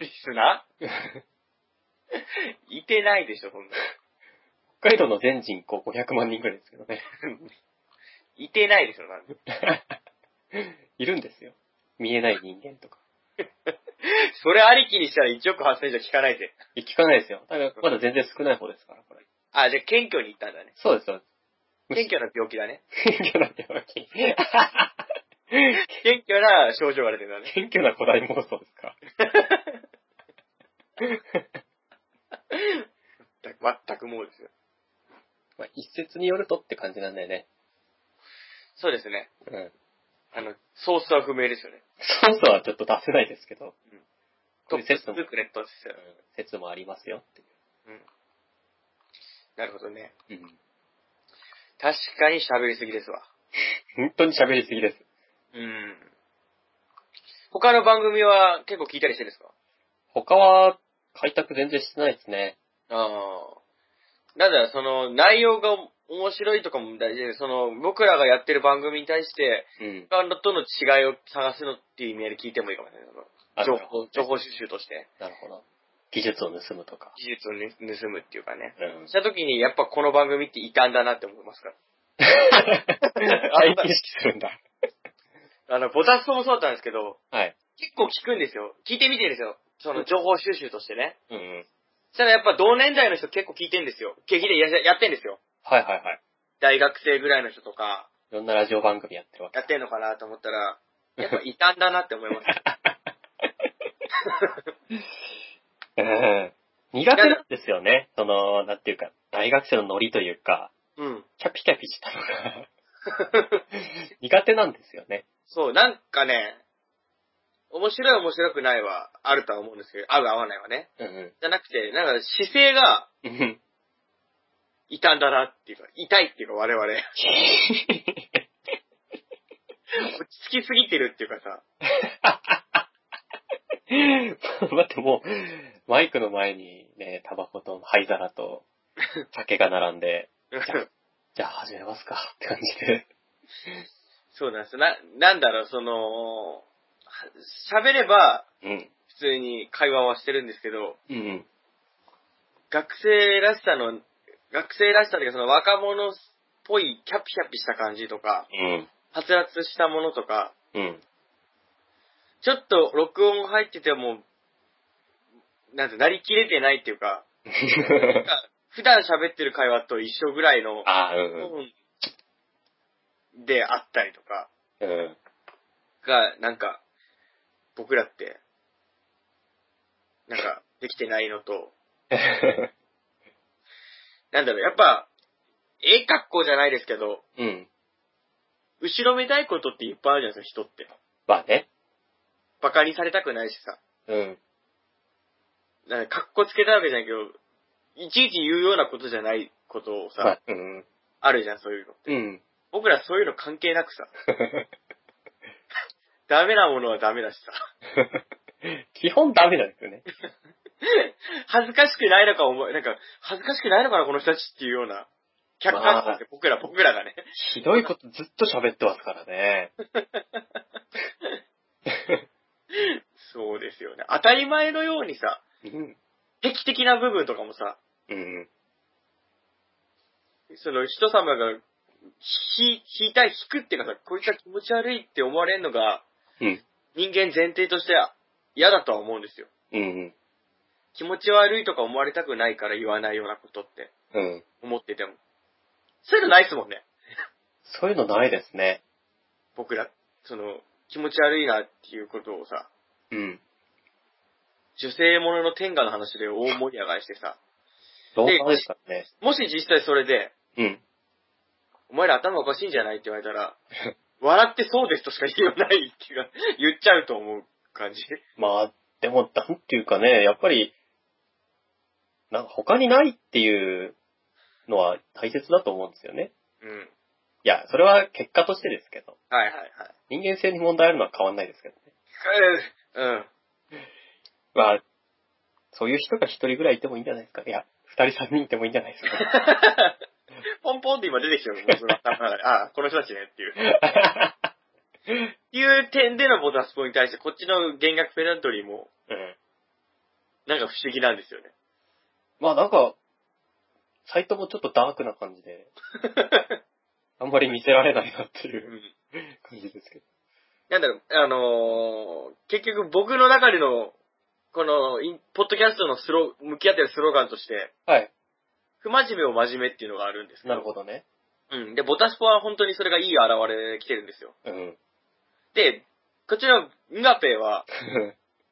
S2: リスナーいてないでしょ、そんな。
S1: 北海道の全人口500万人くらいですけどね。 [LAUGHS]
S2: いてないでしょ、なんて
S1: いるんですよ。見えない人間とか。
S2: それありきにしたら1億8000じゃ聞かないぜ。
S1: え聞かないですよ。だから、まだ全然少ない方ですから、これ。
S2: あ、じゃあ謙虚に行ったんだね。
S1: そうです、そうです。
S2: 謙虚な病気だね。
S1: 謙虚な病 [LAUGHS] 気。
S2: 謙虚な症状が出てるんだね。
S1: 謙虚な古代妄想ですか。
S2: 全くもうですよ。
S1: まあ、一説によるとって感じなんだよね。
S2: そうですね。
S1: うん。
S2: あの、ソースは不明ですよね。
S1: ソースはちょっと出せないですけど、
S2: ト
S1: ト
S2: ッ
S1: ッ
S2: プ
S1: プ
S2: ス
S1: ス
S2: クレットですよ。
S1: 説もありますよって
S2: うん。なるほどね。
S1: いう。うん。
S2: 確かに喋りすぎですわ。
S1: 本当に喋りすぎです。
S2: うん。他の番組は結構聞いたりしてるんですか
S1: 他は、開拓全然してないですね。
S2: ああ。なんだろう、その、内容が面白いとかも大事で、その、僕らがやってる番組に対して、
S1: うん。
S2: 他のとの違いを探すのっていう意味合いで聞いてもいいかもしれない。
S1: あ
S2: 情
S1: なるほ
S2: 報
S1: ど、
S2: 情報収集として、
S1: なるほど。技術を盗むとか。
S2: 技術をね盗むっていうかね。
S1: うん [LAUGHS]
S2: し。た時に、やっぱこの番組って異端だなって思いますから。
S1: 再認識するんだ。
S2: あの、ボタスコもそうだったんですけど、
S1: はい。
S2: 結構聞くんですよ。聞いてみてるんですよ。その情報収集としてね。
S1: うんうん。
S2: そしたらやっぱ同年代の人結構聞いてんですよ。劇でややってんですよ。
S1: はいはいはい。
S2: 大学生ぐらいの人とか、
S1: いろんなラジオ番組やってるわ [LAUGHS] け。
S2: やってんのかなと思ったら、やっぱ異端だなって思います。
S1: [LAUGHS] うん苦手なんですよね。その、なんていうか、大学生のノリというか、
S2: うん。
S1: キャピキャピしたの [LAUGHS] が苦手なんですよね。
S2: そう、なんかね、面白い面白くないはあるとは思うんですけど、合う合わないはね。
S1: うんうん
S2: じゃなくて、なんか姿勢が
S1: [LAUGHS] うん。
S2: 異端だなっていうか、痛いっていうか我々、落ち着きすぎてるっていうかさ、
S1: [LAUGHS] 待って、もう、マイクの前にね、タバコと灰皿と酒が並んで、じゃあ始めますかって感じで。
S2: [LAUGHS] そうなんですよ。な、なんだろう、その、は喋れば
S1: うん。
S2: 普通に会話はしてるんですけど、
S1: うんうん。
S2: 学生らしさの、学生らしさというかその若者っぽいキャピキャピした感じとか、
S1: うん。
S2: はつらつしたものとか、
S1: うん。 [LAUGHS]
S2: ちょっと録音入ってても、なんて、なりきれてないっていうか、なんか普段喋ってる会話と一緒ぐらいの、
S1: ああ、うん
S2: うんであったりとか、
S1: うん。うん。
S2: が、なんか、僕らって、なんか、できてないのと、なんだろう、やっぱ、ええ格好じゃないですけど、
S1: うん。
S2: 後ろめたいことっていっぱいあるじゃないですか、人って。
S1: まあね。
S2: バカにされたくないしさ。
S1: うん。
S2: なんか、格好つけたわけじゃないけど、いちいち言うようなことじゃないことをさ、
S1: まあ、うん。
S2: あるじゃん、そういうの。
S1: うん。 [LAUGHS]
S2: 僕らそういうの関係なくさ、ダメなものはダメだしさ、 [LAUGHS]
S1: 基本ダメなんですよね。
S2: 恥ずかしくないのか思い、なんか、恥ずかしくないのかな、この人たちっていうような、客観視として僕ら、僕らがね。
S1: ひどいことずっと喋ってますからね。
S2: そうですよね。当たり前のようにさ、
S1: うん。
S2: 敵的な部分とかもさ、
S1: うん。
S2: その人様が、ひ、引いたい、引くっていうかさ、こいつは気持ち悪いって思われるのが、
S1: うん。
S2: 人間前提として嫌だとは思うんですよ。
S1: うん。
S2: 気持ち悪いとか思われたくないから言わないようなことって、
S1: うん。
S2: 思ってても。そういうのないっすもんね。
S1: そういうのないですね。
S2: 僕ら、その、気持ち悪いなっていうことをさ、
S1: うん。
S2: 女性ものの天下の話で大盛り上がりしてさ、
S1: 老化ですからね。
S2: もし実際それで、
S1: うん。
S2: お前ら頭おかしいんじゃないって言われたら、笑ってそうですとしか言いようないっていうか、 [LAUGHS] 言っちゃうと思う感じ。
S1: まあ、でも、なんていうかね、やっぱり、なんか他にないっていうのは大切だと思うんですよね。
S2: うん。
S1: いや、それは結果としてですけど。
S2: はいはいはい。
S1: 人間性に問題あるのは変わんないですけどね。
S2: うん。
S1: まあ、そういう人が一人ぐらいいてもいいんじゃないですか。いや、二人三人いてもいいんじゃないですか。
S2: ポンポンって今出てきちゃうもうその頭の中で。ああ、この人たちねっていう。
S1: [LAUGHS]
S2: っていう点でのボタスポに対して、こっちの弦楽ペダントリーも、
S1: うん。
S2: なんか不思議なんですよね。。
S1: まあなんか、サイトもちょっとダークな感じ [LAUGHS] で、あんまり見せられないなっていううん感じですけど。
S2: なんだろう、あのー結局僕の中での、このイン、ポッドキャストのスロー、向き合ってるスローガンとして、
S1: はい。
S2: 不真面目を真面目っていうのがあるんですけ
S1: なるほどね。
S2: うん。で、ボタスポは本当にそれがいい現れで来てるんですよ。
S1: [LAUGHS] うん。
S2: で、こちらのミガペは、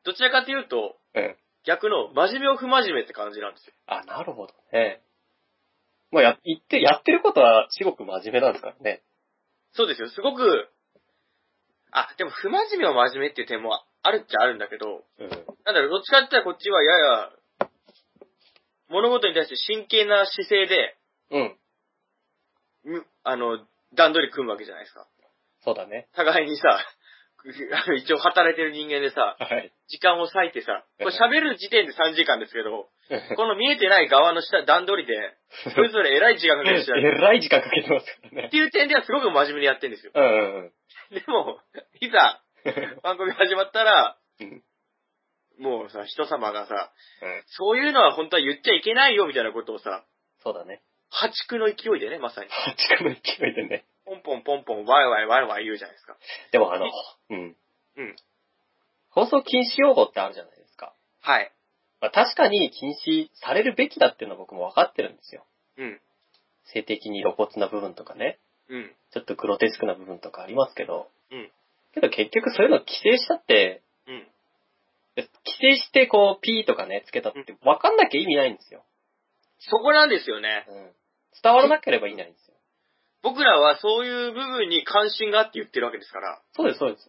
S2: どちらかというと、
S1: うん。
S2: 逆の、真面目を不真面目って感じなんですよ。
S1: あ、なるほどね。まあ、や、言って、やってることは至極真面目なんですからね。
S2: そうですよ、すごく、あ、でも不真面目は真面目っていう点もあるっちゃあるんだけど、
S1: うん。
S2: なんだろう、どっちかって言ったらこっちはやや、物事に対して真剣な姿勢で、
S1: うん。
S2: むあの、段取り組むわけじゃないですか。
S1: そうだね。
S2: 互いにさ、 [LAUGHS] あの一応働いてる人間でさ、
S1: はい。
S2: 時間を割いてさ、これ喋る時点で3時間ですけど、
S1: え
S2: [LAUGHS] この見えてない側の下段取りで、それぞれ偉い時間かけてしない。
S1: らい時間かけてますから
S2: っ
S1: ね。
S2: ていう点ではすごく真面目にやってるん
S1: [LAUGHS]
S2: ですよ。
S1: うんうん
S2: でも、いざ、番組始まったら、
S1: うん。うん
S2: もうさ、人様がさ、そういうのは本当は言っちゃいけないよみたいなことをさ、
S1: そうだね。
S2: 破竹の勢いでね、まさに。
S1: 八区の勢いでね。
S2: ポンポンポンポン、ワイワイワイワイ言うじゃないですか。
S1: でもあの、うん。
S2: うん。
S1: 放送禁止用語ってあるじゃないですか。
S2: はい。
S1: まあ、確かに禁止されるべきだっていうのは僕も分かってるんですよ。
S2: うん。
S1: 性的に露骨な部分とかね。
S2: うん。
S1: ちょっとグロテスクな部分とかありますけど。
S2: うん。
S1: けど結局そういうの規制したって、
S2: うん。
S1: 規制してこう、ピーとかね、つけたって分かんなきゃ意味ないんですよ。
S2: そこなんですよね。
S1: うん。伝わらなければ意味ないんですよ。
S2: 僕らはそういう部分に関心があって言ってるわけですから、
S1: そうです、そうです。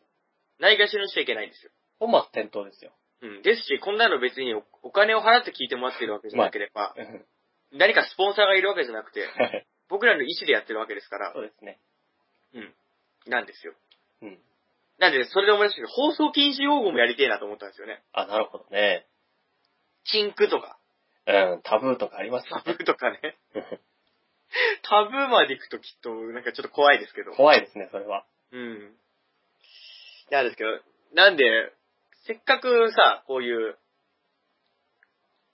S2: ないがしろにしちゃいけないんですよ。
S1: 本末転倒ですよ。 [LAUGHS]
S2: うん。ですし、こんなの別におお金を払って聞いてもらってるわけじゃなければ、
S1: うん
S2: 何かスポンサーがいるわけじゃなくて、
S1: はい。
S2: 僕らの意思でやってるわけですから
S1: そ、うですね。
S2: うん。なんですよ。
S1: うん。
S2: なんで、それで思い出したけど、放送禁止用語もやりてえなと思ったんですよね。
S1: あ、なるほどね。
S2: チンクとか、
S1: うん、タブーとかあります
S2: タ
S1: よ
S2: ブ
S1: ね。
S2: ーとかね。タブーまで行くときっと、なんかちょっと怖いですけど。
S1: 怖いですね、それは。
S2: うん。なんですけど、なんで、せっかくさ、こういう、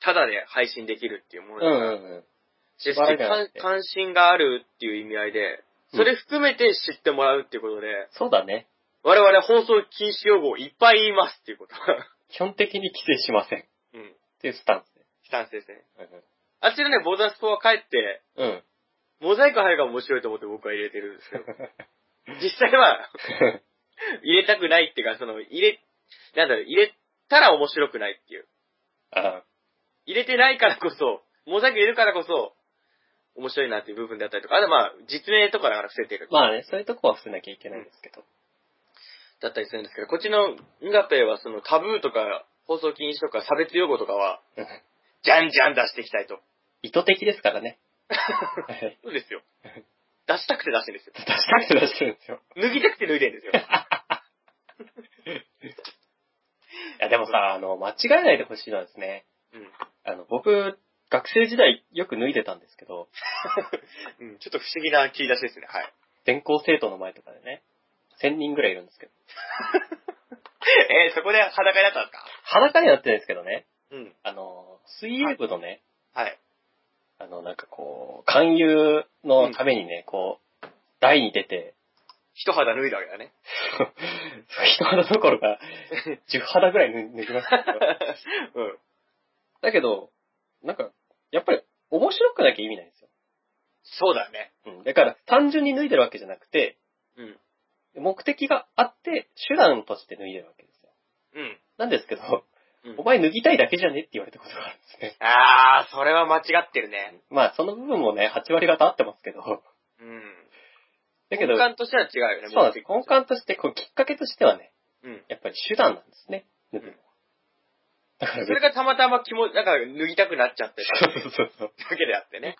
S2: ただで配信できるっていうも
S1: う
S2: の
S1: ん
S2: だから
S1: うんうん。
S2: で
S1: しばらく
S2: 関関心があるっていう意味合いで、それ含めて知ってもらうっていうことで、
S1: そうだね。
S2: 我々放送禁止用語をいっぱい言いますっていう
S1: [LAUGHS]
S2: こと。
S1: 基本的に規制しません。っ
S2: うん。
S1: ていうスタンスで。
S2: スタンスですね。あちらね、ボーダースコア帰って、
S1: うん。 [LAUGHS] うん。
S2: モザイク入るから面白いと思って僕は入れてるんです
S1: [LAUGHS]
S2: けど、実際は入れたくないっていうか、その、入れ、なんだろう、入れたら面白くないっていう。
S1: あ
S2: 入れてないからこそ、モザイク入れるからこそ、面白いなっていう部分だったりとか、あとまあ、実名とかだから伏せてる。
S1: まあね、そういうとこは伏せなきゃいけないんですけど。
S2: だったりするんですけど、こっちのンガペイはそのタブーとか、放送禁止とか差別用語とかは、
S1: うん
S2: じゃんじゃん出していきたいと。
S1: 意図的ですからね。はい
S2: そうですよ。出したくて出してるんですよ。
S1: 出したくて出してるんですよ。
S2: 脱ぎたくて脱いでるんですよ。
S1: いや、でもさ、あの、間違えないでほしいのはですね、
S2: うん。
S1: あの、僕、学生時代よく脱いでたんですけど、
S2: うん、ちょっと不思議な切り出しですね。はい。
S1: 全校生徒の前とかでね、1000人ぐらいいるんですけど、
S2: [LAUGHS] えー、そこで裸になったんですか
S1: 裸になってないですけどね、
S2: うん。
S1: あの、水泳部のね、
S2: はい。
S1: あの、なんかこう、勧誘のためにね、こう、台に出て、 [LAUGHS]
S2: 一肌脱いだわけだね。
S1: 人肌どころか、10肌ぐらい脱脱ぎましたけど、
S2: [LAUGHS] うん。
S1: だけど、なんか、やっぱり面白くなきゃ意味ないんですよ。
S2: そうだね。
S1: うん。だから、単純に脱いでるわけじゃなくて、
S2: うん。
S1: 目的があって、手段として脱いでるわけですよ。
S2: うん。
S1: なんですけど、
S2: うん
S1: お前脱ぎたいだけじゃねって言われたことがあるんですね。
S2: あー、それは間違ってるね。
S1: まあ、その部分もね、8割方合ってますけど、
S2: うん。
S1: だけど、
S2: 根幹としては違うよね。
S1: そうなんです。根幹として、こう、きっかけとしてはね、
S2: うん。
S1: やっぱり手段なんですね。脱ぐのはだから
S2: それ
S1: 別
S2: がたまたま気持ち、なんか脱ぎたくなっちゃってた
S1: に、そうそうそう。
S2: だけであってね。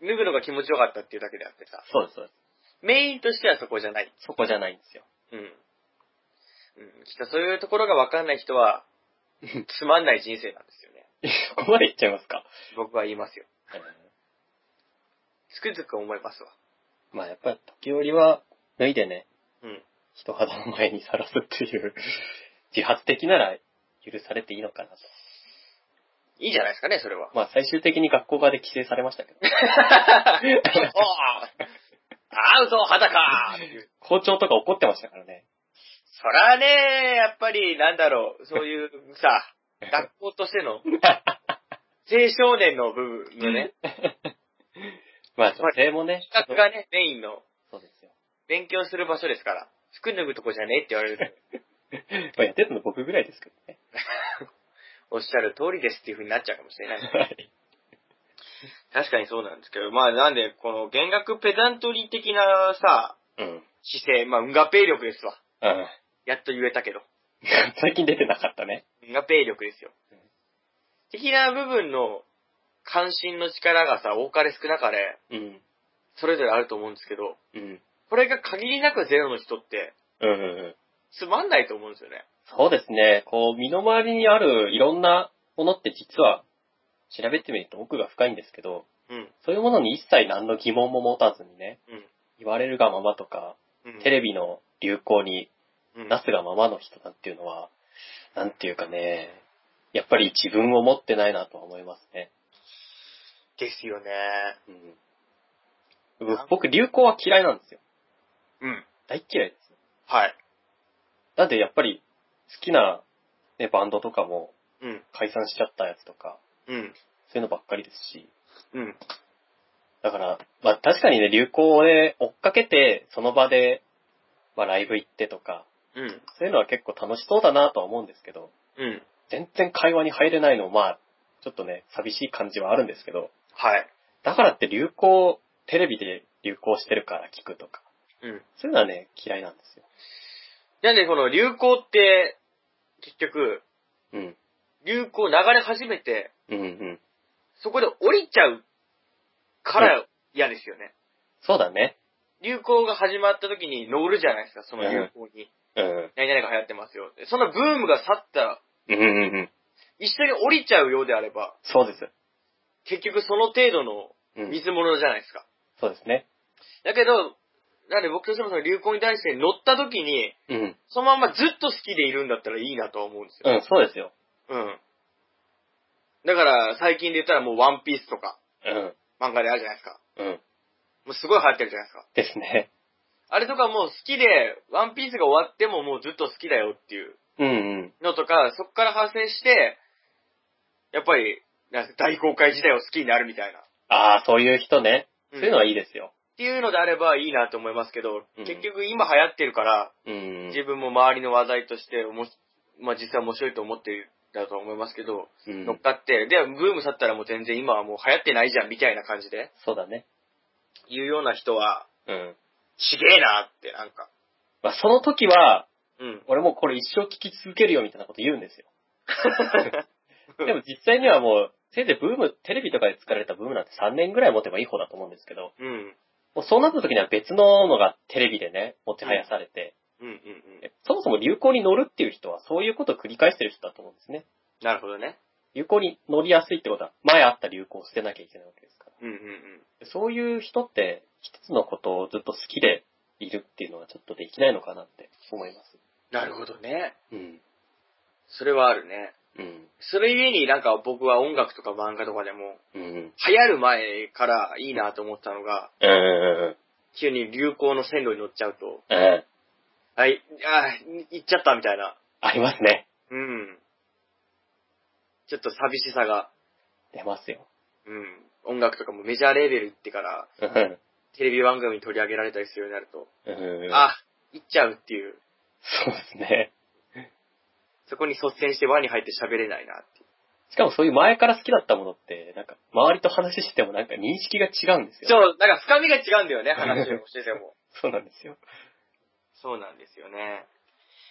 S2: 脱ぐのが気持ちよかったっていうだけであってさ。
S1: そうです、そうで
S2: メインとしてはそこじゃない。
S1: す。そこじゃないんですよ。
S2: うん。うん。きっとそういうところがわかんない人は、つまんない人生なんですよね。
S1: [LAUGHS] そこまでいっちゃいますか。
S2: 僕は言いますよ。
S1: えー
S2: つくづく思いますわ。
S1: まあ、やっぱり時折は脱いでね、
S2: うん。
S1: 人肌の前にさらすっていう、 [LAUGHS] 自発的なら許されていいのかなと。
S2: いいじゃないですかね、そ
S1: [LAUGHS]
S2: れは。
S1: まあ、最終的に学校側で規制されましたけど、
S2: お [LAUGHS] ーあー、嘘、裸っていう
S1: 校長とか怒ってましたから
S2: [LAUGHS]
S1: ね。
S2: そらね、やっぱり、なんだろう、そういうさ、学校としての、青少年の部分のね、
S1: [LAUGHS] まあ、女性もね、
S2: 企画がね、メインの、
S1: そうですよ。 [LAUGHS]
S2: 勉強する場所ですから、服脱ぐとこじゃねえって言われる。
S1: まあ、やってたの僕ぐらいですけどね。
S2: おっしゃる通りですっていう風になっちゃうかもしれない。
S1: はい。
S2: [LAUGHS] 確かにそうなんですけど、まあなんで、この弦楽ペダントリー的なさ、
S1: うん。
S2: 姿勢、まあ、運河ペイ力ですわ。
S1: うん。
S2: やっと言えたけど。
S1: 最近出てなかったね。
S2: 運河ペイ力ですよ
S1: うん。
S2: 的な部分の関心の力がさ、多かれ少なかれ、
S1: うん。
S2: それぞれあると思うんですけど、
S1: うん。
S2: これが限りなくゼロの人って、
S1: うんうんうん。
S2: つまんないと思うんですよね。
S1: そうですね。こう、身の回りにあるいろんなものって実は、調べてみると奥が深いんですけど、
S2: うん。
S1: そういうものに一切何の疑問も持たずにね、
S2: うん
S1: 言われるがままとか、
S2: うん。
S1: テレビの流行に
S2: うん、
S1: なすがままの人なんていうのは、なんていうかね、やっぱり自分を持ってないなとは思いますね。
S2: ですよね。
S1: うん、僕僕、流行は嫌いなんですよ。
S2: うん。
S1: 大嫌いです。
S2: はい。
S1: なんでやっぱり、好きな、ね、バンドとかも
S2: うん。
S1: 解散しちゃったやつとか、
S2: うん。
S1: そういうのばっかりですし、
S2: うん。
S1: だから、まあ確かにね、流行で追っかけて、その場で、まあライブ行ってとか、
S2: うん。
S1: そういうのは結構楽しそうだなとは思うんですけど、
S2: うん。
S1: 全然会話に入れないのも、まあ、ちょっとね、寂しい感じはあるんですけど、
S2: はい。
S1: だからって流行、テレビで流行してるから聞くとか、
S2: うん。
S1: そういうのはね、嫌いなんですよ。
S2: なんで、この流行って、結局、
S1: うん。
S2: 流行流れ始めて、
S1: うんうん。
S2: そこで降りちゃうから嫌ですよね。
S1: そうだね。
S2: 流行が始まった時に乗るじゃないですか、その流行に。
S1: うん。
S2: 何々が流行ってますよ。そのブームが去ったら、
S1: うんうんうん。
S2: 一緒に降りちゃうようであれば、
S1: そうです。
S2: 結局その程度の
S1: うん。
S2: 水物じゃないですか。
S1: そうですね。
S2: だけど、なんで僕としてもその流行に対して乗った時に、
S1: うん。
S2: そのまんまずっと好きでいるんだったらいいなとは思うんですよ。
S1: うん、そうですよ。
S2: うん。だから、最近で言ったらもうワンピースとか、
S1: うん。
S2: 漫画であるじゃないですか。
S1: うん。
S2: もうすごい流行ってるじゃないですか。
S1: ですね。
S2: あれとかもう好きで、ワンピースが終わってももうずっと好きだよっていう
S1: うんうん。
S2: のとか、そこから派生して、やっぱり、なんか大公開時代を好きになるみたいな。
S1: ああ、そういう人ね。
S2: う
S1: そ
S2: ん
S1: ういうのはいいですよ。
S2: っていうのであればいいなと思いますけど、
S1: うん
S2: 結局今流行ってるから、
S1: うん
S2: 自分も周りの話題としておもし、まあ、実際面白いと思ってるだと思いますけど、
S1: うん
S2: 乗っかって、で、ブーム去ったらもう全然今はもう流行ってないじゃんみたいな感じで
S1: そうだね。
S2: 言うような人は、
S1: うん。
S2: ちげえなってなんか。
S1: まあ、その時は、
S2: うん。
S1: 俺もうこれ一生聞き続けるよみたいなこと言うんですよ。
S2: うん
S1: でも実際にはもう、せいぜいブーム、テレビとかで作られたブームなんて3年ぐらい持てばいい方だと思うんですけど、
S2: うん。
S1: もうそうなった時には別ののがテレビでね、もてはやされて、
S2: うんうんうん。
S1: えそもそも流行に乗るっていう人はそういうことを繰り返してる人だと思うんですね。
S2: なるほどね。
S1: 流行に乗りやすいってことは、前あった流行を捨てなきゃいけないわけですから。
S2: うんうんうん。
S1: そういう人って、一つのことをずっと好きでいるっていうのはちょっとできないのかなって思います。
S2: なるほどね。
S1: うん。
S2: それはあるね。
S1: うん。
S2: それゆえになんか僕は音楽とか漫画とかでも、
S1: うん。
S2: 流行る前からいいなと思ったのが、
S1: うん。
S2: 急に流行の線路に乗っちゃうと、
S1: うん。
S2: はい、あー行っちゃったみたいな。
S1: ありますね。
S2: うん。ちょっと寂しさが、
S1: 出ますよ。
S2: うん。音楽とかもメジャーレーベル行ってから、
S1: うん。
S2: テレビ番組に取り上げられたりするようになると、
S1: うん。
S2: あ、行っちゃうっていう。
S1: そうですね。
S2: そこに率先して輪に入って喋れないなっていう。
S1: しかもそういう前から好きだったものって、なんか、周りと話してもなんか認識が違うんですよ。。
S2: そうう、なんか深みが違うんだよね、話をしてても。
S1: そうなんですよ。
S2: そうなんですよね。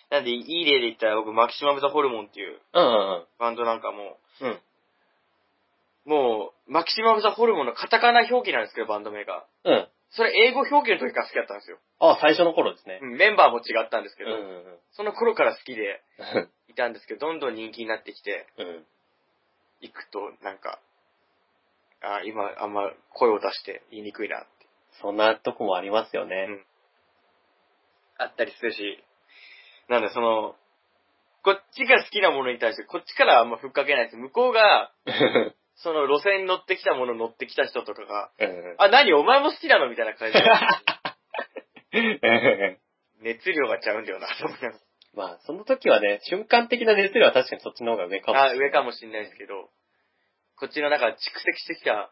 S2: なんで、いい例で言ったら僕、マキシマム・ザ・ホルモンっていう
S1: うん。
S2: バンドなんかも、
S1: うん。
S2: もう、マキシマム・ザ・ホルモンのカタカナ表記なんですけど、バンド名が。
S1: うん。
S2: それ英語表記の時から好きだったんですよ。
S1: あ、最初の頃ですね。
S2: うんメンバーも違ったんです
S1: う
S2: け
S1: ん
S2: ど、。その頃から好きで
S1: うん。
S2: いたんですけど、どんどん人気になってきて
S1: うん。
S2: いくと、なんか、あ今、あんま声を出して言いにくいなって。
S1: そんなとこもありますよね。
S2: あったりするし、なんだ、その、こっちが好きなものに対して、こっちからはあんまふっかけないです。向こうが、
S1: うん。
S2: その路線に乗ってきたもの乗ってきた人とかが、
S1: うん。
S2: あ、何お前も好きなのみたいな感じで、
S1: [LAUGHS] うん
S2: 熱量がちゃうんだよな、と思いなが
S1: まあ、その時はね、瞬間的な熱量は確かにそっちの方が上かも
S2: ら
S1: し
S2: あ
S1: れない。[LAUGHS]
S2: 上かもしんないですけど、こっちの中で蓄積して
S1: [LAUGHS]
S2: きた、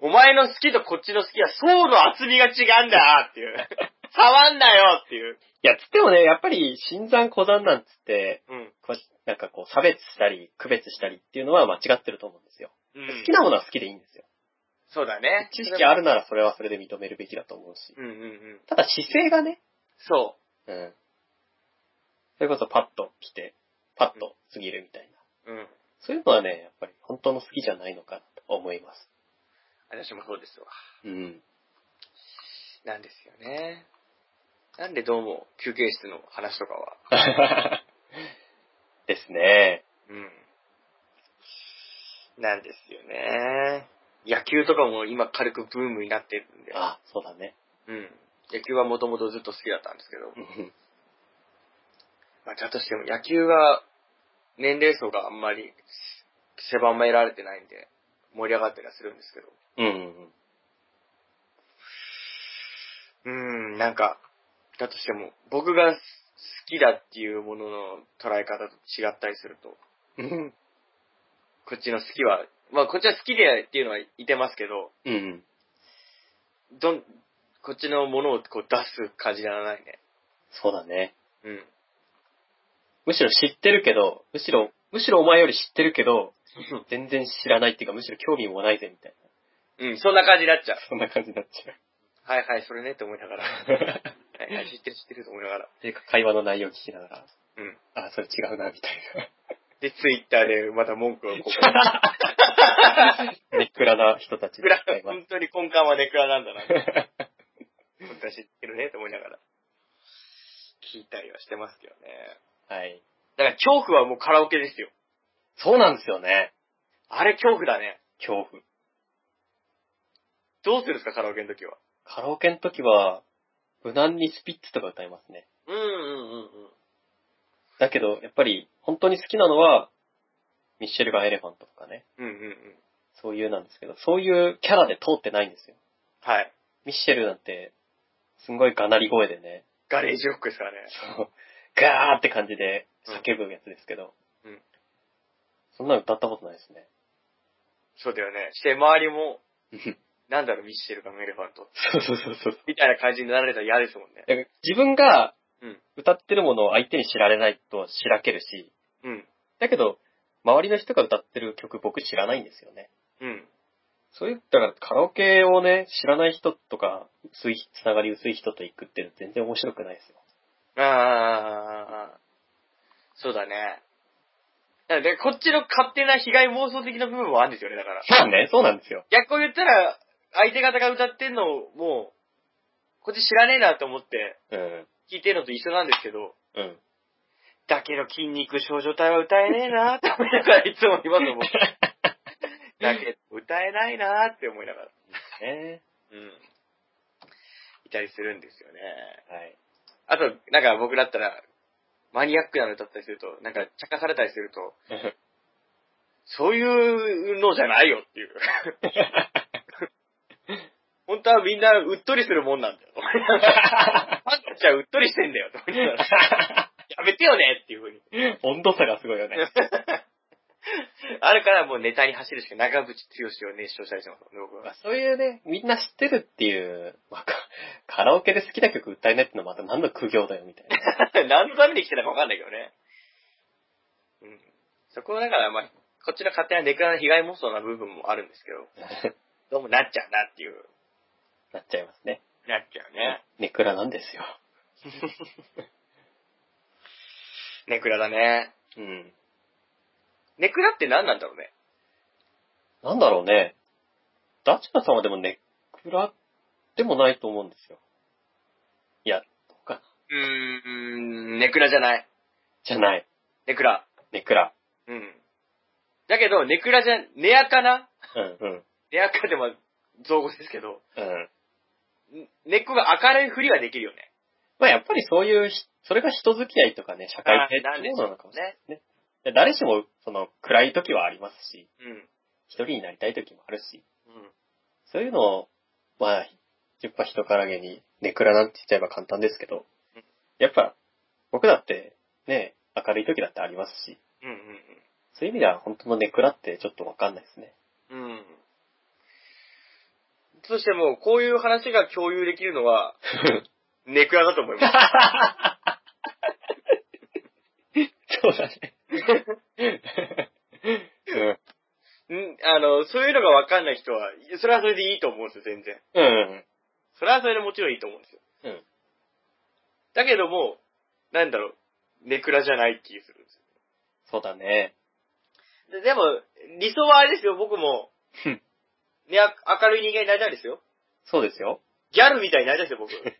S2: お前の好きとこっちの好きは層の厚みが違うんだっていう。触んなよっていう。
S1: いや、つってもね、やっぱり、新山小山なんつって、
S2: うん。
S1: こうなんかこう、差別したり、区別したりっていうのは間違ってると思うんですよ。
S2: うん
S1: 好きなものは好きでいいんですよ。
S2: そうだね。
S1: 知識あるならそれはそれで認めるべきだと思うし。
S2: うんうんうん。
S1: ただ姿勢がね、
S2: そ
S1: うん。それこそパッと来て、パッと過ぎるみたいな。
S2: う。うん。
S1: そういうのはね、やっぱり本当の好きじゃないのかと思います。
S2: 私もそうですわ。
S1: うん。 [LAUGHS]
S2: なんですよね。なんでどうも休憩室の話とかは。
S1: ですね。
S2: うん。なんですよね。野球とかも今軽くブームになってるんで。
S1: あ、そうだね。
S2: うん。野球はもともとずっと好きだったんですけど。
S1: うん
S2: まあ、だとしても野球が年齢層があんまり狭められてないんで、盛り上がったりはするんですけど。
S1: うんうん。
S2: うーん、なんか、だとしても、僕が好きだっていうものの捉え方と違ったりすると、
S1: うん。
S2: こっちの好きは、まあこっちは好きでっていうのはいてますけど、
S1: うん。
S2: どん、こっちのものをこう出す感じにならないね。
S1: そうだね。
S2: うん。
S1: むしろ知ってるけど、むしろ、むしろお前より知ってるけど、全然知らないっていうか、むしろ興味もないぜみたい
S2: うん、そんな感じになっちゃう
S1: な。。そんな感じになっちゃう。
S2: はいはい、それねって思いな [LAUGHS] がら。はいはい、知ってる知ってると思いながら。
S1: っていうか、会話の内容を聞きながら、
S2: うん。
S1: あ、それ違うな、みたい
S2: で、ツイッターでまた文句を [LAUGHS] ここに
S1: な。ネックラな人たち
S2: ネクラ
S1: 会、話
S2: 本当に根幹はネクラなんだな。本当は知ってるねって思いながら。聞いたりはしてますけどね。
S1: はい。
S2: だから恐怖はもうカラオケですよ。
S1: そうなんですよね。
S2: あれ恐怖だね。
S1: 恐怖。
S2: どうするんですか、カラオケの時は。
S1: カラオケの時は、無難にスピッツとか歌いますね。
S2: うんうんうん
S1: だけど、やっぱり、本当に好きなのは、ミッシェルガン・エレファントとかね。
S2: うん。うんうんうん。
S1: そういうなんですけど、そういうキャラで通ってないんですよ。
S2: はい。
S1: ミッシェルなんて、すんごいがなり声でね、
S2: ガレージロックですからね。
S1: そう、ガーって感じで叫ぶやつですけど、
S2: うん
S1: そんなの歌ったことないですね。
S2: そうだよね。して、周りも、
S1: うん
S2: なんだろう、ミッシェルかメレファント。
S1: そうそうそうそう。
S2: みたいな感じになられたら嫌ですもんね。
S1: だから自分が
S2: うん
S1: 歌ってるものを相手に知られないとしらけるし、
S2: うん。
S1: だけど、周りの人が歌ってる曲僕知らないんですよね。
S2: うん。
S1: そういう、だからカラオケをね、知らない人とか、薄い、つながり薄い人と行くって全然面白くないですよ。
S2: ああ、そうだね。なので、こっちの勝手な被害妄想的な部分もあるんですよね、だから。
S1: そうね、そうなんですよ。
S2: 逆を言ったら、相手方が歌ってんのを、もう、こっち知らねえなと思って、
S1: うん。
S2: 聞いてるのと一緒なんですけど、
S1: うん。
S2: だけど筋肉少女隊は歌えねえなって思いながらいつも今
S1: [LAUGHS]
S2: のも、だけど歌えないなって思いながら、
S1: ね
S2: うん。いたりするんですよね。
S1: はい。
S2: あと、なんか僕だったら、マニアックなの歌ったりすると、なんか茶化されたりすると、そういうのじゃないよっていう。 [LAUGHS] 本当はみんなうっとりするもんなんだよ。ファンたちはうっと [LAUGHS] りしてんだよ。やめてよねっていう風に。
S1: [LAUGHS]
S2: [LAUGHS]
S1: 温度差がすごいよね。
S2: あるからもうネタに走るしか長渕剛を熱唱したりしてますもんね、僕
S1: ま
S2: は
S1: あ。そういうね、みんな知ってるっていう、まあ、かカラオケで好きな曲歌えないってのはまた何の苦行だよみたいな。
S2: [LAUGHS] 何のために来てたかわかんないけどね。うん。そこはだから、まあ、こっちの勝手なネクラな被害妄想な部分もあるんですけど、 [LAUGHS] どうもなっちゃうなっていう、
S1: なっちゃいますね。
S2: なっちゃうね。
S1: ネクラなんですよ。
S2: ネクラだね。
S1: うん。
S2: ネクラって何なんだろうね。
S1: なんだろうね。ダチナさんはでもネクラでもないと思うんですよ。いや、どうかな。
S2: うーん、ネクラじゃない。
S1: じゃない。
S2: ネクラ。
S1: ネクラ。
S2: うん。だけど、ネクラじゃ、ネアかな
S1: うん、うん、
S2: ネアかでも造語ですけど、
S1: うん。
S2: ん根っこが明るいふりはできるよね。
S1: まあやっぱりそういうひ、それが人付き合いとかね、社会性
S2: あー
S1: っていうものなのかもしれない
S2: ね。
S1: ね。で誰しも、その、暗い時はありますし、
S2: うん。
S1: 一人になりたい時もあるし、
S2: うん。
S1: そういうのを、まあ、やっぱ人からげに、ネクラなんて言っちゃえば簡単ですけど
S2: うん、
S1: やっぱ、僕だって、ね、明るい時だってありますし、
S2: うん
S1: そういう意味では本当のネクラってちょっとわかんないです [LAUGHS] ね。
S2: うんうん。うん。そしてもう、こういう話が共有できるのは、ネクラだと思い [LAUGHS] ます。
S1: そうだ [LAUGHS] ね。うん
S2: んあの、そういうのがわかんない人は、それはそれでいいと思うんですよ、全然。
S1: うん。
S2: それはそれでもちろんいいと思うんですよ。
S1: うん。
S2: だけども、なんだろう、ネクラじゃない気がするんです
S1: そうだね。
S2: よ。ででも、理想はあれですよ、僕も、
S1: うん
S2: ね、あ明るい人間になりたいですよ。
S1: そうですよ。
S2: ギャルみたいになりたいですよ、 [LAUGHS] 僕。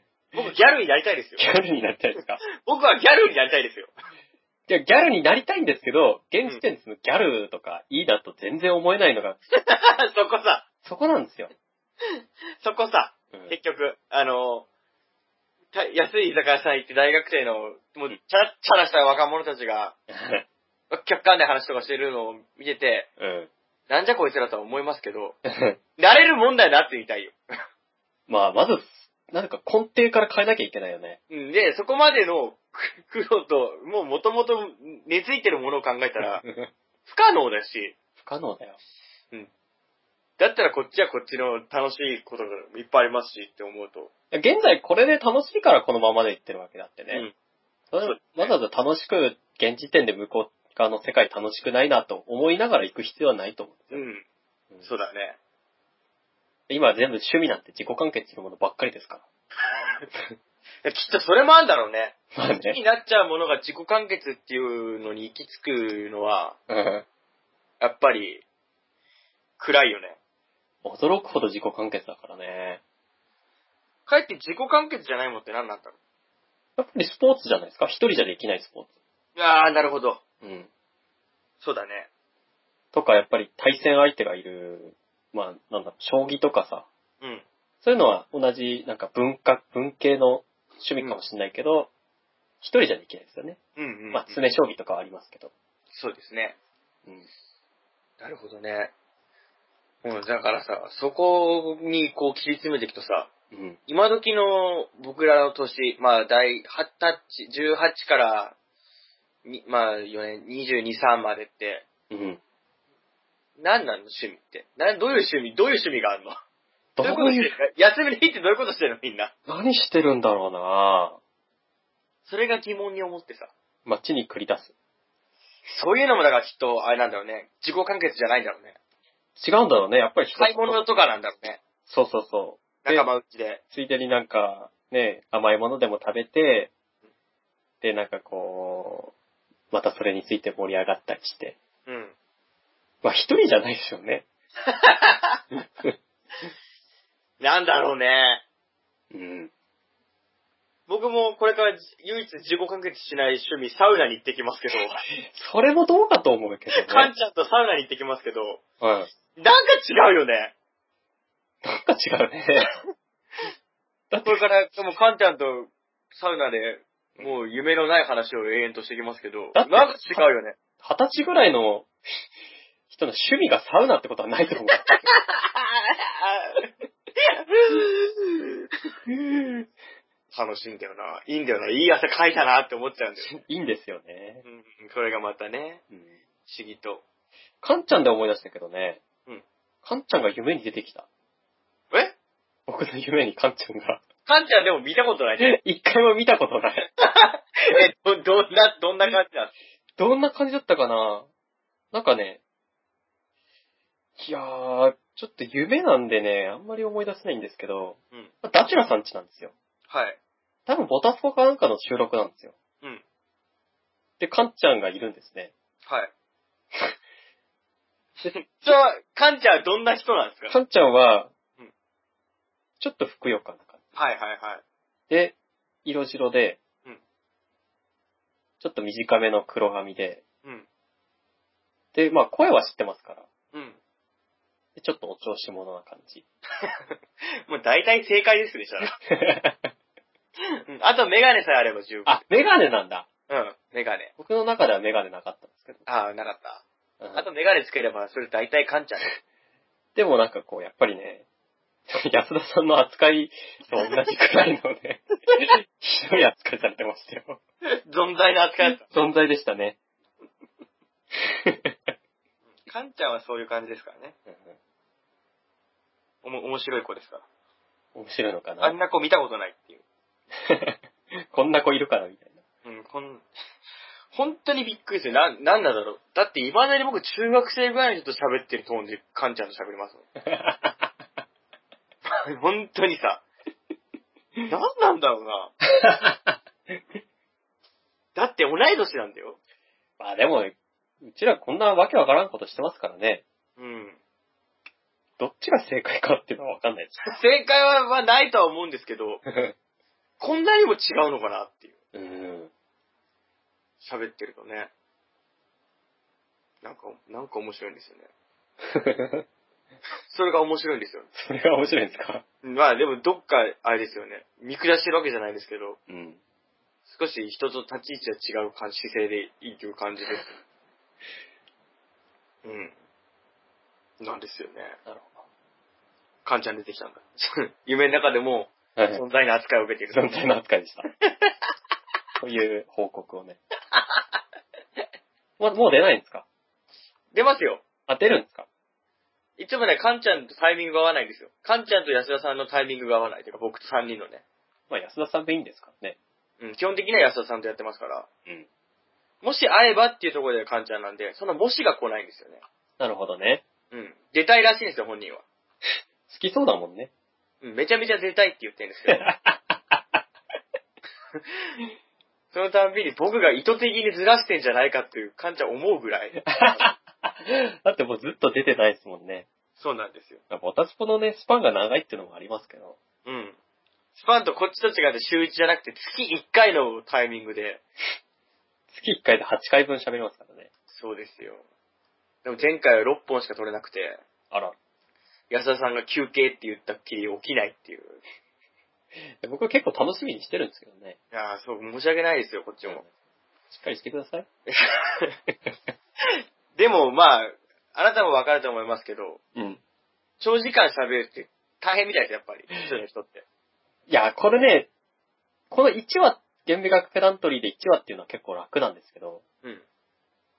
S2: 僕ギャルになりたいですよ
S1: ギ。ャルになりたいですか
S2: 僕はギャルになりたいですよ。 [LAUGHS]
S1: いや、ギャルになりたいんですけど、現時点でそのギャルとかいいなと全然思えないのが、
S2: そこさ、
S1: そこなんですよ。
S2: そこさ、
S1: うん
S2: 結局、あの、た安い居酒屋さん行って大学生の、もう、チャラッチャラした若者たちが、客観で話とかしてるのを見てて、
S1: うん。
S2: なんじゃこいつらとは思いますけど、なれるもんだよなってみたいよ。
S1: まあ、まず、なんか根底から変えなきゃいけないよね。
S2: うんで、そこまでの苦苦労と、もう元々根付いてるものを考えたら、不可能だし、
S1: 不可能だよ。
S2: だったらこっちはこっちの楽しいことがいっぱいありますしって思うと。
S1: 現在これで楽しいからこのままでいってるわけだってね。
S2: うん
S1: それ
S2: そうですね
S1: わざわざ楽しく、現時点で向こう側の世界楽しくないなと思いながら行く必要はないと思う。
S2: うん。
S1: うん
S2: そうだね。
S1: 今は全部趣味なんて自己完結するものばっかりですから。
S2: いやきっとそれもあるんだろうね。
S1: まあ
S2: 好きに
S1: ね。
S2: [LAUGHS] なっちゃうものが自己完結っていうのに行き着くのは、
S1: うん
S2: やっぱり、暗いよね。
S1: 驚くほど自己完結だからね。
S2: かえって自己完結じゃないもんって何なんだろ
S1: やっぱりスポーツじゃないですか一人じゃできないスポー
S2: う。ああ、なるほど。
S1: ツ。うん。
S2: そうだね。
S1: とか、やっぱり対戦相手がいる、まあ、なんだろう、将棋とかさ、
S2: うん。
S1: そういうのは同じ、なんか文化、文系の趣味かもしれないけど、一、人じゃできないですよね。
S2: うんうん、
S1: まあ、詰将棋とかはありますけど。
S2: そうですね。
S1: うん。
S2: なるほどね。うん、だからさ、そこにこう切り詰めていくとさ、
S1: うん。
S2: 今時の僕らの年、まあ、第8タッチ、18から、にまあ、4年、22、3までって、
S1: うん。
S2: 何なの趣味って。などういう趣味どういう趣味があるの
S1: ど
S2: どういうこと
S1: う
S2: して
S1: いう、
S2: る休みの日ってどういうことしてるのみんな。
S1: 何してるんだろうな
S2: それが疑問に思ってさ。
S1: 街に繰り出す。
S2: そういうのもだからきっと、あれなんだろうね。自己完結じゃないんだろうね。
S1: 違うんだろうね、やっぱり一つ
S2: 買い物とかなんだろうね。
S1: そうそうそう。で
S2: 仲間内で。
S1: ついでになんか、ね、甘いものでも食べて、で、なんかこう、またそれについて盛り上がったりして。
S2: うん。
S1: まあ一人じゃないですよね。
S2: なんだろうね。
S1: うん。
S2: 僕もこれから唯一自己完結しない趣味、サウナに行ってきますけど、
S1: それもどうかと思うけどね。
S2: カンちゃんとサウナに行ってきますけど、
S1: うん。
S2: なんか違うよね。
S1: なんか違うね。 [LAUGHS]
S2: これから、でもカンちゃんとサウナで、もう夢のない話を永遠としてきますけど、
S1: だ
S2: な
S1: っ
S2: ん
S1: て
S2: か違う [LAUGHS] よね。
S1: 二十歳ぐらいの人の趣味がサウナってことはないと思う。 [LAUGHS]
S2: 楽しいんだよな。いいんだよな。いい汗かいたなって思っちゃうんだよ。
S1: いいんですよね。
S2: [LAUGHS] うん、これがまたね、
S1: うん。
S2: 不思議と。
S1: かんちゃんで思い出したけどね。
S2: うん。
S1: かんちゃんが夢に出てきた。
S2: え
S1: 僕の夢にかんちゃんが。
S2: カンちゃんでも見たことないね。
S1: 一回も見たことない。
S2: え、 [LAUGHS] ど、どんな、どんな感じなの
S1: どんな感じだったかななんかね、いやー、ちょっと夢なんでね、あんまり思い出せないんですけど、
S2: うん。
S1: まあダチュラさん家なんですよ。
S2: はい。
S1: 多分ボタスコかなんかの収録なんですよ。
S2: うん。
S1: で、かんちゃんがいるんですね。
S2: [LAUGHS] はい。じゃあ、カンちゃんはどんな人なんですか
S1: かんちゃんは
S2: うん、
S1: ちょっとふくよかな感
S2: はいはいはい。
S1: じ。で、色白で
S2: うん、
S1: ちょっと短めの黒髪で、
S2: うん。
S1: で、まあ声は知ってますから、
S2: うん。
S1: でちょっとお調子者な感
S2: [LAUGHS]
S1: じ。
S2: もう大体正解ですでした [LAUGHS] ら。うんあとメガネさえあれば十分。
S1: あ、メガネなんだ。
S2: うん。メガネ。
S1: 僕の中ではメガネなかったんですけど。
S2: ああ、なかった。
S1: うん
S2: あとメガネつければ、それ大体カンちゃん。
S1: でもなんかこう、やっぱりね、 [LAUGHS] 安田さんの扱いと同じくらいの [LAUGHS] ね、ひどい扱いされてましたよ。
S2: [LAUGHS] 存在の扱いだっ
S1: 存在でしたね。
S2: た。カンちゃんはそういう感じですからね。おも、面白い子ですから。
S1: [LAUGHS] 面白いのか
S2: あ
S1: なん
S2: な子見たことないっていう。
S1: [LAUGHS] こんな子いるから、みたいな。
S2: うん、こん、 [LAUGHS] 本当にびっくりする。な、なんだろう。だって、未だに僕、中学生ぐらいの人と喋ってるトーンで、カンちゃんと喋りますもん。 [LAUGHS] 本当にさ。なんなんだろうな。だって、同い年なんだよ。
S1: [LAUGHS] まあでも、うちらこんなわけわからんことしてますからね。
S2: うん。
S1: どっちが正解かっていうのはわかんないです。 [LAUGHS]
S2: 正解は、まあ、ないとは思うんですけど、こんなにも違うのかなっていう。
S1: うん。 [LAUGHS]
S2: 喋ってるとね。なんか、なんか面白いんですよね。それが面白いんですよ。
S1: それが面白いんですか
S2: まあでもどっか、あれですよね。見下してるわけじゃないですけど、
S1: うん。
S2: 少し人と立ち位置は違う感姿勢でいいという感じです。うん。なんですよね。
S1: なる
S2: カンちゃん出てきたんだ。 [LAUGHS] 夢の中でも
S1: ほど。
S2: 存在の扱いを受けている。
S1: 存在の扱いでした。という報告をね。もうもう出ないんですか
S2: 出ますよ。
S1: あ、出るんですか
S2: いつもね、カンちゃんとタイミングが合わないんですよ。カンちゃんと安田さんのタイミングが合わない。てか僕と3人のね。
S1: まあ安田さんでいいんですからね。
S2: うん、基本的には安田さんとやってますから。
S1: うん。
S2: もし会えばっていうところでカンちゃんなんで、そのもしが来ないんですよね。
S1: なるほどね。
S2: うん。出たいらしいんですよ、本人は。
S1: 好きそうだもんね。
S2: うんめちゃめちゃ出たいって言ってるん [LAUGHS] ですけど、そのたんびに僕が意図的にずらしてんじゃないかっていう、カンちゃん思うぐらい。
S1: だってもうずっと出てないですもんね。
S2: [LAUGHS] そうなんですよ。
S1: やっぱオタスポのね、スパンが長いっていうのもありますけど。
S2: うん。スパンとこっちと違って週1じゃなくて月1回のタイミングで。
S1: 月1回で8回分喋りますからね。
S2: そうですよ。でも前回は6本しか取れなくて、
S1: あら。
S2: 安田さんが休憩って言ったっきり起きないっていう。
S1: 僕は結構楽しみにしてるんですけどね。
S2: いやー、そう、申し訳ないですよ、こっちも。
S1: しっかりしてください。
S2: でも、まあ、あなたもわかると思いますけど、
S1: うん。
S2: 長時間喋るって大変みたいです、やっぱ [LAUGHS] り。一人の人って。
S1: いや、これね、この1話、原美学ペダントリーで1話っていうのは結構楽なんですけど、
S2: うん。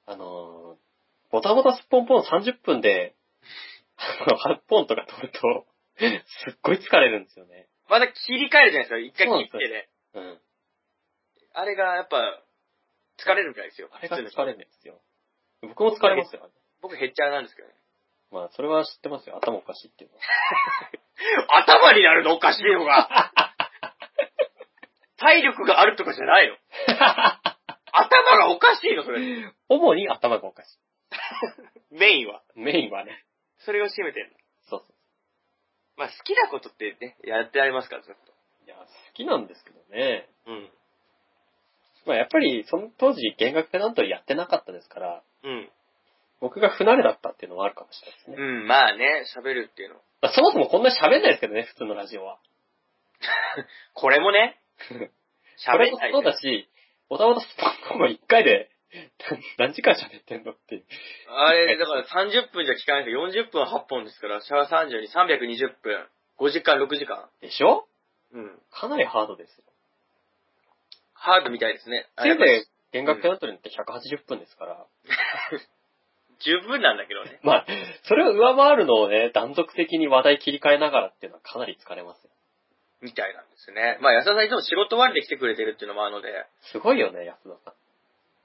S1: あのー、ボタボタすっぽんぽん30分で、あの、8本とか取ると、すっごい疲れるんですよね。
S2: まだ切り替えるじゃないですか、一回切ってね。
S1: うん。
S2: あれがやっぱ、疲れるみたいですよ。
S1: あれが疲
S2: 普通の人
S1: れるんですよ。僕も疲れますよ。
S2: 僕ヘッチャーなんですけどね。
S1: まあ、それは知ってますよ。頭おかしいっていうのは。
S2: 頭になるのおかしい
S1: [LAUGHS]
S2: のが。体力があるとかじゃないの。頭がおかしいの、それ。
S1: [LAUGHS] 主に頭がおかし
S2: メインは。
S1: い。メインはね。
S2: それを占めてるの。
S1: そうそ
S2: まあ好きなことってね、やってありますから、ずっ
S1: う。いや、好きなんですけどね。
S2: と。うん。
S1: まあ、やっぱり、その当時、弦楽ペダントリーやってなかったですから、
S2: うん。
S1: 僕が不慣れだったっていうのはあるかもしれないですね。
S2: うん、まあね、喋るっていうの。
S1: まあ、そもそもこんな喋んないですけどね、普通のラジオは。
S2: これもね、喋ん
S1: [LAUGHS] こ
S2: な
S1: れ
S2: い
S1: もそうだし、おたおたスパンコン1回で [LAUGHS] 何何時間喋ってんのっていう。
S2: あれ、だから30分じゃ聞かないけど、40分は8本ですから、シャワー32、320分、5時間、6時間。
S1: でしょ
S2: うん。
S1: かなりハードですよ。
S2: ハードみたいですね。
S1: せいぜい、弦楽ペダントリーって180分ですから。
S2: 十分なんだけどね。
S1: まあ、それを上回るのをね、断続的に話題切り替えながらっていうのはかなり疲れますよ。
S2: [LAUGHS] みたいなんですね。まあ、安田さんいつも仕事終わりで来てくれてるっていうのもあるので、
S1: すごいよね、安田さん。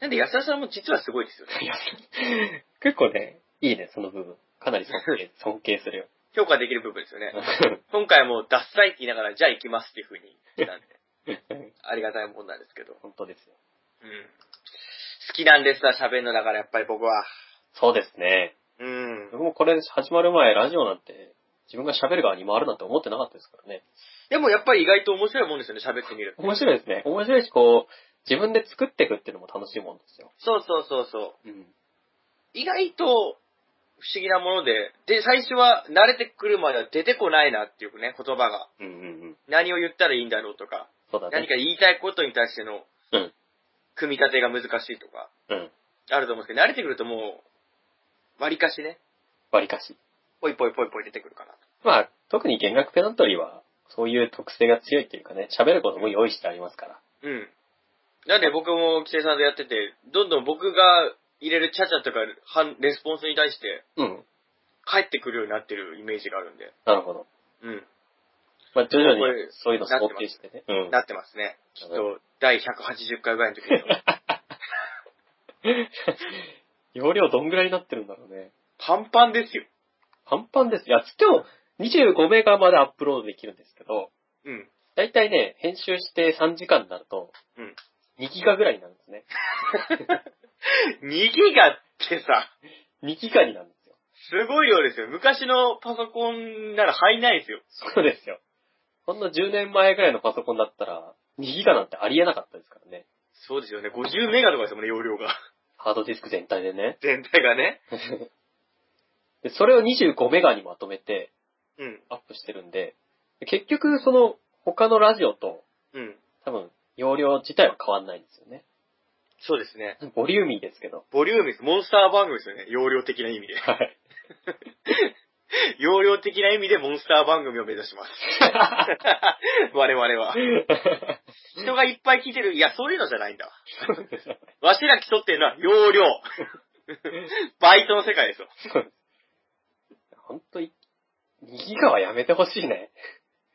S2: なんで安田さんも実はすごいですよね。
S1: [LAUGHS] 結構ね、いいね、その部分。かなり尊
S2: [LAUGHS]
S1: 敬、尊敬するよ。 [LAUGHS]
S2: 評価できる部分ですよね。今回もダッサいって言いながら、じゃあ行きますっていう風に言ったんで、 [LAUGHS] ありがたいもんなんですけど。
S1: 本当ですよ。
S2: うん。好きなんですわ、喋るのだから、やっぱり僕は。
S1: そうですね。
S2: うん。
S1: 僕もこれ始まる前、ラジオなんて、自分が喋る側に回るなんて思ってなかったですからね。
S2: でもやっぱり意外と面白いもんですよね、喋ってみる。
S1: 面白いですね。面白いし、こう、自分で作っていくっていうのも楽しいもんですよ。
S2: そうそうそうそう。
S1: うん。
S2: 意外と不思議なもので、で、最初は慣れてくるまでは出てこないなっていうね、言葉が。
S1: うんうんうん。
S2: 何を言ったらいいんだろうとか、
S1: そうだね。
S2: 何か言いたいことに対しての
S1: うん。
S2: 組み立てが難しいとか、
S1: うん。
S2: あると思うんですけど、慣れてくるともう、割かしね、
S1: 割りかし。
S2: ぽいぽいぽいぽい出てくるかなと。
S1: まあ、特に弦楽ペダントリーは、そういう特性が強いっていうかね、喋ることも用意してありますから。
S2: うん。なんで僕も規制さんとやってて、どんどん僕が入れるチャチャとか、反レスポンスに対して
S1: うん。
S2: 返ってくるようになってるイメージがあるんで。
S1: なるほど。
S2: うん。
S1: まあ徐々に
S2: これ
S1: そういうの想定してね。うん。
S2: なってますね。きっと、第180回ぐらいの [LAUGHS] 時に。
S1: 容量どんぐらいになってるんだろうね。
S2: パンパンですよ。
S1: パンパンです。いや、つっても25メガまでアップロードできるんですけど、
S2: うん。
S1: だいたいね、編集して3時間になると、
S2: うん。
S1: 2ギガぐらいになるんですね。
S2: 2ギガってさ、
S1: 2ギガになるんですよ。
S2: すごい量ですよ。昔のパソコンなら入んないですよ。
S1: そうですよ。ほんの10年前ぐらいのパソコンだったら、2ギガなんてありえなかったですからね。
S2: そうですよね。50メガとかですもんね、容量が。
S1: ハードディスク全体でね。
S2: 全体がね。
S1: で、それを25メガにまとめて
S2: うん。
S1: アップしてるんで、で結局その他のラジオと
S2: うん。
S1: 多分容量自体は変わんないんですよね。
S2: そうですね。
S1: ボリューミーですけど。
S2: ボリュームです。モンスター番組ですよね。容量的な意味で。 [LAUGHS]
S1: はい。
S2: 容量的な意味でモンスター番組を目指します。 [LAUGHS] 我々は。人がいっぱい聞いてる。いや、そういうのじゃないんだわ。わしら競ってるのは容量。 [LAUGHS] バイトの世界ですよ。
S1: ほんとい、2ギガはやめてほしいね。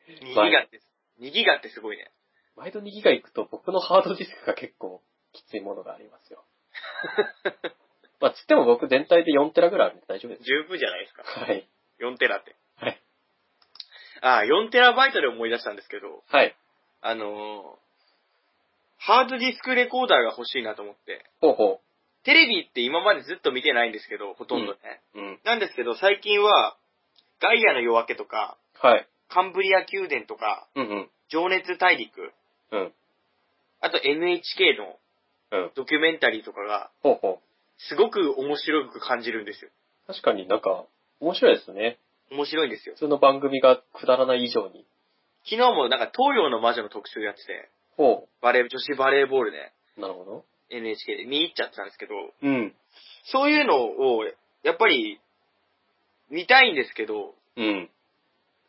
S2: 2ギガって、2ギガってすごいね。
S1: 毎度2ギガ行くと僕のハードディスクが結構きついものがあります [LAUGHS] よ。まあ、つっても僕全体で4テラぐらいあるんで大丈夫です。
S2: 十分じゃないですか。
S1: はい。
S2: 4テラって。
S1: はい。
S2: ああ、4テラバイトで思い出したんですけど、
S1: はい。
S2: あのーハードディスクレコーダーが欲しいなと思って。
S1: ほうほ
S2: テレビって今までずっと見てないんですけど、ほとんどね。
S1: う。うん。
S2: なんですけど、最近は、ガイアの夜明けとか、
S1: はい。
S2: カンブリア宮殿とか、
S1: うんうん。
S2: 情熱大陸、
S1: うん。
S2: あと NHK の
S1: うん。
S2: ドキュメンタリーとかが、
S1: ほうほ
S2: すごく面白く感じるんですよ。
S1: う。確かになんか、面白いですね。
S2: 面白いんですよ。
S1: 普通の番組がくだらない以上に。
S2: 昨日もなんか東洋の魔女の特集やってて、
S1: ほ
S2: バレー、女子バレーボールね、
S1: う。なるほど。
S2: NHK で見に行っちゃってたんですけど、
S1: うん。
S2: そういうのを、やっぱり、見たいんですけど、
S1: うん。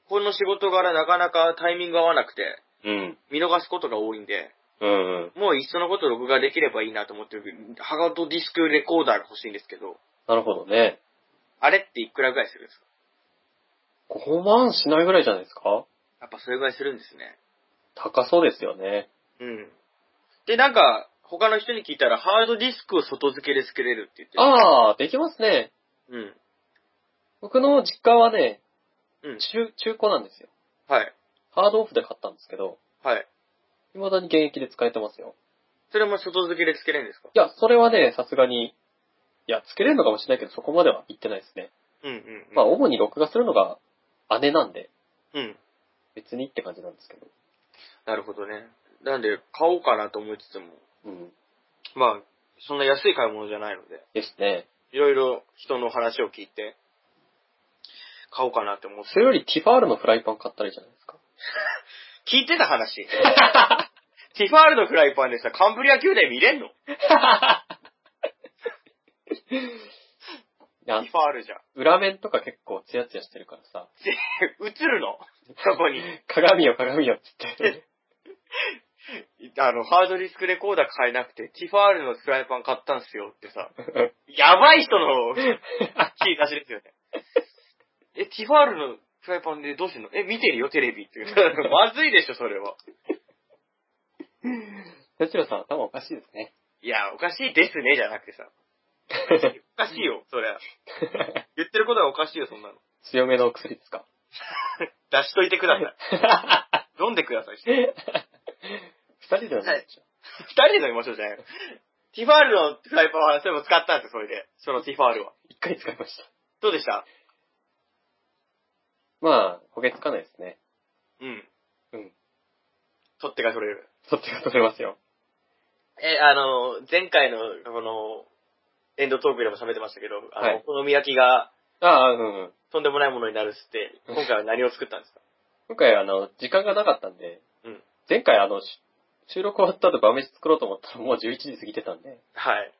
S2: この仕事柄なかなかタイミング合わなくて、
S1: うん。
S2: 見逃すことが多いんで、
S1: うんうん。
S2: もういっそのこと録画できればいいなと思ってる、ハードディスクレコーダーが欲しいんですけど、
S1: なるほどね。
S2: あれっていくらぐらいするんですか
S1: 5万しないぐらいじゃないですか
S2: やっぱそれぐらいするんですね。
S1: 高そうですよね。
S2: うん。で、なんか、他の人に聞いたら、ハードディスクを外付けで作れるって言ってる。
S1: ああ、できますね。
S2: うん。
S1: 僕の実家はね、
S2: うん。
S1: 中、中古なんですよ。
S2: はい。
S1: ハードオフで買ったんですけど、
S2: はい。
S1: 未だに現役で使えてますよ。
S2: それも外付けで付けれるんですか
S1: いや、それはね、さすがに、いや、つけれるのかもしれないけど、そこまでは行ってないですね。
S2: うんうん、うん。
S1: まあ、主に録画するのが姉なんで、
S2: うん。
S1: 別にって感じなんですけど。
S2: なるほどね。なんで、買おうかなと思いつつも、
S1: うん。
S2: まあ、そんな安い買い物じゃないので、
S1: ですね。
S2: いろいろ人の話を聞いて、買おうかなって思って。
S1: それよりティファールのフライパン買ったらいいじゃないです [LAUGHS] か。
S2: 聞いてた話。 [LAUGHS] ティファールのフライパンでさ、カンブリア宮殿見れんの
S1: いや
S2: ティファールじゃん。
S1: 裏面とか結構ツヤツヤしてるからさ、
S2: 映るのそこに。
S1: 鏡よ鏡よっつって。
S2: あの、ハードディスクレコーダー買えなくて、ティファールのフライパン買ったんすよってさ、
S1: [LAUGHS]
S2: やばい人の [LAUGHS] 聞いたしですよね。え、ティファールのフライパンでどうすんのえ、見てるよ、テレビって言 [LAUGHS] う。まずいでしょ、それは。
S1: 哲郎さん頭おかしいですね。
S2: いや、おかしいですね、じゃなくて [LAUGHS] さ。おかしいよ、そりゃ。言ってることがおかしいよ、そんなの。
S1: [LAUGHS] 強めのお薬ですか
S2: 出しといてください。 [LAUGHS] 飲んでください。
S1: [LAUGHS]
S2: 二
S1: 二人ではないでしょ。
S2: 人で飲みましょうじゃないのティファールのフライパンは、それも使ったんですよ、それで。そのティファールは。
S1: 一回使いました。
S2: どうでした
S1: まあ、焦げつかないですね。
S2: うん。
S1: うん。
S2: 取っ手が取れる。
S1: そっちが取れますよ。
S2: え、あの、前回の、この、エンドトークでも喋ってましたけど、あの、
S1: はい
S2: お好み焼きが
S1: ああ、うんうん。
S2: とんでもないものになるっつって、今回は何を作ったんですか
S1: 今回あの、時間がなかったんで、
S2: うん。
S1: 前回あの、し収録終わった後晩飯作ろうと思ったらもう11時過ぎてたんで、
S2: はい。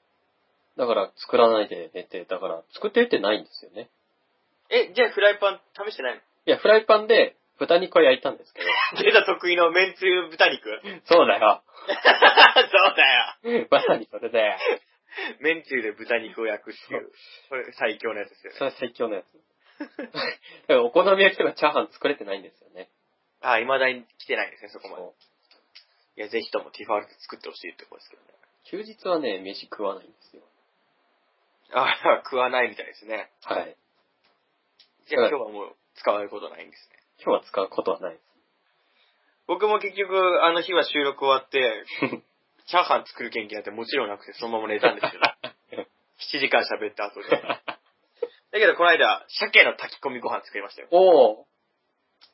S1: だから作らないで寝て、だから作ってってないんですよね。
S2: え、じゃあフライパン試してないの
S1: いや、フライパンで豚肉は焼いたんですけ [LAUGHS] ど、
S2: 出た得意のめんつゆ豚肉 [LAUGHS] そう
S1: そうだよ。
S2: だ
S1: まさにそれで、
S2: よ。めんつゆで豚肉を焼くっていう、これ最強のやつですよ
S1: [LAUGHS]
S2: ね。
S1: それは最強のやつ。だからお好み焼きとかチャーハン作れてないんですよね。
S2: あ、未だに来てないんですね、そこまで。
S1: そう
S2: いや、ぜひともティファール作ってほしいってことですけどね。
S1: 休日はね、飯食わないんですよ。
S2: あ [LAUGHS] あ、食わないみたいですね。
S1: はい。
S2: じゃあ
S1: はい
S2: 今日はもう使うことないんですね。
S1: 今日は使うことはないで
S2: 僕も結局、あの日は収録終
S1: [LAUGHS]
S2: わって、
S1: す。
S2: チャーハン作る元気なんてもちろんなくて、そのまま寝たんですけど、7時間喋った後で。だけどこの間、鮭の炊き込みご飯作りましたよ。
S1: [LAUGHS] おー。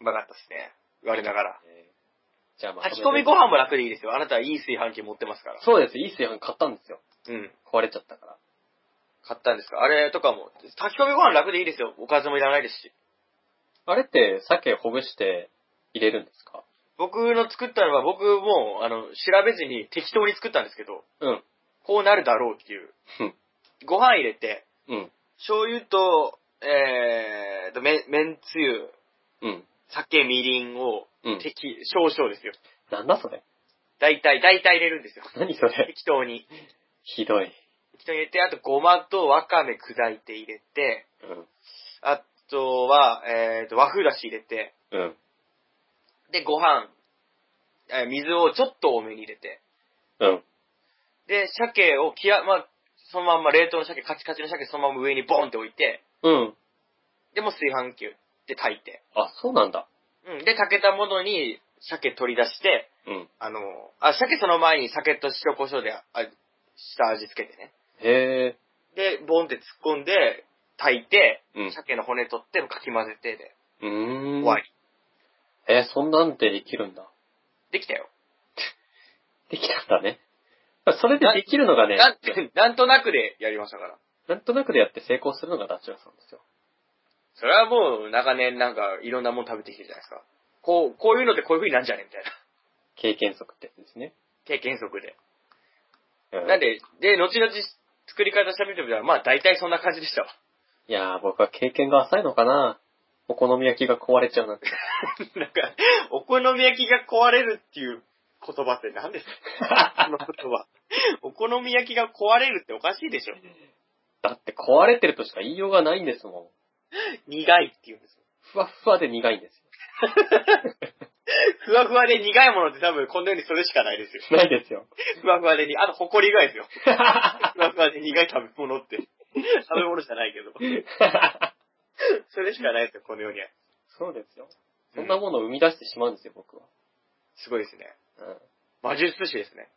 S2: うまかったですね。我ながら。
S1: えーじゃあまあ。
S2: 炊き込みご飯も楽でいいですよ。あなたはいい炊飯器持ってますから。
S1: そうです。いい炊飯器買ったんですよ。
S2: うん。
S1: 壊れちゃったから。
S2: 買ったんですかあれとかも、炊き込みご飯楽でいいですよ。おかずもいらないですし。
S1: あれって、鮭ほぐして入れるんですか
S2: 僕の作ったのは僕もう、あの、調べずに適当に作ったんですけど、
S1: うん。
S2: こうなるだろうっていう。ご飯入れて、
S1: うん。
S2: 醤油と、えーと、め、めんつゆ、
S1: うん。
S2: 酒、みりんを
S1: うん、
S2: 適、少々ですよ。
S1: なんだそれ
S2: 大体、大体入れるんですよ。
S1: 何それ
S2: 適当に。
S1: ひどい。
S2: 適当に入れて、あとごまとわかめ砕いて入れて、
S1: うん。
S2: あとは、えーと、和風だし入れて、
S1: うん。
S2: で、ご飯、えー水をちょっと多めに入れて、
S1: うん。
S2: で、鮭をきや、まあ、そのまんま冷凍の鮭、カチカチの鮭そのまま上にボンって置いて、
S1: うん。
S2: で、もう炊飯器で炊いて、
S1: あ、そうなんだ。
S2: うん。で、炊けたものに鮭取り出して、
S1: うん。
S2: あの、あ、鮭その前に酒と塩胡椒で、あ、下味つけてね。
S1: へえ。
S2: で、ボンって突っ込んで、炊いて、
S1: うん
S2: 鮭の骨取って、かき混ぜてで、
S1: うーん。
S2: 終わり。
S1: えーそんなんでできるんだ。
S2: できたよ。
S1: できたんだね。それでできるのがね、
S2: なん [LAUGHS] て、なんとなくでやりましたから。
S1: なんとなくでやって成功するのがダチュラさんですよ。
S2: それはもう、長年なんか、いろんなもの食べてきてるじゃないですか。こう、こういうのってこういう風になんじゃねみたいな。
S1: 経験則ってやつですね。
S2: 経験則で。
S1: う
S2: なんで、で、後々作り方喋ってみたら、まあ大体そんな感じでしたわ。
S1: いやー、僕は経験が浅いのかなお好み焼きが壊れちゃう [LAUGHS] なんて。
S2: [LAUGHS] なんか、お好み焼きが壊れるっていう言葉って何です [LAUGHS] かこの言葉。お好み焼きが壊れるっておかしいでしょ。
S1: だって壊れてるとしか言いようがないんですもん。
S2: 苦いって言うんですよ。
S1: ふわっふわで苦いんです
S2: ふわふわで苦いものって多分この世にそれしかないですよ。
S1: よ。ないですよ。
S2: ふわふわでに、あと埃ぐらいですよ。ふわふわで苦い食べ物って。食べ物じゃないけど。それしかないですよ、この世には。
S1: [LAUGHS] そうですよ。そんなものを生み出してしまうんですよ、僕は。
S2: すごいですね。
S1: うん、
S2: 魔術師ですね。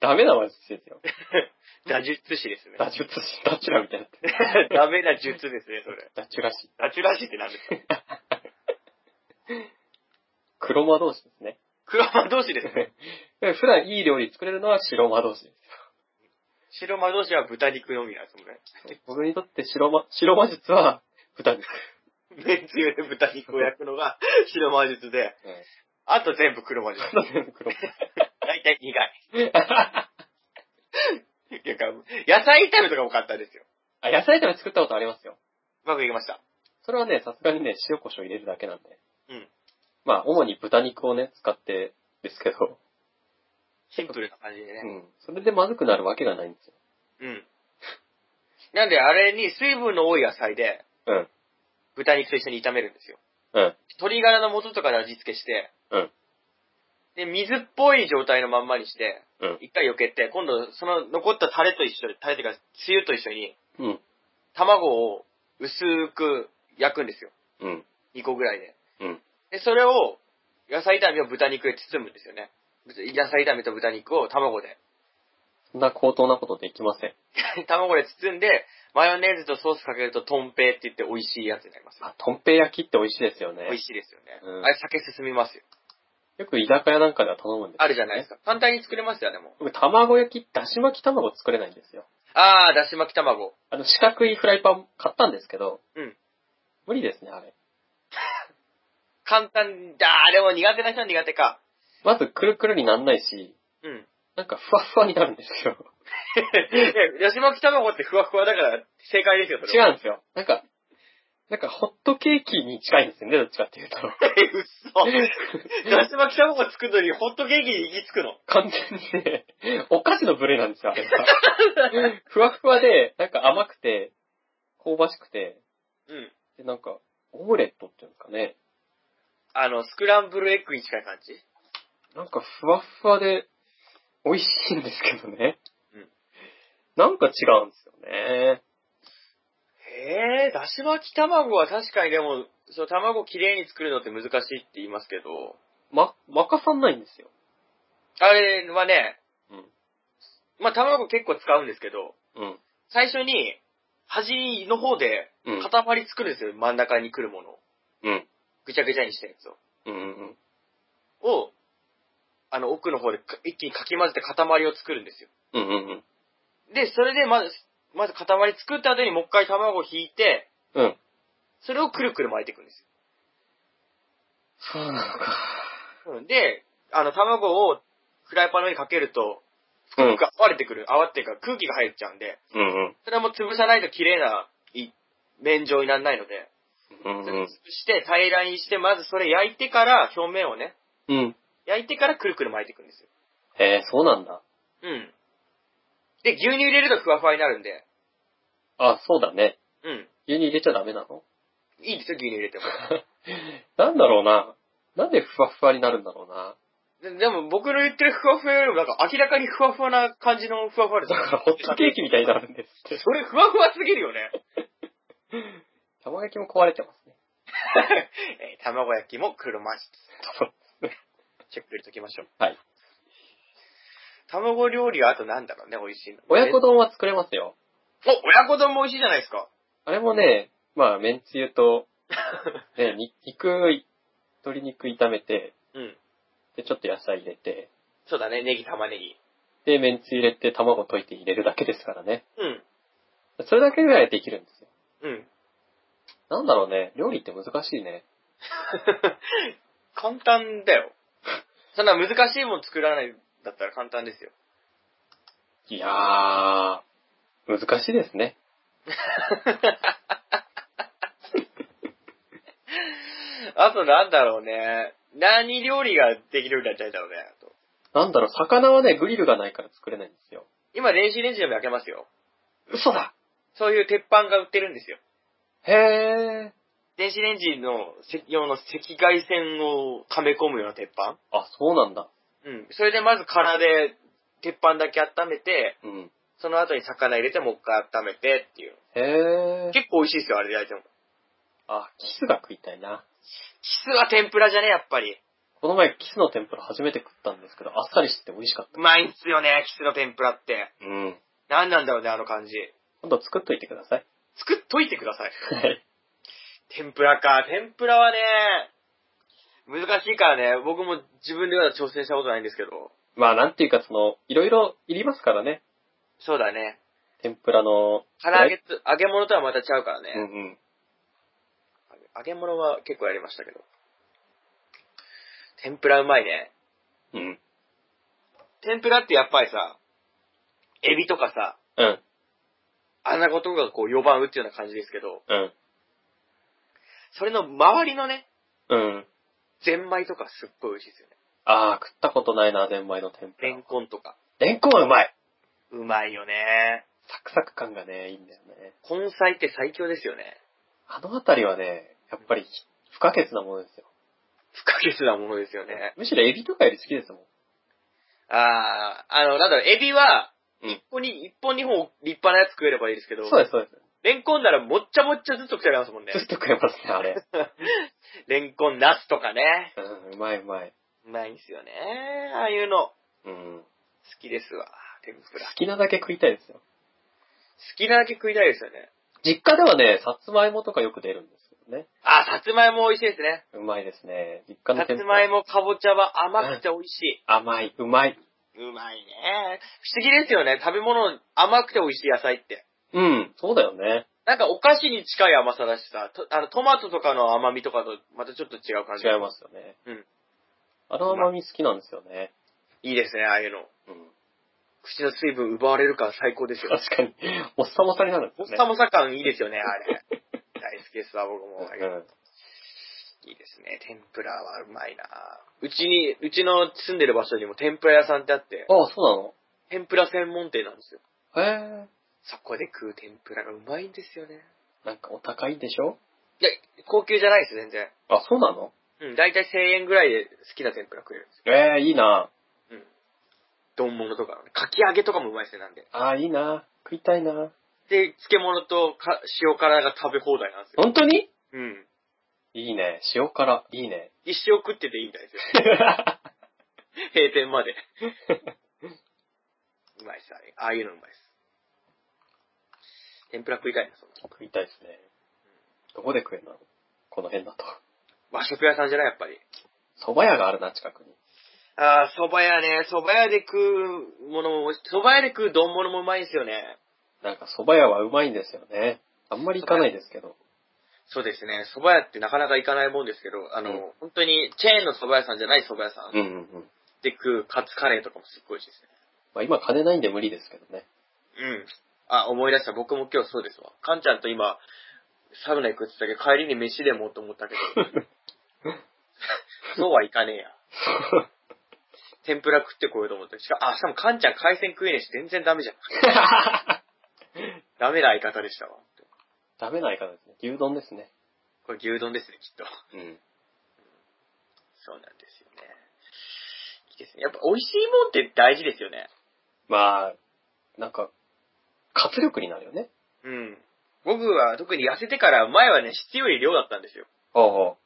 S1: ダメな話ですよ。
S2: 打術師です
S1: [LAUGHS]
S2: ね。
S1: ダチュツシ、ダチュラみたいになってる。
S2: ダメな術ですね、それ。
S1: ダチュラ [LAUGHS] シ。
S2: ナチュラシって何ですか
S1: 黒魔同士ですね。
S2: 黒魔同士ですね。
S1: 普段いい料理作れるのは白魔同士です
S2: 白魔同士は豚肉のみなんですもんね。
S1: よ。僕にとって白魔、白魔術は豚です。
S2: めんつゆで豚肉を焼くのが [LAUGHS] 白魔術で、あと全部黒魔術。
S1: うん、黒魔
S2: 大体苦い。なんか、野菜炒めとかも買ったんですよ。
S1: あ、 [LAUGHS] 野菜炒め作ったことありますよ。
S2: うまくいきました。
S1: それはね、さすがにね、塩胡椒入れるだけなんで。
S2: うん。
S1: まあ、主に豚肉をね、使ってですけど、
S2: シンプルな感じ
S1: う
S2: でね。
S1: ん。それでまずくなるわけがないんですよ。
S2: うん。なんで、あれに水分の多い野菜で、
S1: うん。
S2: 豚肉と一緒に炒めるんですよ。
S1: うん。
S2: 鶏ガラの素とかで味付けして、
S1: うん。
S2: で、水っぽい状態のまんまにして、
S1: うん。
S2: 一回避けて、今度、その残ったタレと一緒に、タレっていうか、つゆと一緒に、
S1: うん。
S2: 卵を薄く焼くんですよ。
S1: うん。
S2: 2個ぐらいで。
S1: うん。
S2: で、それを、野菜炒めを豚肉で包むんですよね。野菜炒めと豚肉を卵で。 [LAUGHS]
S1: そんな高等なことできません。
S2: 卵で包んで、マヨネーズとソースかけると、トンペイって言って美味しいやつになります。
S1: あ、とんぺい焼きって美味しいですよね。
S2: 美味しいですよね。
S1: うん
S2: あれ酒進みますよ。
S1: よく居酒屋なんかでは頼むんです
S2: あるじゃないですか。簡単に作れますよ、でも。
S1: 僕、卵焼き、だし巻き卵作れないんですよ。
S2: あー、だし巻き卵。
S1: あの、四角いフライパン買ったんですけど、
S2: うん。
S1: 無理ですね、あれ。
S2: 簡単だー、でも苦手な人は苦手か。
S1: まず、くるくるになんないし、
S2: [LAUGHS] うん。
S1: なんか、ふわふわになるんですよ。
S2: だし巻き卵ってふわふわだから、正解ですよ、それ
S1: 違
S2: は。
S1: うんですよ。なんか、なんか、ホットケーキに近いんですよね、どっちかっていうと。
S2: え、嘘。 [LAUGHS] だし巻き卵作るのにホットケーキに行き着くの。
S1: 完全にね、お菓子の部類なんですよ、あれが。ふわふわで、なんか甘くて、香ばしくて、
S2: うん。
S1: で、なんか、オムレットっていうんですかね。
S2: あの、スクランブルエッグに近い感じ
S1: なんかふわっふわで美味しいんですけどね。
S2: うん。
S1: なんか違うんですよね。
S2: へえ、だし巻き卵は確かにでも、その卵きれいに作るのって難しいって言いますけど、
S1: ま、任さんないんですよ。
S2: あれはね、
S1: うん。
S2: まあ卵結構使うんですけど、
S1: うん。
S2: 最初に端の方で
S1: うん
S2: 塊作るんですよ、真ん中に来るものを。
S1: うん。
S2: ぐちゃぐちゃにしたやつを。
S1: うんうん
S2: を、あの奥の方でか一気にかき混ぜて塊を作るんですよ。
S1: うん。うんうんうん。
S2: で、それでまず、まず塊作った後にもう一回卵を引いて、
S1: うん。
S2: それをくるくる巻いていくんです
S1: そうなのか。
S2: よ。うんで、あの卵をフライパンの上にかけると、
S1: う
S2: よ
S1: ん
S2: く。泡れてくる、泡っていうか空気が入っちゃうんで、
S1: うん
S2: それはもう潰さないと綺麗ない面状にならないので、
S1: うん。
S2: それを潰して平らにして、まずそれ焼いてから表面をね、
S1: うん。
S2: 焼いてからくるくる巻いていくんですよ。
S1: へえ、そうなんだ。
S2: うん。で、牛乳入れるとふわふわになるんで、
S1: あ、そうだね。
S2: うん。
S1: 湯に入れちゃダメなの [LAUGHS]
S2: いいですよ、牛乳入れても。
S1: なんだろうな。なんでふわふわになるんだろうな。
S2: ででも僕の言ってるふわふわよりもなんか明らかにふわふわな感じのふわふわです
S1: だからホットケーキみたいになるんです [LAUGHS] って。
S2: それふわふわすぎるよね。
S1: 玉焼きも壊れてますね。
S2: えー卵焼きも黒まし
S1: そうですね
S2: チェック入れときましょう。
S1: はい。
S2: 卵料理はあとなんだろうね、美味しいの。
S1: [LAUGHS] 親子
S2: 丼。
S1: 丼は作れますよ。
S2: お、親子丼も美味しいじゃないで
S1: [LAUGHS]
S2: すか。
S1: あれもね、まあ、めんつゆと、ね、に肉、鶏肉炒めて、
S2: うん。
S1: で、ちょっと野菜入れて、
S2: そうだね、ネギ、玉ねぎ。
S1: で、めんつゆ入れて、卵溶いて入れるだけですからね。
S2: うん。
S1: それだけぐらいできるんですよ。
S2: うん。
S1: なんだろうね、料理って難しいね。
S2: 簡単だよ。そんな難しいもん作らないんだったら簡単ですよ。
S1: いやー、難しいですね。
S2: あとなんだろうね。何料理ができるようになっちゃいたのね。あと
S1: なんだろう、魚はね、グリルがないから作れないんですよ。
S2: 今、電子レンジでも焼けますよ。
S1: 嘘だ
S2: そういう鉄板が売ってるんですよ。
S1: へー。
S2: 電子レンジのせ用の赤外線を溜め込むような鉄板
S1: あ、そうなんだ。
S2: うん。それでまず殻で鉄板だけ温めて、
S1: うん。
S2: その後に魚入れてもう一回温めてっていう。
S1: へー。
S2: 結構美味しいですよ、あれで焼いても。
S1: あ、キスが食いたいな。
S2: キスは天ぷらじゃねやっぱり。
S1: この前キスの天ぷら初めて食ったんですけど、あっさりしてて美味しかっ
S2: うまいんすよね、キスの天ぷらって。
S1: た。うん。
S2: 何なんだろうね、あの感じ。
S1: 今度作っといてください。 [LAUGHS]
S2: 作っといてください。
S1: はい。
S2: 天ぷらか。天ぷらはね、難しいからね、僕も自分では挑戦したことないんですけど。
S1: まあなんていうかその、いろいろいりますからね。
S2: そうだね。
S1: 天ぷらの。
S2: 唐揚げつ、揚げ物とはまたちゃうからね。
S1: うんうん。
S2: 揚げ物は結構やりましたけど。天ぷらうまいね。
S1: うん。
S2: 天ぷらってやっぱりさ、エビとかさ、
S1: うん。
S2: アナゴとかがこう4番打つような感じですけど、
S1: うん。
S2: それの周りのね、
S1: うん。
S2: ゼンマイとかすっごい美味しいですよね。
S1: あー、食ったことないな、ゼンマイの天ぷ
S2: レ
S1: ら
S2: ン。コンとか。
S1: レンコンはうまい。
S2: うまいよね。
S1: サクサク感がね、いいんだよね。
S2: 根菜って最強ですよね。
S1: あのあたりはね、やっぱり不可欠なものですよ。
S2: 不可欠なものですよね。
S1: むしろエビとかより好きですもん。
S2: あー、あの、なんだろう、エビは、
S1: うん。
S2: ここに1本2本立派なやつ食えればいいですけど、
S1: そうです、そうです。
S2: レンコンならもっちゃもっちゃずっと食べられますもんね
S1: ず。っと食えますね、あ
S2: [LAUGHS]
S1: れ。
S2: レンコン、ナスとかね。
S1: うん、うまいうまい。
S2: うまいんすよね。ああいうの、好
S1: うん。好
S2: きですわ。天ぷら。好
S1: きなだけ食いたいですよ。
S2: きなだけ食いたいですよね。
S1: 実家ではね、さつまいもとかよく出るんですけどね。
S2: あ、さつまいも美味しいですね。
S1: うまいですね。実家の
S2: さ
S1: 天ぷ
S2: つ
S1: ら
S2: まいも、かぼちゃは甘くて美味し
S1: 甘い、うまい。
S2: い。うまいね。不思議ですよね。食べ物、甘くて美味しい野菜って。
S1: うん、そうだよね。
S2: なんかお菓子に近い甘さだしさ、とあのトマトとかの甘みとかとまたちょっと違う感じ。
S1: 違いますよね。
S2: うん。
S1: あの甘み好きなんですよね。
S2: いいですね、ああいうの。
S1: うん。
S2: 口の水分奪われる感最高ですよ。
S1: 確かに、おっさもさになるんです
S2: おっ
S1: よね。
S2: さもさ感いいですよね、あれ。大好きですわ、僕も。
S1: うん。
S2: いいですね。天ぷらはうまいなうちに、うちの住んでる場所にも天ぷら屋さんってあって、
S1: ああ、そ
S2: 天ぷら専門店なんですよ。
S1: うなのへえ。
S2: そこで食う天ぷらがうまいんですよね。
S1: なんかお高いんでしょ
S2: いや、高級じゃないです、全然。
S1: あ、そうなの
S2: うん、だいたい1000円ぐらいで好きな天ぷら食えるんですよ。
S1: ええいいな。
S2: 丼物とかのね。かき揚げとかもうまいですね、なんで。
S1: ああ、いいな。食いたいな。
S2: で、漬物とか塩辛が食べ放題なんですよ。
S1: 本当に
S2: うん。
S1: いいね。塩辛。いいね。 [LAUGHS]
S2: 一生食ってていいみたい [LAUGHS] ですよ。閉店ま [LAUGHS] で。うまいっす、あれ。ああいうのうまいっす。天ぷら食いたいな、そんな。
S1: 食いたいですね。どこで食えんのこの辺だと。
S2: 和食屋さんじゃない、やっぱり。
S1: 蕎麦屋があるな、近くに。
S2: ああ、蕎麦屋ね。蕎麦屋で食うものも、蕎麦屋で食う丼物もうまいんですよね。
S1: なんか蕎麦屋はうまいんですよね。あんまり行かないですけど。
S2: そうですね。蕎麦屋ってなかなか行かないもんですけど、あの、
S1: うん
S2: 本当にチェーンの蕎麦屋さんじゃない蕎麦屋さん
S1: うんうんうん。
S2: で食うカツカレーとかもすっごい美味しいですね。
S1: まあ今金ないんで無理ですけど [LAUGHS] ね。
S2: うん。あ、思い出した。僕も今日そうですわ。カンちゃんと今、サウナ行くって言ったけど、帰りに飯でもと
S1: [LAUGHS]
S2: 思ったけど、そうはいかねえや。天ぷら食ってこようと思って。しかも、あ、しかもカンちゃん海鮮食えねえし、全然ダメじゃん。ダメな相方でしたわ。
S1: ダメな言い方ですね。牛丼ですね。
S2: これ牛丼ですね、きっと。
S1: うん。
S2: そうなんですよね。いいですね。やっぱ美味しいもんって大事ですよね。
S1: まあ、なんか、活力になるよね。
S2: うん。僕は特に痩せてから前はね、質より量だったんですよ。
S1: ああ。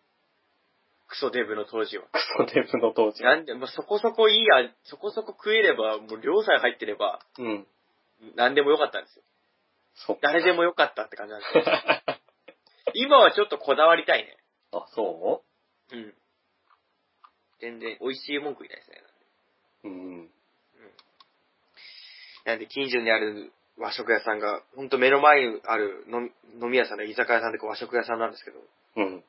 S2: クソデブの当時は。
S1: クソデブの当時。
S2: なんで、もうそこそこいいや、そこそこ食えれば、もう量さえ入ってれば、
S1: うん。
S2: 何でもよかったんですよ。
S1: そっか。
S2: 誰でもよかったって感じなんですよ。今はちょっとこだわりたいね。
S1: [LAUGHS] あ、そ
S2: うん。全然美味しいもん食いたいですね。
S1: ううん。
S2: なんで近所にある和食屋さんが、ほんと目の前にある飲み飲み屋さんで居酒屋さんでこう和食屋さんなんですけど、
S1: うん。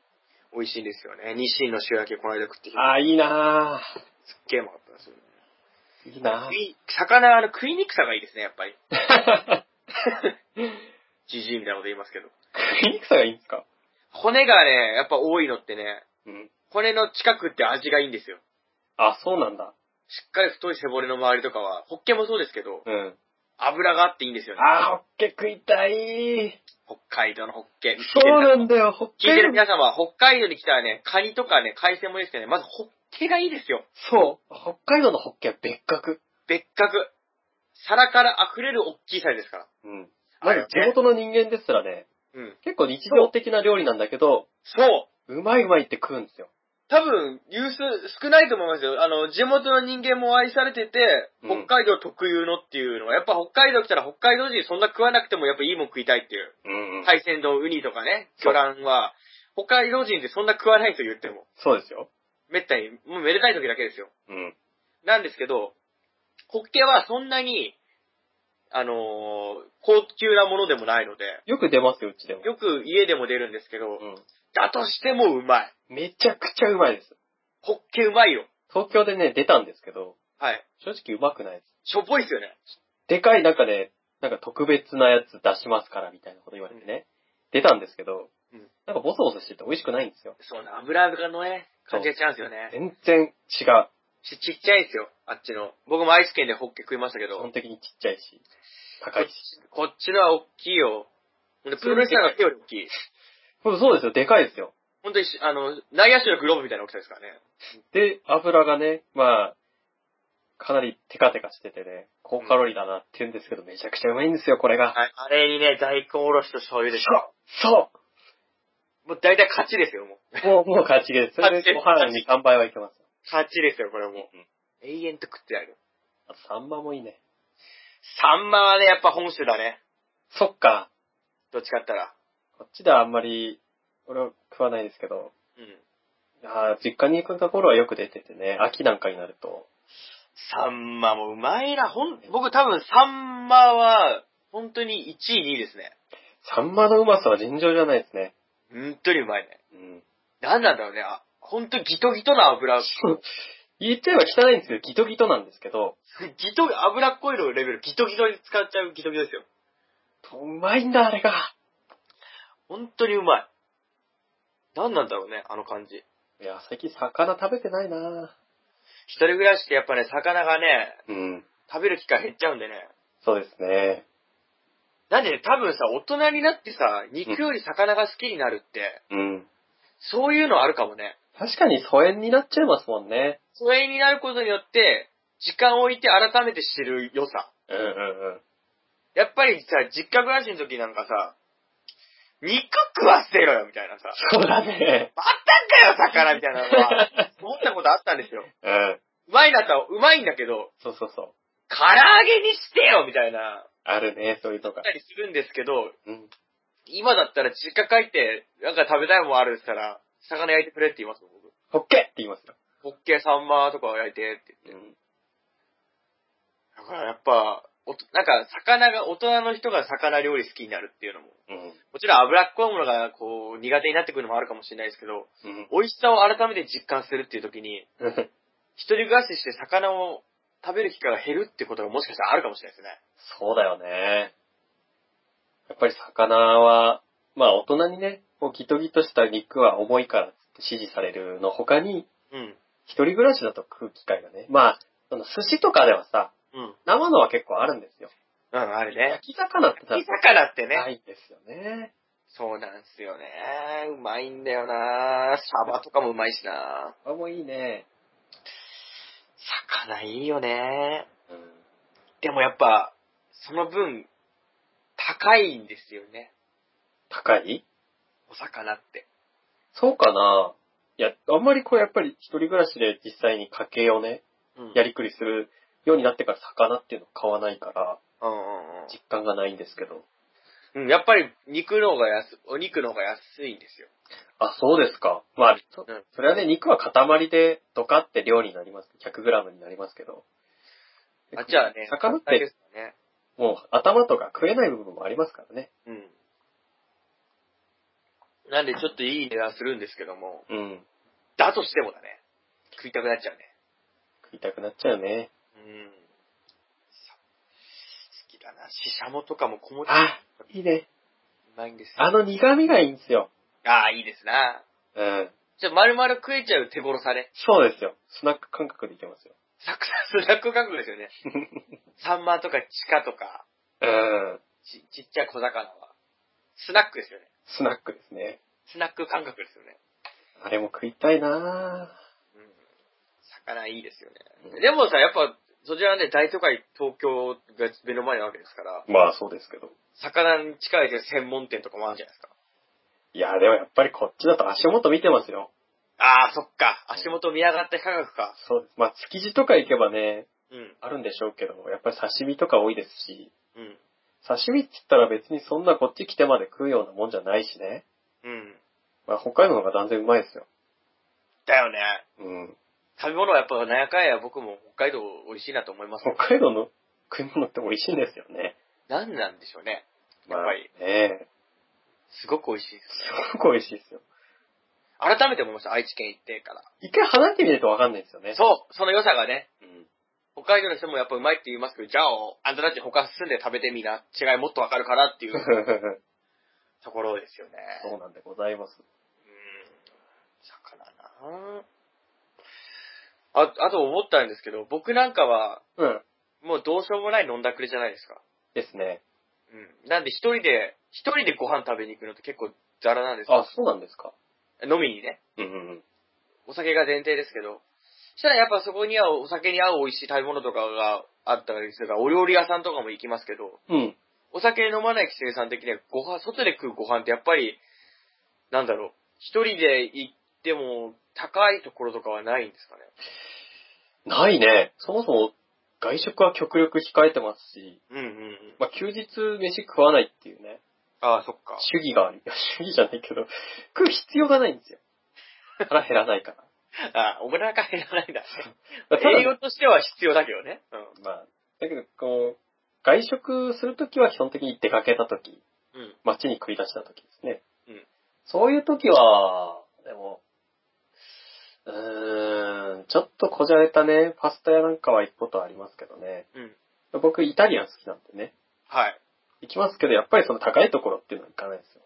S2: 美味しいんですよね。日清の塩焼きこの間食ってきて、
S1: ああ、いいな
S2: すっげえうまかったですよね。
S1: ぁ。いいな
S2: 食い魚、あの、食いにくさがいいですね、やっぱり。
S1: ぁ。
S2: じじいみたいなこと言いますけど。
S1: 食いにくさがいいんですか
S2: 骨がね、やっぱ多いのってね、
S1: うん。
S2: 骨の近くって味がいいんですよ。
S1: あ、そうなんだ。
S2: しっかり太い背骨の周りとかは、ホッケもそうですけど、
S1: うん。
S2: 脂があっていいんですよね。
S1: あー、ホッケ食いたい
S2: 北海道のホッケ。
S1: そうなんだよ、ホッ
S2: 聞いて
S1: ケ。
S2: る皆さんは、北海道に来たらね、カニとかね、海鮮もいいですけどね、まずホッケがいいですよ。
S1: そう。北海道のホッケは別格。
S2: 別格。皿から溢れる大きいサイズですから。
S1: うん。
S2: あ
S1: ま
S2: れね
S1: ず地元の人間ですらね、
S2: うん。
S1: 結構日常的な料理なんだけど、
S2: そう。
S1: うまいうまいって食うんですよ。
S2: 多分、有数、少ないと思いますよ。あの、地元の人間も愛されてて、
S1: うん
S2: 北海道特有のっていうのは、やっぱ北海道来たら北海道人そんな食わなくてもやっぱいいもん食いたいっていう。
S1: うん、い。
S2: 海鮮丼、ウニとかね、
S1: そ
S2: 魚
S1: う
S2: 卵は、北海道人ってそんな食わないと言っても、
S1: そうですよ。
S2: めったに、もうめでたい時だけですよ。
S1: うん。
S2: なんですけど、ホッケはそんなに、あのー高級なものでもないので、
S1: よく出ますよ、うちでも。
S2: よく家でも出るんですけど、
S1: う
S2: だとしてもうまい。
S1: ん。めちゃくちゃうまいです。
S2: ホッケうまいよ。
S1: 東京でね、出たんですけど、
S2: はい。
S1: 正直うまくないです。
S2: しょぼいっすよね。
S1: でかい中で、なんか特別なやつ出しますからみたいなこと言われてね、出たんですけど
S2: うん、
S1: なんかボソボソしてて美味しくないんですよ。
S2: そうな、油がのね、感じがちゃうんですよね。
S1: 全然違う。
S2: しちっちゃいんですよ、あっちの。僕も愛知県でホッケ食いましたけ
S1: 基本
S2: ど、
S1: 的にちっちゃいし、高いし。
S2: こっちのは大きいよ。ほんで、プロレスラーが手より大きい。
S1: そうそうですよ、でかいですよ。
S2: ほんとにし、あの、内野手のグローブみたいな大きさですからね。
S1: で、油がね、まあ、かなりテカテカしててね、高カロリーだなって言うんですけど、めちゃくちゃうまいんですよ、これが。
S2: はい。あれにね、大根おろしと醤油でしょ。
S1: そう
S2: もう大体勝ちですよ、もう。
S1: そうもう、もう勝ちです。それでご飯に3倍はいけますよ。
S2: 勝ちですよ、これはも
S1: うん
S2: う。永遠と食ってやる。
S1: あと、サンマもいいね。
S2: サンマはね、やっぱ本州だね。
S1: そっか。
S2: どっちかったら。
S1: こっちではあんまり、俺は食わないですけど、
S2: うん。
S1: あー実家に行くところはよく出ててね、秋なんかになると。
S2: サンマもうまいな。ほん、僕多分サンマは、本当に1位、2位ですね。
S1: サンマのうまさは尋常じゃないですね。
S2: 本当にうまいね。
S1: うん。
S2: なんなんだろうね。あ、ほんとギトギトな油。
S1: 言っちゃえば汚いんですけど、ギトギトなんですけど、
S2: ギト、油っこいのレベル、ギトギトに使っちゃうギトギトですよ。
S1: うまいんだ、あれが。
S2: ほんとにうまい。なんなんだろうね、あの感じ。
S1: いや、最近魚食べてないな
S2: 一人暮らしってやっぱね、魚がね、
S1: うん。
S2: 食べる機会減っちゃうんでね。
S1: そうですね。
S2: なんでね、多分さ、大人になってさ、肉より魚が好きになるって、
S1: うん。
S2: そういうのあるかもね。
S1: 確かに疎遠になっちゃいますもんね。
S2: 疎遠になることによって、時間を置いて改めて知る良さ。
S1: うんうんうん。
S2: やっぱりさ、実家暮らしの時なんかさ、肉食わせろよ、みたいなさ。
S1: そうだね。
S2: あったんかよ、魚みたいなのが、そんなことあったんですよ。
S1: うん。
S2: うまいなとはうまいんだけど、
S1: そうそうそう。
S2: 唐揚げにしてよ、みたいな、
S1: あるね、そういうと
S2: あ
S1: か
S2: っ。たりするんですけど、
S1: うん。
S2: 今だったら実家帰って、なんか食べたいもんあるって言ったら、魚焼いてくれって言いますもん、僕。
S1: ホッケって言いますよ。
S2: ホッケ、サンマとかを焼いてって
S1: う
S2: 言って。
S1: ん。
S2: だからやっぱ、おとなんか、魚が、大人の人が魚料理好きになるっていうのも、
S1: うん。
S2: もちろん脂っこいものが、こう、苦手になってくるのもあるかもしれないですけど、
S1: うん。
S2: 美味しさを改めて実感するっていう時に、一人暮らしして魚を食べる機会が減るってことがもしかしたらあるかもしれないですね。
S1: そうだよね。やっぱり魚は、まあ大人にね、こうギトギトした肉は重いからって指示されるの他に、
S2: うん。
S1: 一人暮らしだと食う機会がね。まあ、その寿司とかではさ、
S2: うん。
S1: 生のは結構あるんですよ。
S2: うん、あれね。
S1: 焼き魚ってさ、
S2: 焼き魚ってね。
S1: ないんですよね。
S2: そうなんですよね。うまいんだよなサバとかもうまいしな
S1: あ、もういいね。
S2: 魚いいよね
S1: うん。
S2: でもやっぱ、その分、高いんですよね。
S1: 高い
S2: お魚って。
S1: そうかないや、あんまりこうやっぱり一人暮らしで実際に家計をね、
S2: うん
S1: やりくりするようになってから魚っていうのを買わないから、
S2: うんうん
S1: 実感がないんですけど。
S2: うん。うん、やっぱり肉の方が安、お肉の方が安いんですよ。
S1: あ、そうですか。まあ、そ
S2: うん
S1: それはね、肉は塊でドカって量になります。100g になりますけど。
S2: あ、じゃあね。
S1: 魚っ
S2: 高いで
S1: て
S2: すよね。
S1: もう頭とか食えない部分もありますからね。
S2: うん。なんでちょっといい値段するんですけども、
S1: うん。
S2: だとしてもだね。食いたくなっちゃうね。
S1: 食いたくなっちゃうね。
S2: うん。さ好きだな。ししゃもとかも小餅う
S1: あ、いいね。
S2: まいんですよ。
S1: あの苦味がいいんですよ。
S2: ああ、いいですな。
S1: うん。
S2: じゃあ、丸々食えちゃう手頃さね。
S1: そうですよ。スナック感覚でいけます
S2: [LAUGHS]
S1: よ。
S2: サクサク、スナック感覚ですよね。サンマとかチカとか、
S1: うん。
S2: ち、ちっちゃい小魚は。スナックですよね。
S1: スナックですね。
S2: スナック感覚ですよね。
S1: あれも食いたいな
S2: うん。魚いいですよ
S1: うん
S2: ね。でもさ、やっぱ、そちらね、大都会、東京が目の前なわけですから、
S1: ぁまあそうですけど。
S2: 魚に近い専門店とかもあるじゃないですか。
S1: いや、でもやっぱりこっちだと足元見てますよ。
S2: ああ、そっか。足元見上がった価格か。
S1: そうです。まあ築地とか行けばね、
S2: うん。
S1: あるんでしょうけど、やっぱり刺身とか多いですし、
S2: うん。
S1: 刺身って言ったら別にそんなこっち来てまで食うようなもんじゃないしね。
S2: うん。
S1: まあ北海道の方が断然うまいですよ。
S2: だよね。
S1: うん。
S2: 食べ物はやっぱ、なんやかんや僕も北海道美味しいなと思います
S1: 北。海道の食い物って美味しいんですよね。
S2: 何なんでしょうね。やっ
S1: まあ
S2: ぱり、
S1: ねえ。
S2: すごく美味しいですね。
S1: すごく美味しいですよ。
S2: 改めて思いました、愛知県行ってから。
S1: 一回離れてみるとわかんないですよね。
S2: そう、その良さがね、
S1: う。 [LAUGHS]
S2: 北海道の人もやっぱうまいって言いますけど、じゃあ、あんたたち他住んで食べてみな。違いもっとわかるからっていう
S1: そ
S2: ところですよね。
S1: うなんでございます。
S2: うん。魚なぁあ、あと思ったんですけど、僕なんかは、
S1: うん。
S2: もうどうしようもない飲んだくれじゃないですか。
S1: ですね。
S2: うん。なんで一人で、一人でご飯食べに行くのって結構ザラなんですよ
S1: あ、そうなんですか。
S2: 飲みにね。
S1: うんうん
S2: お酒が前提ですけど。そしたらやっぱそこにはお酒に合う美味しい食べ物とかがあったりするから、お料理屋さんとかも行きますけど、
S1: うん。うん。
S2: お酒飲まない規制さん的にはご飯、外で食うご飯ってやっぱり、なんだろう、一人で行っても高いところとかはないんですかね。
S1: ないね。そもそも外食は極力控えてますし、
S2: うんうんうん。
S1: まあ休日飯食わないっていうね。
S2: ああ、そっか。
S1: 主義があり、主義じゃないけど、食う必要がないんですよ。腹減らないから。
S2: ああ、お腹減らないんだ。
S1: まあただ
S2: 栄養としては必要だけどね。
S1: まあ、だけど、こう、外食するときは基本的に出かけたとき、
S2: うん。うん。
S1: 街に繰り出したときですね。
S2: うん
S1: そういうときは、でも、うーん、ちょっとこじゃれたね、パスタ屋なんかは行くことはありますけどね。
S2: うん。
S1: 僕、イタリアン好きなんでね。
S2: はい。
S1: 行きますけど、やっぱりその高いところっていうのは行かないですよ。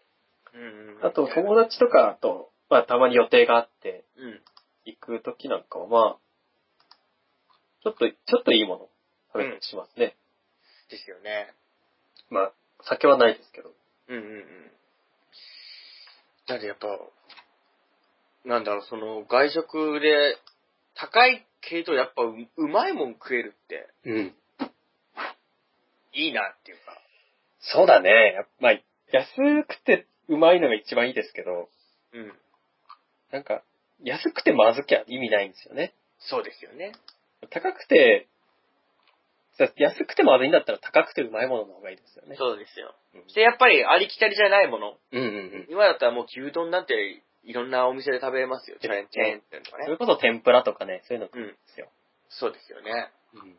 S2: うん
S1: あと、友達とかと、まあ、たまに予定があって、
S2: うん。
S1: 行くときなんかは、まあ、ちょっと、ちょっといいもの食べたりしますね。
S2: ですよね。
S1: まあ、酒はないですけど。
S2: うんうんうん。だってやっぱ、なんだろう、その、外食で、高いけど、やっぱう、うまいもん食えるって、
S1: うん。
S2: いいなっていうか。
S1: そうだね。やっまあ、安くてうまいのが一番いいですけど、
S2: うん。
S1: なんか、安くてまずきゃ意味ないんですよね。
S2: そうですよね。
S1: 高くて、さ安くてまずいんだったら高くてうまいものの方がいいですよね。
S2: そうですよ。
S1: うん
S2: で、やっぱり、ありきたりじゃないもの。
S1: うんうんうん。
S2: 今だったらもう、牛丼なんて、いろんなお店で食べれますよ。チェーン、チェーン店とか
S1: そ
S2: ね。
S1: れこそ天ぷらとかね、そういうの
S2: う
S1: 食うんで
S2: ん。
S1: すよ。
S2: そうですよね。
S1: うん。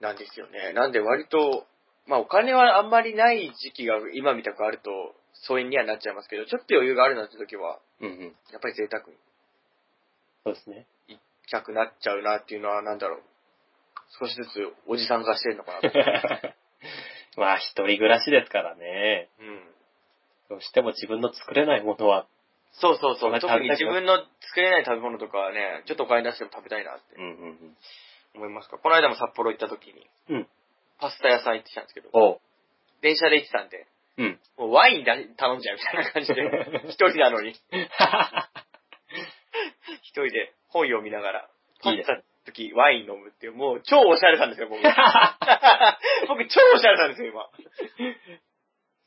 S2: なんですよね。なんで割と、まあお金はあんまりない時期が今みたくあると、疎遠にはなっちゃいますけど、ちょっと余裕があるなって時は、
S1: うんうん。
S2: やっぱり贅沢に
S1: そうですね。 [LAUGHS]
S2: 行きたくなっちゃうなっていうのは、なんだろう。少しずつおじさん化してるのかなと。
S1: [LAUGHS] まあ、一人暮らしですからね。
S2: うん。
S1: どうしても自分の作れないものは、
S2: そうそうそ
S1: ま
S2: う。
S1: あ
S2: 特に自分の作れない食べ物とかはね、ちょっとお金出しても食べたいなって
S1: んうん
S2: 思いますから。この間も札幌行った時に、
S1: うん。うん。
S2: パスタ屋さん行ってきたんですけど、
S1: おう。
S2: 電車で行ってたんで、
S1: うん。
S2: もうワインだ頼んじゃうみたいな感じで、
S1: [LAUGHS]
S2: 一人なのに。一人で本読みながら、
S1: い
S2: パ
S1: いで
S2: ス
S1: す
S2: タの時ワイン飲むっていう、もう超おしゃれなんですよ、僕。僕超おしゃれなんですよ、今。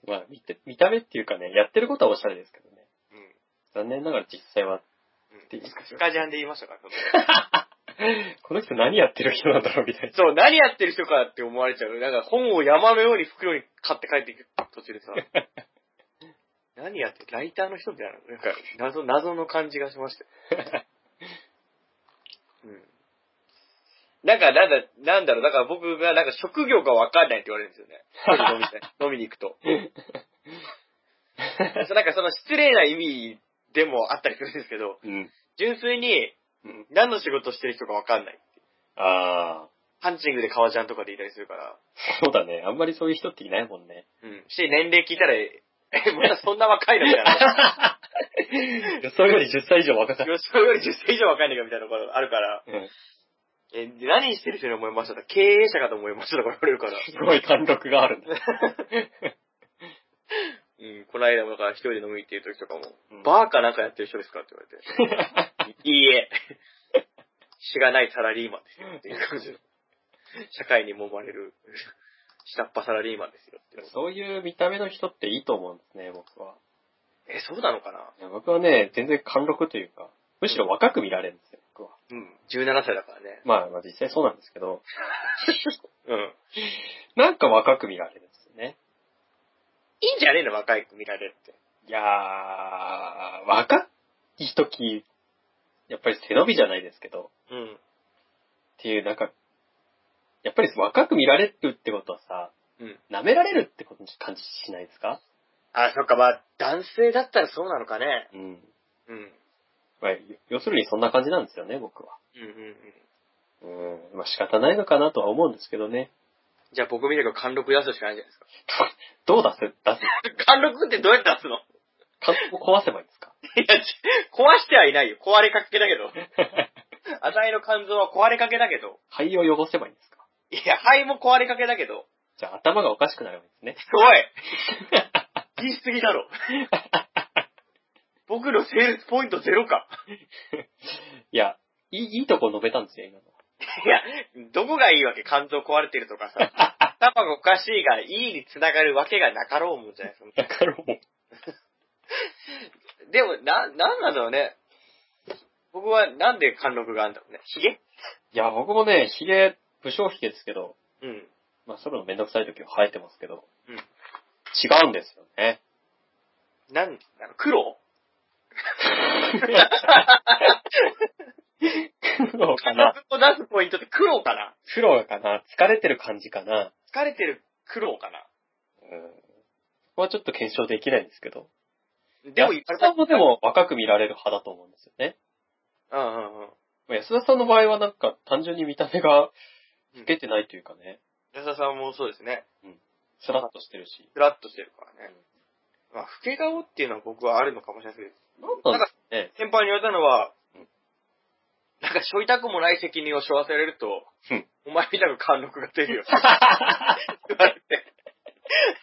S1: [LAUGHS] まあ見て、見た目っていうかね、やってることはおしゃれですけどね。残念ながら実際は、 [LAUGHS]
S2: うん。スカジャンで言いましたから、その
S1: この人何やってる人なんだろうみたいな。
S2: そう、何やってる人かって思われちゃう。なんか本を山のように袋に買って帰っていく途中でさ。何やってるライターの人みたいな。なんか、謎、謎の感じがしま [LAUGHS] した。うん。なんか、なんだ、なんだろう、だから僕が、なんか職業がわかんないって言われるんですよね。一人で飲み [LAUGHS] たい飲みに行くと。なんかその失礼な意味でもあったりするんですけど、
S1: うん。
S2: 純粋に
S1: うん。
S2: 何の仕事してる人かわかんない。
S1: ああ、
S2: ハンチングで革ジャンとかでいたりするから。
S1: そうだね。あんまりそういう人っていないもんね。
S2: うん。して年齢聞いたら、え、まだそんな若いのみたい [LAUGHS] な。
S1: 予想より10歳以上若かった。
S2: 予想より10歳以上若いのかみたいなところがあるから、
S1: うん。
S2: え、で何してる人に思いましたか経営者かと思いましたとか言われるから。
S1: すごい貫禄があるんだ。
S2: うん、この間もだから一人で飲みに行ってる時とかも、
S1: うん
S2: バーかなんかやってる人ですかって言われて。いいえ。しがないサラリーマンですよ。っていう感じの。社会に揉まれる、下っ端サラリーマンですよっていう。
S1: そういう見た目の人っていいと思うんですね、僕は。
S2: え、そうなのかない
S1: や僕はね、全然貫禄というか、むしろ若く見られるんですよ、僕は。
S2: うん。17歳だからね。
S1: まあ、まあ実際そうなんですけど、
S2: うん。
S1: なんか若く見られるんですよね。
S2: いいんじゃねえの若い子見られるって。
S1: いやー、若い時、やっぱり背伸びじゃないですけど、
S2: うん。
S1: っていう、なんか、やっぱり若く見られるってことはさ、
S2: うん。
S1: 舐められるってことに感じしないですか
S2: あ、そっか、まあ、男性だったらそうなのかね。
S1: うん。
S2: うん。うん
S1: まあ、要するにそんな感じなんですよね、僕は。
S2: うんうん。
S1: うん。まあ仕方ないのかなとは思うんですけどね。 [LAUGHS]
S2: じゃあ僕見ると貫禄出すしかないじゃないで
S1: どう出す出す
S2: すか。 [LAUGHS] 貫禄ってどうやって出すの [LAUGHS]
S1: 感動を壊せばいいんですか [LAUGHS]
S2: いや、ち壊してはいないよ。壊れかけだけ [LAUGHS] ど。あたいの肝臓は壊れかけだけど。
S1: 肺を汚せばいいんですか
S2: いや、肺も壊れかけだけ [LAUGHS] ど。
S1: じゃあ頭がおかしくなればいいんですね。
S2: おい言い過ぎだろ。僕のセールスポイントゼロか。
S1: [LAUGHS] いや、いい、いいとこ述べたんですよ、今の。
S2: いや、どこがいいわけ肝臓壊れてるとか [LAUGHS] さ。頭がおかしいが、いいに繋がるわけがなかろうもんじゃないですか。
S1: だからもう。
S2: でも、な、なんなんだろうね。僕はなんで貫禄があるんだろうね。ヒゲ
S1: いや、僕もね、ヒゲ、武将ヒゲですけど、
S2: うん。
S1: まあ、それのめんどくさい時は生えてますけど、
S2: うん。
S1: 違うんですよね。
S2: なん、あの、黒
S1: 黒か
S2: 貫 [LAUGHS]
S1: な
S2: 禄を出すポイントって黒かな
S1: 黒かな疲れてる感じかな
S2: 疲れてる黒かな
S1: うん。ここはちょっと検証できないんですけど。
S2: でも、
S1: 安田さんもで
S2: も。
S1: も若く見られる派だと思うんですよね。
S2: うんうんうん。
S1: まあ安田さんの場合はなんか単純に見た目が老けてないというかね、
S2: 安田さんもそうですね。
S1: スラッとしてるし。
S2: フラッとしてるからね。まあ、老け顔っていうのは僕はあるのかもしれないです
S1: なんなんですかね
S2: けど、先輩に言われたのは
S1: うん、
S2: なんか、しょいたくもない責任を背負わせれると、
S1: うん
S2: お前みたく貫禄が出 [LAUGHS] るよ。言われて。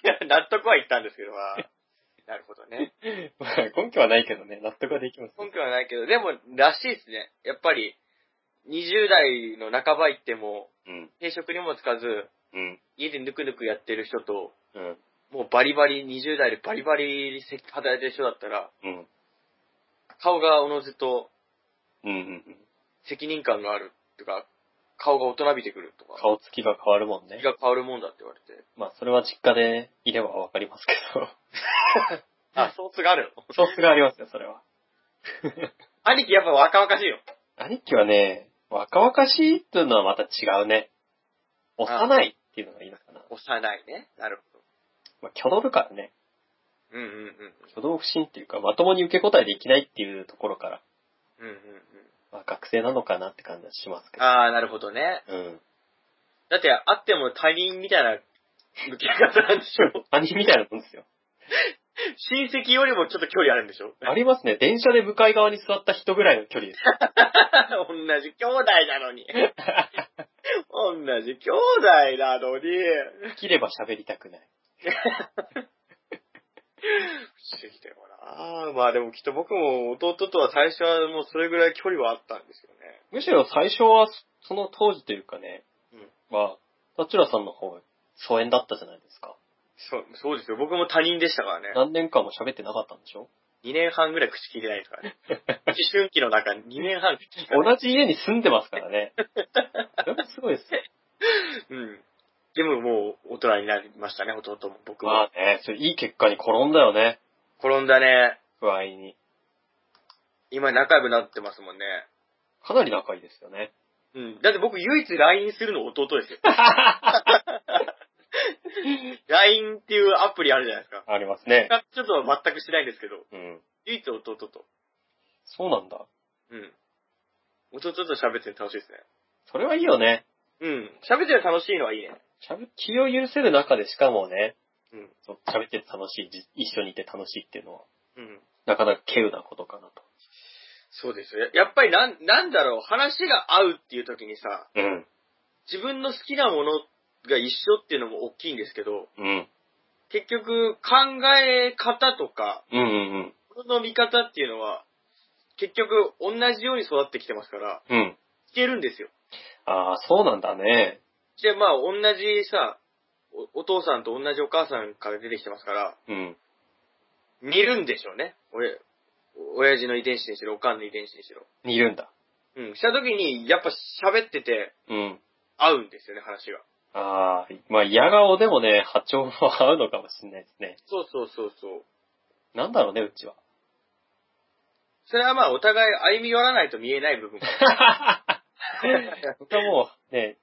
S2: いや納得はいったんですけど、まあ、 [LAUGHS] なるほどね。
S1: まあ根拠はないけどね、納得はできます。
S2: 根拠はないけど、でも、らしいですね。やっぱり、20代の半ば行っても、
S1: うん。
S2: 定職にもつかず、
S1: うん。
S2: 家でぬくぬくやってる人と、
S1: うん。
S2: もうバリバリ、20代でバリバリせ働いてる人だったら、
S1: うん。
S2: 顔がおのずと
S1: うん。うん。
S2: 責任感があるとか、顔が大人びてくるとか、
S1: 顔つきが変わるもんね
S2: 気。が変わるもんだって言われて。
S1: まあ、それは実家でいればわかりますけど。
S2: あ、ソースがあるの
S1: ソースがありますよ、それは。
S2: 兄貴やっぱ若々しいよ。
S1: 兄貴はね、若々しいっていうのはまた違うね。幼いっていうのがいいのかな。
S2: 幼いね。なるほ
S1: まあ、挙動るからね。
S2: ど。うんうんうん。
S1: 挙動不審っていうか、まともに受け答えできないっていうところから、
S2: うんうんうん。
S1: まあ、学生なのかなって感じはしますけど。
S2: あー、なるほどね。
S1: うん。
S2: だって、あっても他人みたいな向き合い方なんでし [LAUGHS] ょ
S1: 兄みたいなもんですよ。
S2: 親戚よりもちょっと距離あるんでしょ
S1: ありますね。電車で向かい側に座った人ぐらいの距離です。
S2: [LAUGHS] 同じ兄弟な [LAUGHS] のに。同じ兄弟なのに。
S1: 切れば喋りたくない。
S2: 不思議だよな。まあでもきっと僕も弟とは最初はもうそれぐらい距離はあったんですよね。
S1: むしろ最初は、その当時というかね、
S2: うん
S1: は、タチュラさんの方が疎遠だったじゃないですか。
S2: そう、そうですよ。僕も他人でしたからね。
S1: 何年間も喋ってなかったんでしょ
S2: 2年半ぐらい口聞いてないですからね。思春期の中に2年半口聞かない
S1: 同じ家に住んでますからね。それもすごいです [LAUGHS] よ。
S2: うん。でももう大人になりましたね、弟も僕は。
S1: まあね、それいい結果に転んだよね。
S2: 転んだね。
S1: 不愛に。
S2: 今仲良くなってますもんね。
S1: かなり仲いいですよね。
S2: うん。だって僕唯一 LINE するの弟です [LAUGHS] よ。LINE っていうアプリあるじゃないですか。
S1: ありますね。
S2: ちょっとは全くしないですけど、
S1: うん。
S2: 唯一弟と。
S1: そうなんだ。
S2: うん。弟と喋ってて楽しいですね。
S1: それはいいよね。
S2: うん。喋ってて楽しいのはいいね。
S1: 喋、気を許せる中でしかもね、
S2: うん。
S1: そう喋ってて楽しい、じ一緒にいて楽しいっていうのは、
S2: うん。
S1: なかなか稀有なことかなと。
S2: そうですよ。やっぱりなん、なんだろう、話が合うっていう時にさ、
S1: うん。
S2: 自分の好きなものが一緒っていうのも大きいんですけど、
S1: うん。
S2: 結局考え方とか、
S1: うんうん
S2: ものの見方っていうのは、結局同じように育ってきてますから、
S1: うん。うん。
S2: いけるんですよ。
S1: ああ、そうなんだね。
S2: で、まあ同じさ、おお父さんと同じお母さんから出てきてますから、
S1: うん。
S2: 似るんでしょうね。親、親父の遺伝子にしろ、おかんの遺伝子にしろ。
S1: 似るんだ。
S2: うん。した時に、やっぱ喋ってて
S1: うん。
S2: 合うんですよね、話が。
S1: ああ、まあ、嫌顔でもね、波長も合うのかもしれないですね。
S2: そうそうそうそう。
S1: なんだろうね、う [LAUGHS] ちは。
S2: それはまあお互い歩み寄らないと見えない [LAUGHS] 部分が。
S1: 僕はもう、ね、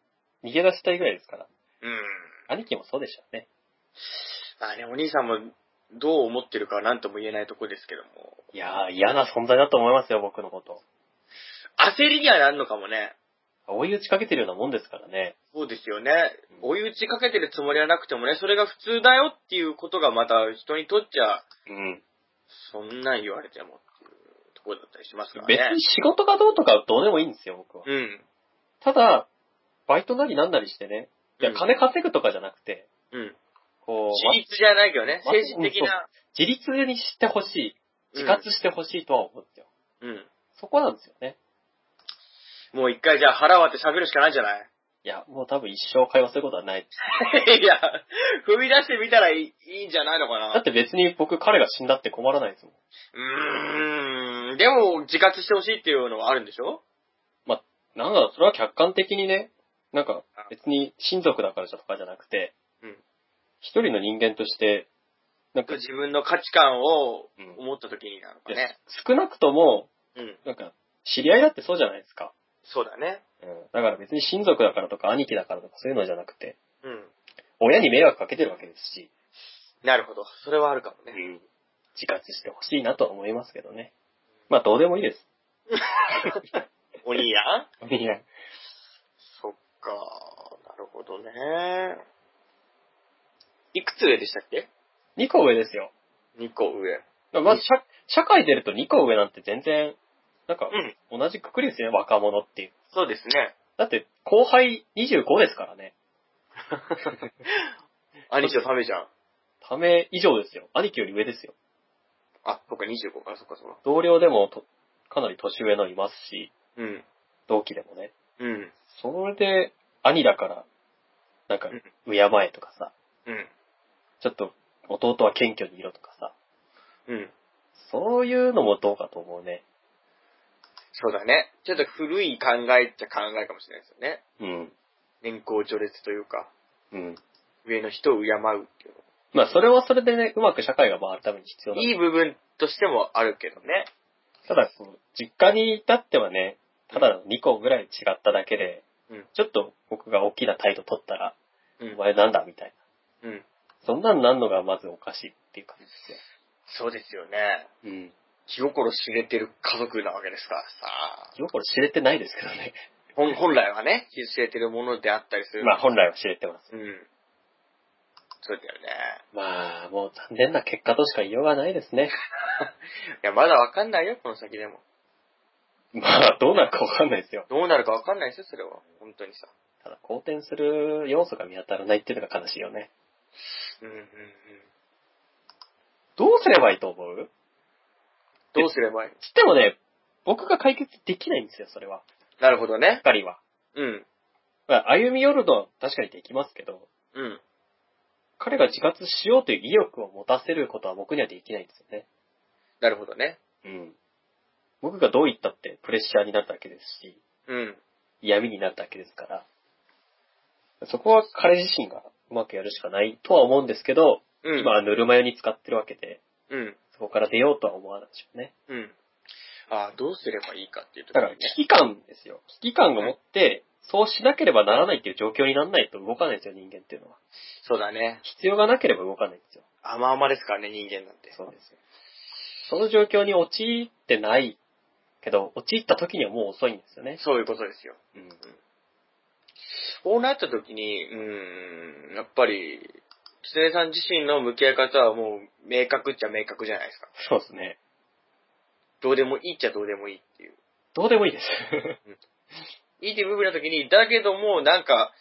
S1: 逃げ出したいぐらいですから。
S2: うん。
S1: 兄貴もそうでしたね。
S2: まあね、お兄さんもどう思ってるかは何とも言えないとこですけども。
S1: いやー、嫌な存在だと思いますよ、僕のこと。
S2: 焦りにはなんのかもね。
S1: 追い打ちかけてるようなもんですからね。
S2: そうですよね。追い打ちかけてるつもりはなくてもね、それが普通だよっていうことがまた人にとっちゃ、
S1: うん。
S2: そんなん言われてもっていうところだったりしますからね
S1: 別。に仕事がどうとかどうでもいいんですよ、僕は。
S2: うん。
S1: ただ、バイトなりなんなりしてね、いや、
S2: うん
S1: 金稼ぐとかじゃなくて、
S2: うん。
S1: こう、
S2: 私立じゃないけどね、
S1: ま
S2: 精神的な。
S1: 自立にしてほしい。自活してほしいとは思うんですよ。
S2: うん。
S1: そこなんですよね。
S2: もう一回じゃあ腹割って喋るしかないんじゃない
S1: いや、もう多分一生会話することはない。
S2: [LAUGHS] いや、踏み出してみたらいいいいんじゃないのか
S1: だっ
S2: な。
S1: て別に僕彼が死んだって困らないですもん。
S2: [LAUGHS] うーん。でも、自活してほしいっていうのはあるんでしょ
S1: なんだろう、それは客観的にね、なんか別に親族だからとかじゃなくて、
S2: うん
S1: 一人の人間として、なんか、
S2: 自分の価値観を
S1: うん
S2: 思った時になのか
S1: いや
S2: ね。
S1: 少なくとも、
S2: うん。
S1: なんか、知り合いだってそうじゃないですか。
S2: そうだね。
S1: うん。だから別に親族だからとか兄貴だからとかそういうのじゃなくて、
S2: うん。
S1: 親に迷惑かけてるわけですし、
S2: なるほど。それはあるかもね。
S1: 自活してほしいなとは思いますけどね。まあどうでもいいです。
S2: お兄やん
S1: いや、
S2: [LAUGHS] そっか。なるほどね。いくつ上でしたっけ
S1: 2個上ですよ。
S2: ?2 個上。
S1: まあまず社、社会出ると2個上なんて全然、なんか、
S2: ん。
S1: 同じくくりですね、若者っていう。
S2: そうですね。
S1: だって、後輩25ですからね。
S2: 兄貴のためじゃん。
S1: ため以上ですよ。兄貴より上ですよ。
S2: あ、そっか、25か、そっか、そっか。
S1: 同僚でもとかなり年上のいますし、
S2: うん。
S1: 同期でもね。
S2: うん。
S1: それで、兄だから、なんか
S2: うん、
S1: 敬えとかさ、
S2: うん。
S1: ちょっと、弟は謙虚にいろとかさ、
S2: うん。
S1: そういうのもどうかと思うね。
S2: そうだね。ちょっと古い考えっちゃ考えかもしれないですよね。
S1: うん。
S2: 年功序列というか、
S1: うん。
S2: 上の人を敬うっていうの
S1: まあ、それはそれでね、うまく社会が回るために必要ない
S2: い部分としてもあるけどね。
S1: ただ、その、実家に至ってはね、ただの2個ぐらい違っただけで、
S2: うん
S1: ちょっと僕が大きな態度取ったら、
S2: う
S1: お
S2: ん。
S1: 前なんだみたいな。
S2: うん。
S1: そんなんなんのがまずおかしいっていう感じで
S2: そうですよね。
S1: すよ。うん。
S2: 気心知れてる家族なわけですからさ。
S1: よくこれ知れてないですけどね。
S2: 本本来はね、気知れてるものであったりする。
S1: まあ本来は知れてます。
S2: うん。そうだよね。
S1: まあ、もう残念な結果としか言いようがないですね。
S2: いや、まだわかんないよ、この先でも。
S1: [LAUGHS] まあ、どうなるかわかんないですよ。
S2: どうなるかわかんないですよ、それは。本当にさ。
S1: ただ、好転する要素が見当たらないっていうのが悲しいよね。
S2: うんうんうん。
S1: どうすればいいと思う
S2: どうすれ
S1: [LAUGHS]
S2: ばいい
S1: つってもね、僕が解決できないんですよ、それは。
S2: なるほどね。
S1: 光は。
S2: うん。
S1: まあ、歩み寄るのは確かにできますけど、
S2: うん。
S1: 彼が自活しようという意欲を持たせることは僕にはできないんですよね。
S2: なるほどね。
S1: うん。僕がどう言ったってプレッシャーになるだけですし、
S2: うん。
S1: 嫌味になるだけですから、そこは彼自身がうまくやるしかないとは思うんですけど、
S2: うん。
S1: 今はぬるま湯に使ってるわけで、
S2: うん。
S1: そこから出ようとは思わないでしょうね。
S2: うん。ああ、どうすればいいかっていうとこ
S1: だ
S2: ろ
S1: か
S2: ね
S1: ら。危機感ですよ。危機感を持って、そうしなければならないっていう状況にならないと動かないんですよ、人間っていうのは。
S2: そうだね。
S1: 必要がなければ動かないんですよ。
S2: 甘々ですからね、人間なんて。
S1: そうですよ。その状況に陥ってないけど、陥った時にはもう遅いんですよね。
S2: そういうことですよ。
S1: うん。
S2: こうなった時に、うーん、やっぱり、きつねさん自身の向き合い方はもう明確っちゃ明確じゃないですか。
S1: そうですね。
S2: どうでもいいっちゃどうでもいいっていう。
S1: どうでもいい [LAUGHS] です。
S2: いいっていう部分の時に、だけども、なんか、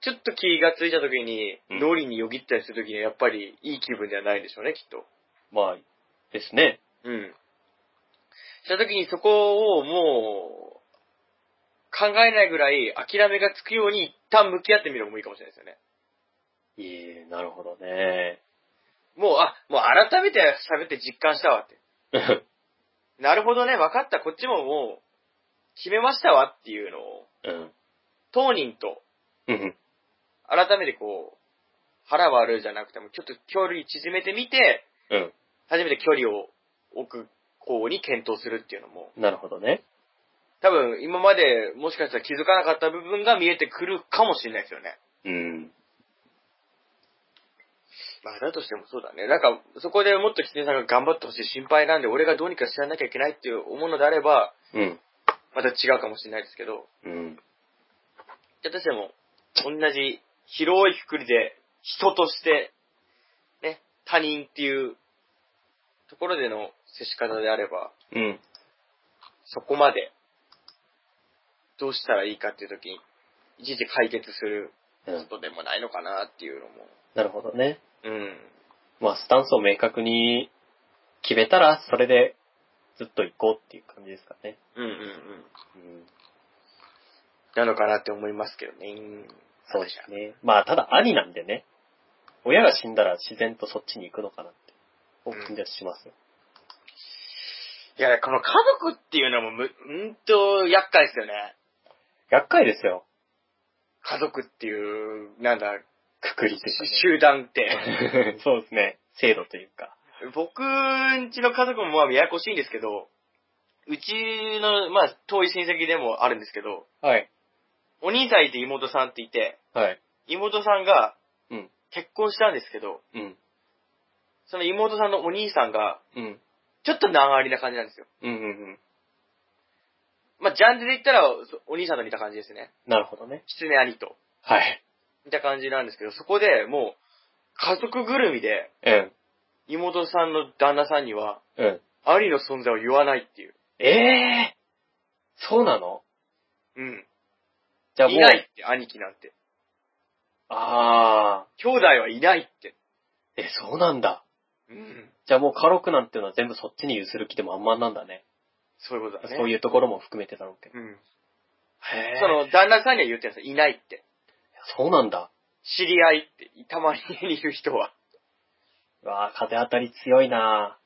S2: ちょっと気がついた時に、
S1: うん
S2: 脳裏によぎったりする時には、やっぱりいい気分ではないでしょうね、きっと。
S1: まあ、ですね。
S2: うん。した時にそこをもう、考えないぐらい諦めがつくように一旦向き合ってみるのもいいかもしれないですよね。
S1: いえ、なるほどね。 [LAUGHS]
S2: もう、あ、もう改めて喋って実感したわって。なるほどね、分かった、こっちももう、決めましたわっていうのを、
S1: うん。
S2: 当人と、
S1: うん。
S2: 改めてこう、腹割るじゃなくても、ちょっと距離縮めてみて、
S1: う
S2: 初めて距離を置く方に検討するっていうのも、
S1: ん。なるほどね。
S2: 多分今までもしかしたら気づかなかった部分が見えてくるかもしれないですよね。
S1: うん。
S2: まあだとしてもそうだね。なんか、そこでもっとキツネさんが頑張ってほしい心配なんで、俺がどうにかしてやんなきゃいけないっていう思うのであれば、
S1: うん。
S2: また違うかもしれないですけど、
S1: うん。
S2: だとしても、同じ広いくくりで、人として、ね、他人っていうところでの接し方であれば、
S1: うん。
S2: そこまで、どうしたらいいかっていう時に、いちいち解決することでもないのかなっていうのも。
S1: なるほどね。
S2: うん。
S1: まあ、スタンスを明確に決めたら、それでずっと行こうっていう感じですかね。
S2: うんうんうん。
S1: うん。
S2: なのかなって思いますけどね。
S1: そうですね。まあ、ただ兄なんでね。親が死んだら自然とそっちに行くのかなって、僕にはしますよ。
S2: いや、この家族っていうのもむ、うんと、厄介ですよね。
S1: 厄介ですよ。
S2: 家族っていう、なんだ、
S1: くくりとし
S2: 集団って。
S1: て。 [LAUGHS] そうですね。制度というか。
S2: 僕んちの家族もまあややこしいんですけど、うちの、まあ、遠い親戚でもあるんですけど、
S1: はい。
S2: お兄さんいて妹さんっていて、
S1: はい。
S2: 妹さんが
S1: うん。
S2: 結婚したんですけど、
S1: うん。
S2: その妹さんのお兄さんが、
S1: うん。
S2: ちょっと難ありな感じなんですよ。
S1: うんうんうん。
S2: まあ、ジャンルで言ったら、そお兄さんと似た感じですね。
S1: なるほどね。
S2: 狐兄と。
S1: はい。
S2: 似た感じなんですけど、そこでもう、家族ぐるみで、
S1: うん。
S2: 妹さんの旦那さんには、
S1: うん。
S2: 兄の存在を言わないっていう。
S1: ええー、そうなの
S2: うん。
S1: じゃあもう。
S2: いないって、兄貴なんて。
S1: ああ。
S2: 兄弟はいないって。
S1: え、そうなんだ。
S2: うん。
S1: じゃあもう家禄なんていうのは全部そっちに譲る気でもあんまんなんだね。
S2: そういうことだね。
S1: そういうところも含めてだろうけど。
S2: うん。
S1: へ
S2: その、旦那さんには言ってるんですよ。いないって。
S1: そうなんだ。
S2: 知り合いって、たまに家にいる人は。
S1: うわあ風当たり強いな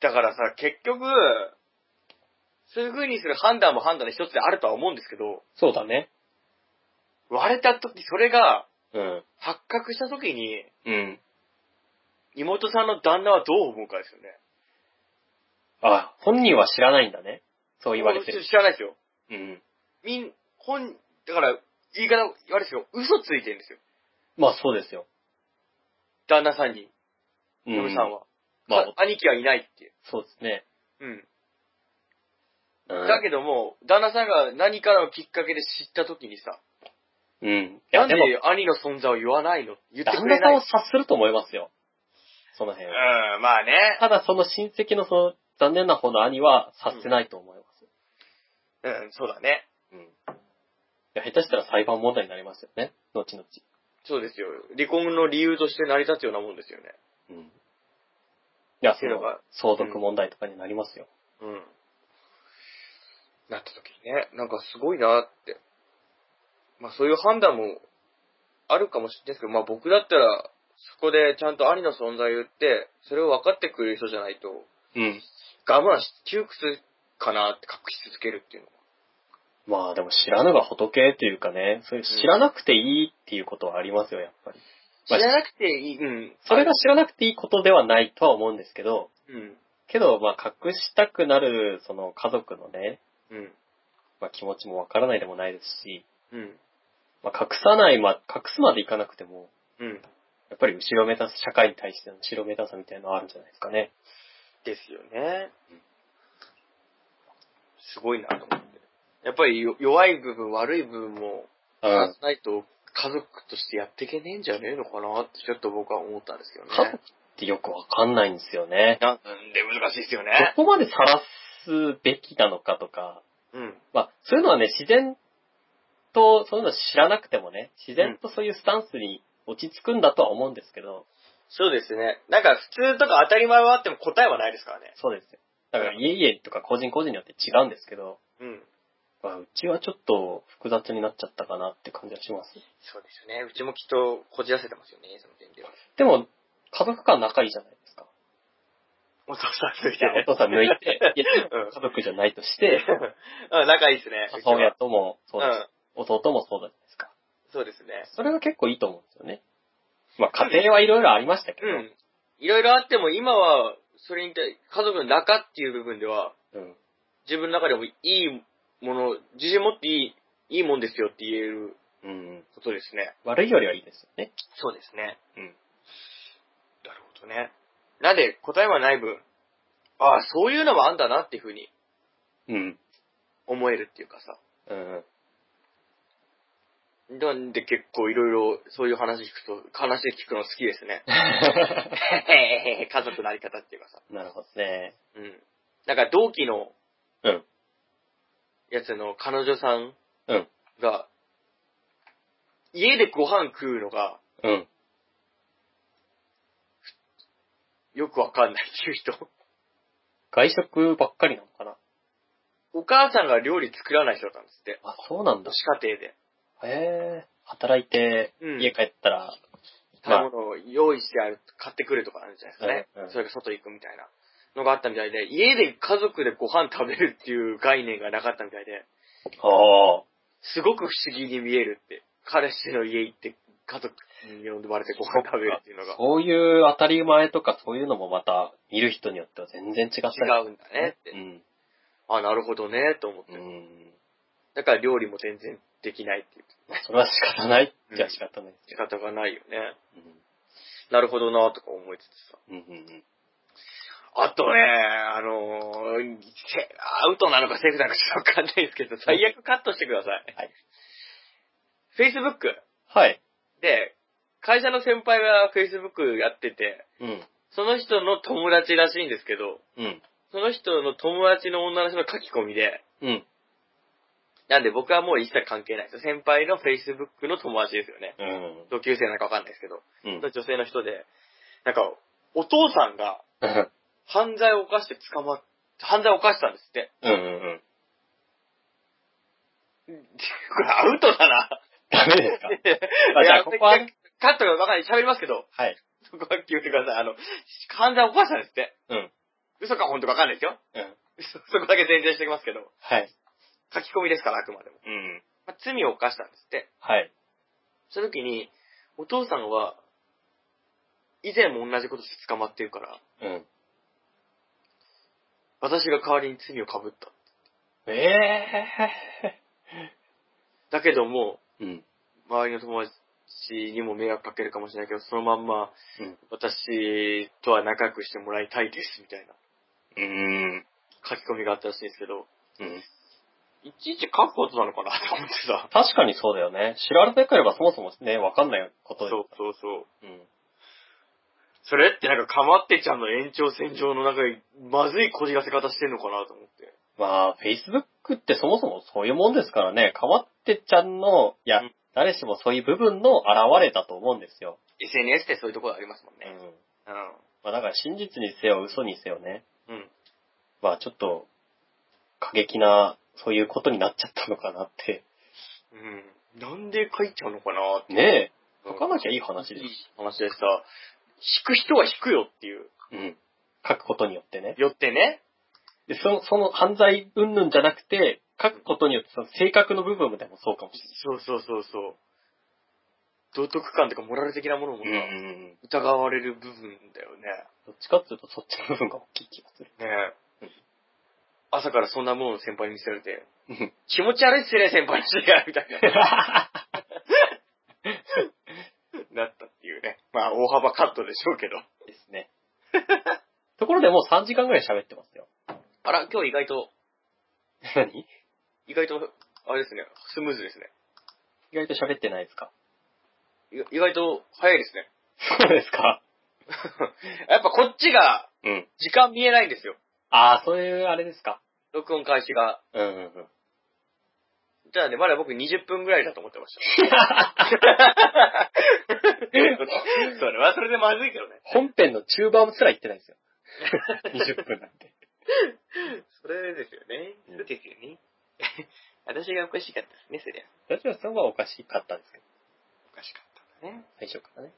S2: だからさ、結局、そういう風にする判断も判断の一つであるとは思うんですけど、
S1: そうだね。
S2: 割れた時、それが
S1: うん。
S2: 発覚した時に、
S1: うん。
S2: 妹さんの旦那はどう思うかですよね。
S1: あ、本人は知らないんだね。そう言われてる。
S2: 知らないですよ。
S1: うん。
S2: みん、本、だから、言い方、あれですよ、嘘ついてるんですよ。
S1: まあそうですよ。
S2: 旦那さんに、
S1: う
S2: 嫁さん。は。
S1: まあ
S2: か、兄貴はいないって。
S1: そうですね。
S2: うん。
S1: うん
S2: だけども、旦那さんが何かのきっかけで知った時にさ、
S1: うん。い
S2: な
S1: や、
S2: ん
S1: で
S2: で
S1: も、
S2: 兄の存在を言わないの言って
S1: 旦
S2: く
S1: 那
S2: れ
S1: さ
S2: なんい。
S1: を察すると思いますよ。その辺。
S2: うん、まあね。
S1: ただその親戚のその残念な方の兄は察せないと思います。
S2: うん、そうだね。
S1: うん。いや、下手したら裁判問題になりますよね。後々。
S2: そうですよ。離婚の理由として成り立つようなもんですよね。
S1: うん。いや、そ
S2: けど
S1: の
S2: が、
S1: 相続問題とかになりますよ。
S2: うん。なった時にね、なんかすごいなって。まあそういう判断もあるかもしれないですけど、まあ僕だったら、そこでちゃんと兄の存在を言って、それを分かってくれる人じゃないと、
S1: うん。
S2: 我慢し、窮屈かなって隠し続けるっていうのは。
S1: まあでも知らぬが仏というかね、そういう知らなくていいっていうことはありますよ、やっぱり。
S2: 知
S1: まあ
S2: らなくていい、うん。
S1: それが知らなくていいことではないとは思うんですけど、
S2: うん。
S1: けど、まあ隠したくなる、その家族のね、
S2: うん。
S1: まあ気持ちもわからないでもないですし、
S2: うん。
S1: まあ隠さない、まあ隠すまでいかなくても、
S2: うん。
S1: やっぱり後ろめたさ、社会に対しての後ろめたさみたいなのはあるんじゃないですかね。
S2: ですよね。すごいなと思って。やっぱりよ弱い部分、悪い部分も
S1: うん。
S2: ないと家族としてやっていけねえんじゃねえのかなってちょっと僕は思ったんですけどね。
S1: 家族ってよくわかんないんですよね。
S2: なんで難しいですよね。
S1: どこまでさらすべきなのかとか、
S2: うん。
S1: まあ、そういうのはね、自然と、そういうの知らなくてもね、自然とそういうスタンスに落ち着くんだとは思うんですけど、
S2: そうですね。なんか普通とか当たり前はあっても答えはないですからね。
S1: そうですよ。だから、家々とか個人個人によって違うんですけど、
S2: うん。
S1: まあ、うちはちょっと複雑になっちゃったかなって感じはします。
S2: そうですね。うちもきっとこじらせてますよね、その点では。
S1: でも、家族間仲いいじゃないですか。
S2: お父さん抜い
S1: いやお父さん
S2: [LAUGHS]
S1: 抜い [LAUGHS] て、いや
S2: うん
S1: 家族じゃないとして、
S2: うん、仲いいですね。
S1: 母親ともそううだし、
S2: ん。
S1: 弟もそうじゃないですか。
S2: そうですね。
S1: それが結構いいと思うんですよね。まあ家庭はいろいろありましたけど、
S2: うん。いろいろあっても今は、それに対、家族の中っていう部分では、
S1: うん
S2: 自分の中でもいいもの、自信持っていい、いいもんですよって言える
S1: うん
S2: ことですね。
S1: 悪いよりはいいですよね。
S2: そうですね。
S1: うん
S2: なるほどね。なんで答えはない分、ああ、そういうのもあんだなっていうふうに
S1: うん。
S2: 思えるっていうかさ。
S1: うん。。
S2: なんで結構いろいろそういう話聞くと、話聞くの好きです [LAUGHS] ね
S1: な
S2: 家族のあり方っていうかさ。
S1: るほどね。
S2: うん。なんか同期の
S1: うん。
S2: やつの彼女さん
S1: うん。
S2: が、家でご飯食うのが
S1: うん。
S2: よくわかんないっていう人。
S1: 外食ばっかりなのかな。
S2: お母さんが料理作らない人だったんですって。
S1: あ、そうなんだ
S2: 母。子家庭で。
S1: へえ。働いて
S2: う、ん
S1: 家帰ったら、
S2: 食べ物を用意してある、買ってくるとかあるじゃないですかね。
S1: うんうん
S2: それが外行くみたいなのがあったみたいで、家で家族でご飯食べるっていう概念がなかったみたいで、
S1: ああ。
S2: すごく不思議に見えるって。彼氏の家行って家族に呼ばれてご飯食べるっていうのが
S1: そういう当たり前とかそういうのもまた見る人によっては全然違ったりする
S2: 違うんだねって。
S1: うん。
S2: あ、なるほどね、と思って。
S1: うん。
S2: だから料理も全然できないっていう。
S1: まあそれは仕方ないじゃ仕方ないです
S2: 仕
S1: けど。
S2: 方がないよね。
S1: うん
S2: なるほどなとか思いつつさ。
S1: うんうん
S2: あとね、あのーせアウトなのかセーフなのかちょっとわかんないですけど、最悪カットしてください。
S1: はい。
S2: Facebook
S1: はい。
S2: で、会社の先輩が Facebook やってて、
S1: うん。
S2: その人の友達らしいんですけど、
S1: うん。
S2: その人の友達の女の人の書き込みで、
S1: うん。
S2: なんで僕はもう一切関係ないですよ。先輩の Facebook の友達ですよね。
S1: うん。
S2: 同級生なのかわかんないですけど。
S1: うん
S2: の。女性の人で、なんか、お父さんが
S1: うん
S2: 犯罪を犯して捕まっ、犯罪を犯したんですって。
S1: うんうん。
S2: [LAUGHS] これアウトだな。
S1: ダメですかあ
S2: い
S1: じゃ
S2: や
S1: あここは、
S2: カットがばかり喋りますけど、
S1: [LAUGHS] はい。
S2: そこは気をつけてください。あの、犯罪を犯したんですって。
S1: うん。
S2: 嘘か本当かわかんないですよ。
S1: うん。
S2: そ [LAUGHS] そこだけ全然してきますけど。
S1: はい。
S2: 書き込みですから、あくまでも。
S1: うん。
S2: まあ罪を犯したんですって。
S1: はい。
S2: その時に、お父さんは、以前も同じことして捕まってるから、
S1: うん。
S2: 私が代わりに罪を被った。
S1: ええ
S2: だけども、
S1: ー。うん。
S2: 周りの友達にも迷惑かけるかもしれないけど、そのまんま
S1: うん、
S2: 私とは仲良くしてもらいたいです、みたいな
S1: うん。
S2: 書き込みがあったらしいんですけど、
S1: うん。
S2: いちいち書くことなのかなと思ってさ。
S1: 確かにそうだよね。知られてくればそもそもね、わかんないこと
S2: そう
S1: で。
S2: そうそう。
S1: うん。
S2: それってなんか、かまってちゃんの延長線上の中に、まずいこじらせ方してんのかなと思って。
S1: まあ、Facebook ってそもそもそういうもんですからね、変わってちゃんの、いや
S2: うん、
S1: 誰しもそういう部分の現れだと思うんですよ。
S2: SNS ってそういうところありますもん
S1: う
S2: ね。
S1: ん。
S2: うん。
S1: まあだから真実にせよ、嘘にせよね。
S2: うん。
S1: まあちょっと、過激な、そういうことになっちゃったのかなって。
S2: うん。なんで書いちゃうのかなって。
S1: ねえ、
S2: うん
S1: 書かなきゃいい話
S2: い
S1: で
S2: い
S1: す。
S2: 話でさ、引く人は引くよっていう。
S1: うん。書くことによってね。
S2: よってね。
S1: で、その、その犯罪云々じゃなくて、書くことによって、その性格の部分でもそうかもし
S2: そうそうそうそう。道徳感とかモラル的なものもさ、
S1: れない。うん。
S2: 疑われる部分だよね。
S1: どっちかっていうと、そっちの部分が大きい気が [LAUGHS] する。
S2: ねえ
S1: うん
S2: 朝からそんなものを先輩に見せられて、
S1: うん。
S2: 気持ち悪いっすね、先輩にしてや、みたいな。 [LAUGHS] なったっていうね。まあ、大幅カットでしょうけど。
S1: ですね。ところでもう3時間ぐらい喋ってますよ。
S2: あら、今日意外と、
S1: 何意
S2: 意外と、あれですね、スムーズですね。
S1: 外と喋ってないですか
S2: い意外と早いですね。
S1: そうですか
S2: やっぱこっちが
S1: うん。
S2: 時間見えないんですよ。
S1: ああ、そういうあれですか。
S2: 録音開始が。
S1: うんうんうん。
S2: じゃあね、まだ僕20分ぐらいだと思ってました。 [LAUGHS] それはそれでまずいけどね。
S1: 本編の中盤すら言って [LAUGHS] ないですよ。20分なんて。
S2: それですよね。そうですよね。 [LAUGHS] 私がおかしかったですね、そりゃ。
S1: ラジオさんはおかしかったんですけど、
S2: おかしかったんだね。
S1: 最初からね。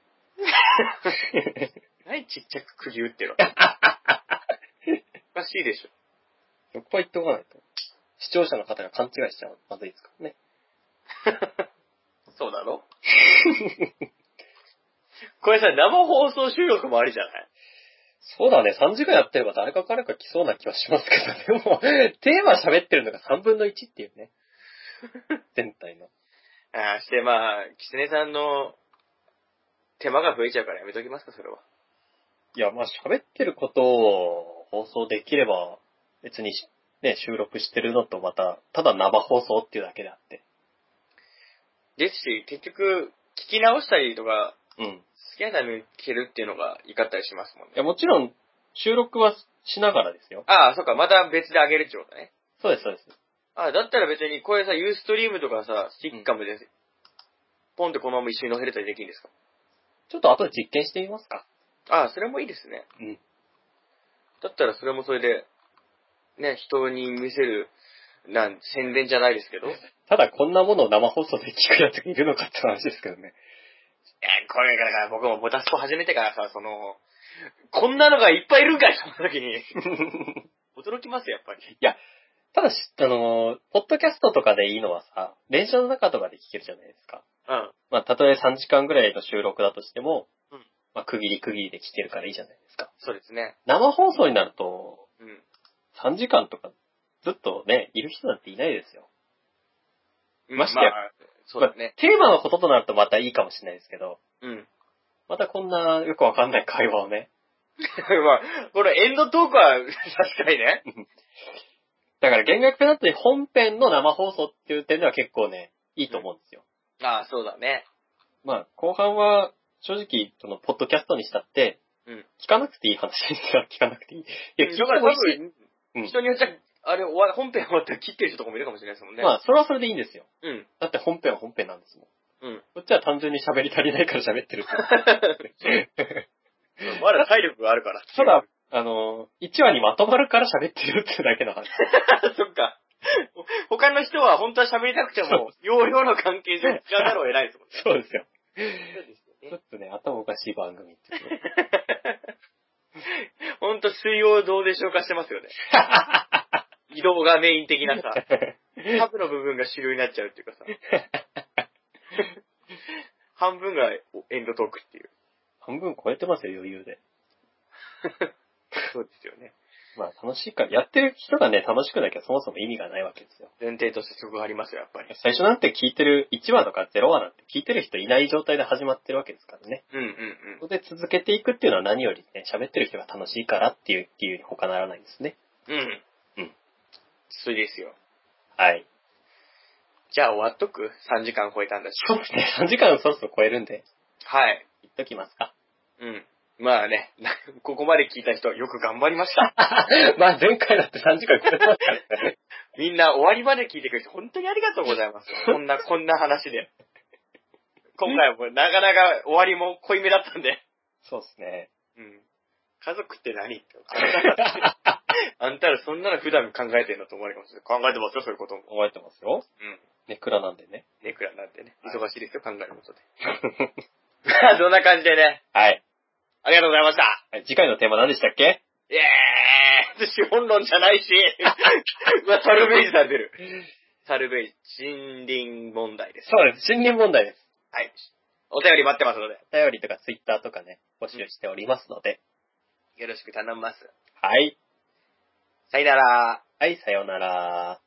S2: 何ちっちゃく釘打ってるのおかしいでしょ。
S1: そこは言っておかないと。視聴者の方が勘違いしちゃうまずいですからね。
S2: そうだろ [LAUGHS] これさ、生放送収録もありじゃない
S1: そうだね、3時間やってれば誰か彼か来そうな気はしますけど、でも、テーマ喋ってるのが3分の1っていうね。全体の。
S2: ああ、してまあ、キツネさんの手間が増えちゃうからやめときますか、それは。
S1: いや、まあ喋ってることを放送できれば、別にしね、収録してるのとまた、ただ生放送っていうだけであって。
S2: ですし、結局、聞き直したりとか、
S1: うん。
S2: 好きなタイミングで聞けるっていうのが良かったりしますもん
S1: いや、
S2: ね。
S1: もちろん、収録はしながらですよ。
S2: ああ、そっか、また別であげるってことね。
S1: そうです、そうです。
S2: ああ、だったら別に、これさ、ユーストリームとかさ、スティッカムで、ポンってこのまま一緒に載せれたりできるんですか
S1: ちょっと後で実験してみますか。
S2: ああ、それもいいですね。
S1: うん。
S2: だったらそれもそれで、ね、人に見せる、なん、宣伝じゃないですけど。
S1: ただこんなものを生放送で聞くやつがいるのかって話ですけどね。
S2: いや、これから僕もボタスポ始めてからさ、その、こんなのがいっぱいいるんかいその時に。驚きますよ、やっぱり。
S1: ただし、あのー、ポッドキャストとかでいいのはさ、練習の中とかで聞けるじゃないですか。
S2: うん。
S1: まあ、たとえ3時間ぐらいの収録だとしても、
S2: うん
S1: まあ、区切り区切りで聞けるからいいじゃないですか。
S2: そうですね。
S1: 生放送になると、
S2: うん。
S1: 3時間とか、ずっとね、いる人なんていないですよ。ましてや
S2: あそうだね。
S1: まあテーマのこととなるとまたいいかもしれないですけど、
S2: うん。 [LAUGHS]
S1: またこんなよくわかんない会話をね、
S2: まあ、これエンドトークは確かにね。
S1: だから弦楽ペナットに本編の生放送っていう点では結構ね、いいと思うんですよ。
S2: ああ、そうだね。
S1: まあ、後半は正直、その、ポッドキャストにしたって、
S2: うん
S1: 聞かなくていい話ですら聞かなくていい。いや、聞いて
S2: だから
S1: もい
S2: 多
S1: いし、
S2: 分、
S1: うん
S2: 人によっちゃ、あれ、終わ本編終わったら切ってる人とかもいるかもしれないですもんね。
S1: まあ、それはそれでいいんですよ。
S2: うん。
S1: だって本編は本編なんですもん。
S2: うん。
S1: こっちは単純に
S2: [LAUGHS]
S1: 喋り足りないから喋ってるっていう。
S2: まだ体力があるから。 [LAUGHS]
S1: ただ、あの、1話にまとまるから喋ってるってだけの話。
S2: そっか。ほ他の人は本当は喋りたくても、容量の関 [LAUGHS] 係上、使わざるを得ないですもんね。
S1: そうですよ。
S2: そうですよね
S1: ちょっとね、頭おかしい番組っていうね。
S2: ほんと水曜どうでしょうかしてますよね。移動がメイン的なさ、サブの部分が主流になっちゃうっていうかさ、 [LAUGHS] 半分がエンドトークっていう。
S1: [LAUGHS] 半分超えてますよ、余裕で。
S2: そうですよね。
S1: まあ楽しいから、やってる人がね、楽しくなきゃそもそも意味がないわけですよ。
S2: 前提としてそこがありますよ、やっぱり。
S1: 最初なんて聞いてる、1話とか0話なんて聞いてる人いない状態で始まってるわけですからね。
S2: うんうん
S1: そ
S2: うん。
S1: こで続けていくっていうのは何よりね、喋ってる人が楽しいからっていう理由に他ならないんですね。
S2: うん。
S1: うん。
S2: そうですよ。
S1: はい。
S2: じゃあ終わっとく ?3 時間超えたんだし。
S1: そうですね、3時間そろそろ超えるんで、
S2: はい。
S1: 言っときますか。 [LAUGHS]
S2: うん。まあね、 [LAUGHS] なここまで聞いた人、よく頑張りました。 [LAUGHS]
S1: まあ前回だって3時間超えてますからね。
S2: みんな終わりまで聞いてくれて本当にありがとうござい [LAUGHS] ます。こんな、こんな話で。今回もなかなか終わりも濃いめだったんで。
S1: そうですね。
S2: うん。家族って何 [LAUGHS] ってあんたらそんなの普段考えてんだと思われるかもしれない。考えてますよ、そういうことも。
S1: 覚えてますよ。
S2: うん。
S1: ネクラなんでね。 [LAUGHS]
S2: ネクラなんてね、忙しいですよ、考えることで。 [LAUGHS]
S1: は
S2: まあそんな感じでね、
S1: い。
S2: ありがとうございました。
S1: はい次回のテーマ何でしたっけ
S2: イェーイ資本論じゃないし、うわサルベージされてる。サルベージ、森林問題です。
S1: そうです。森林問題です。
S2: はい。お便り待ってますので。
S1: お便りとかツイッターとかね、募集しておりますので。
S2: よろしく頼みます。
S1: はい。
S2: さよなら。
S1: はい、さようなら。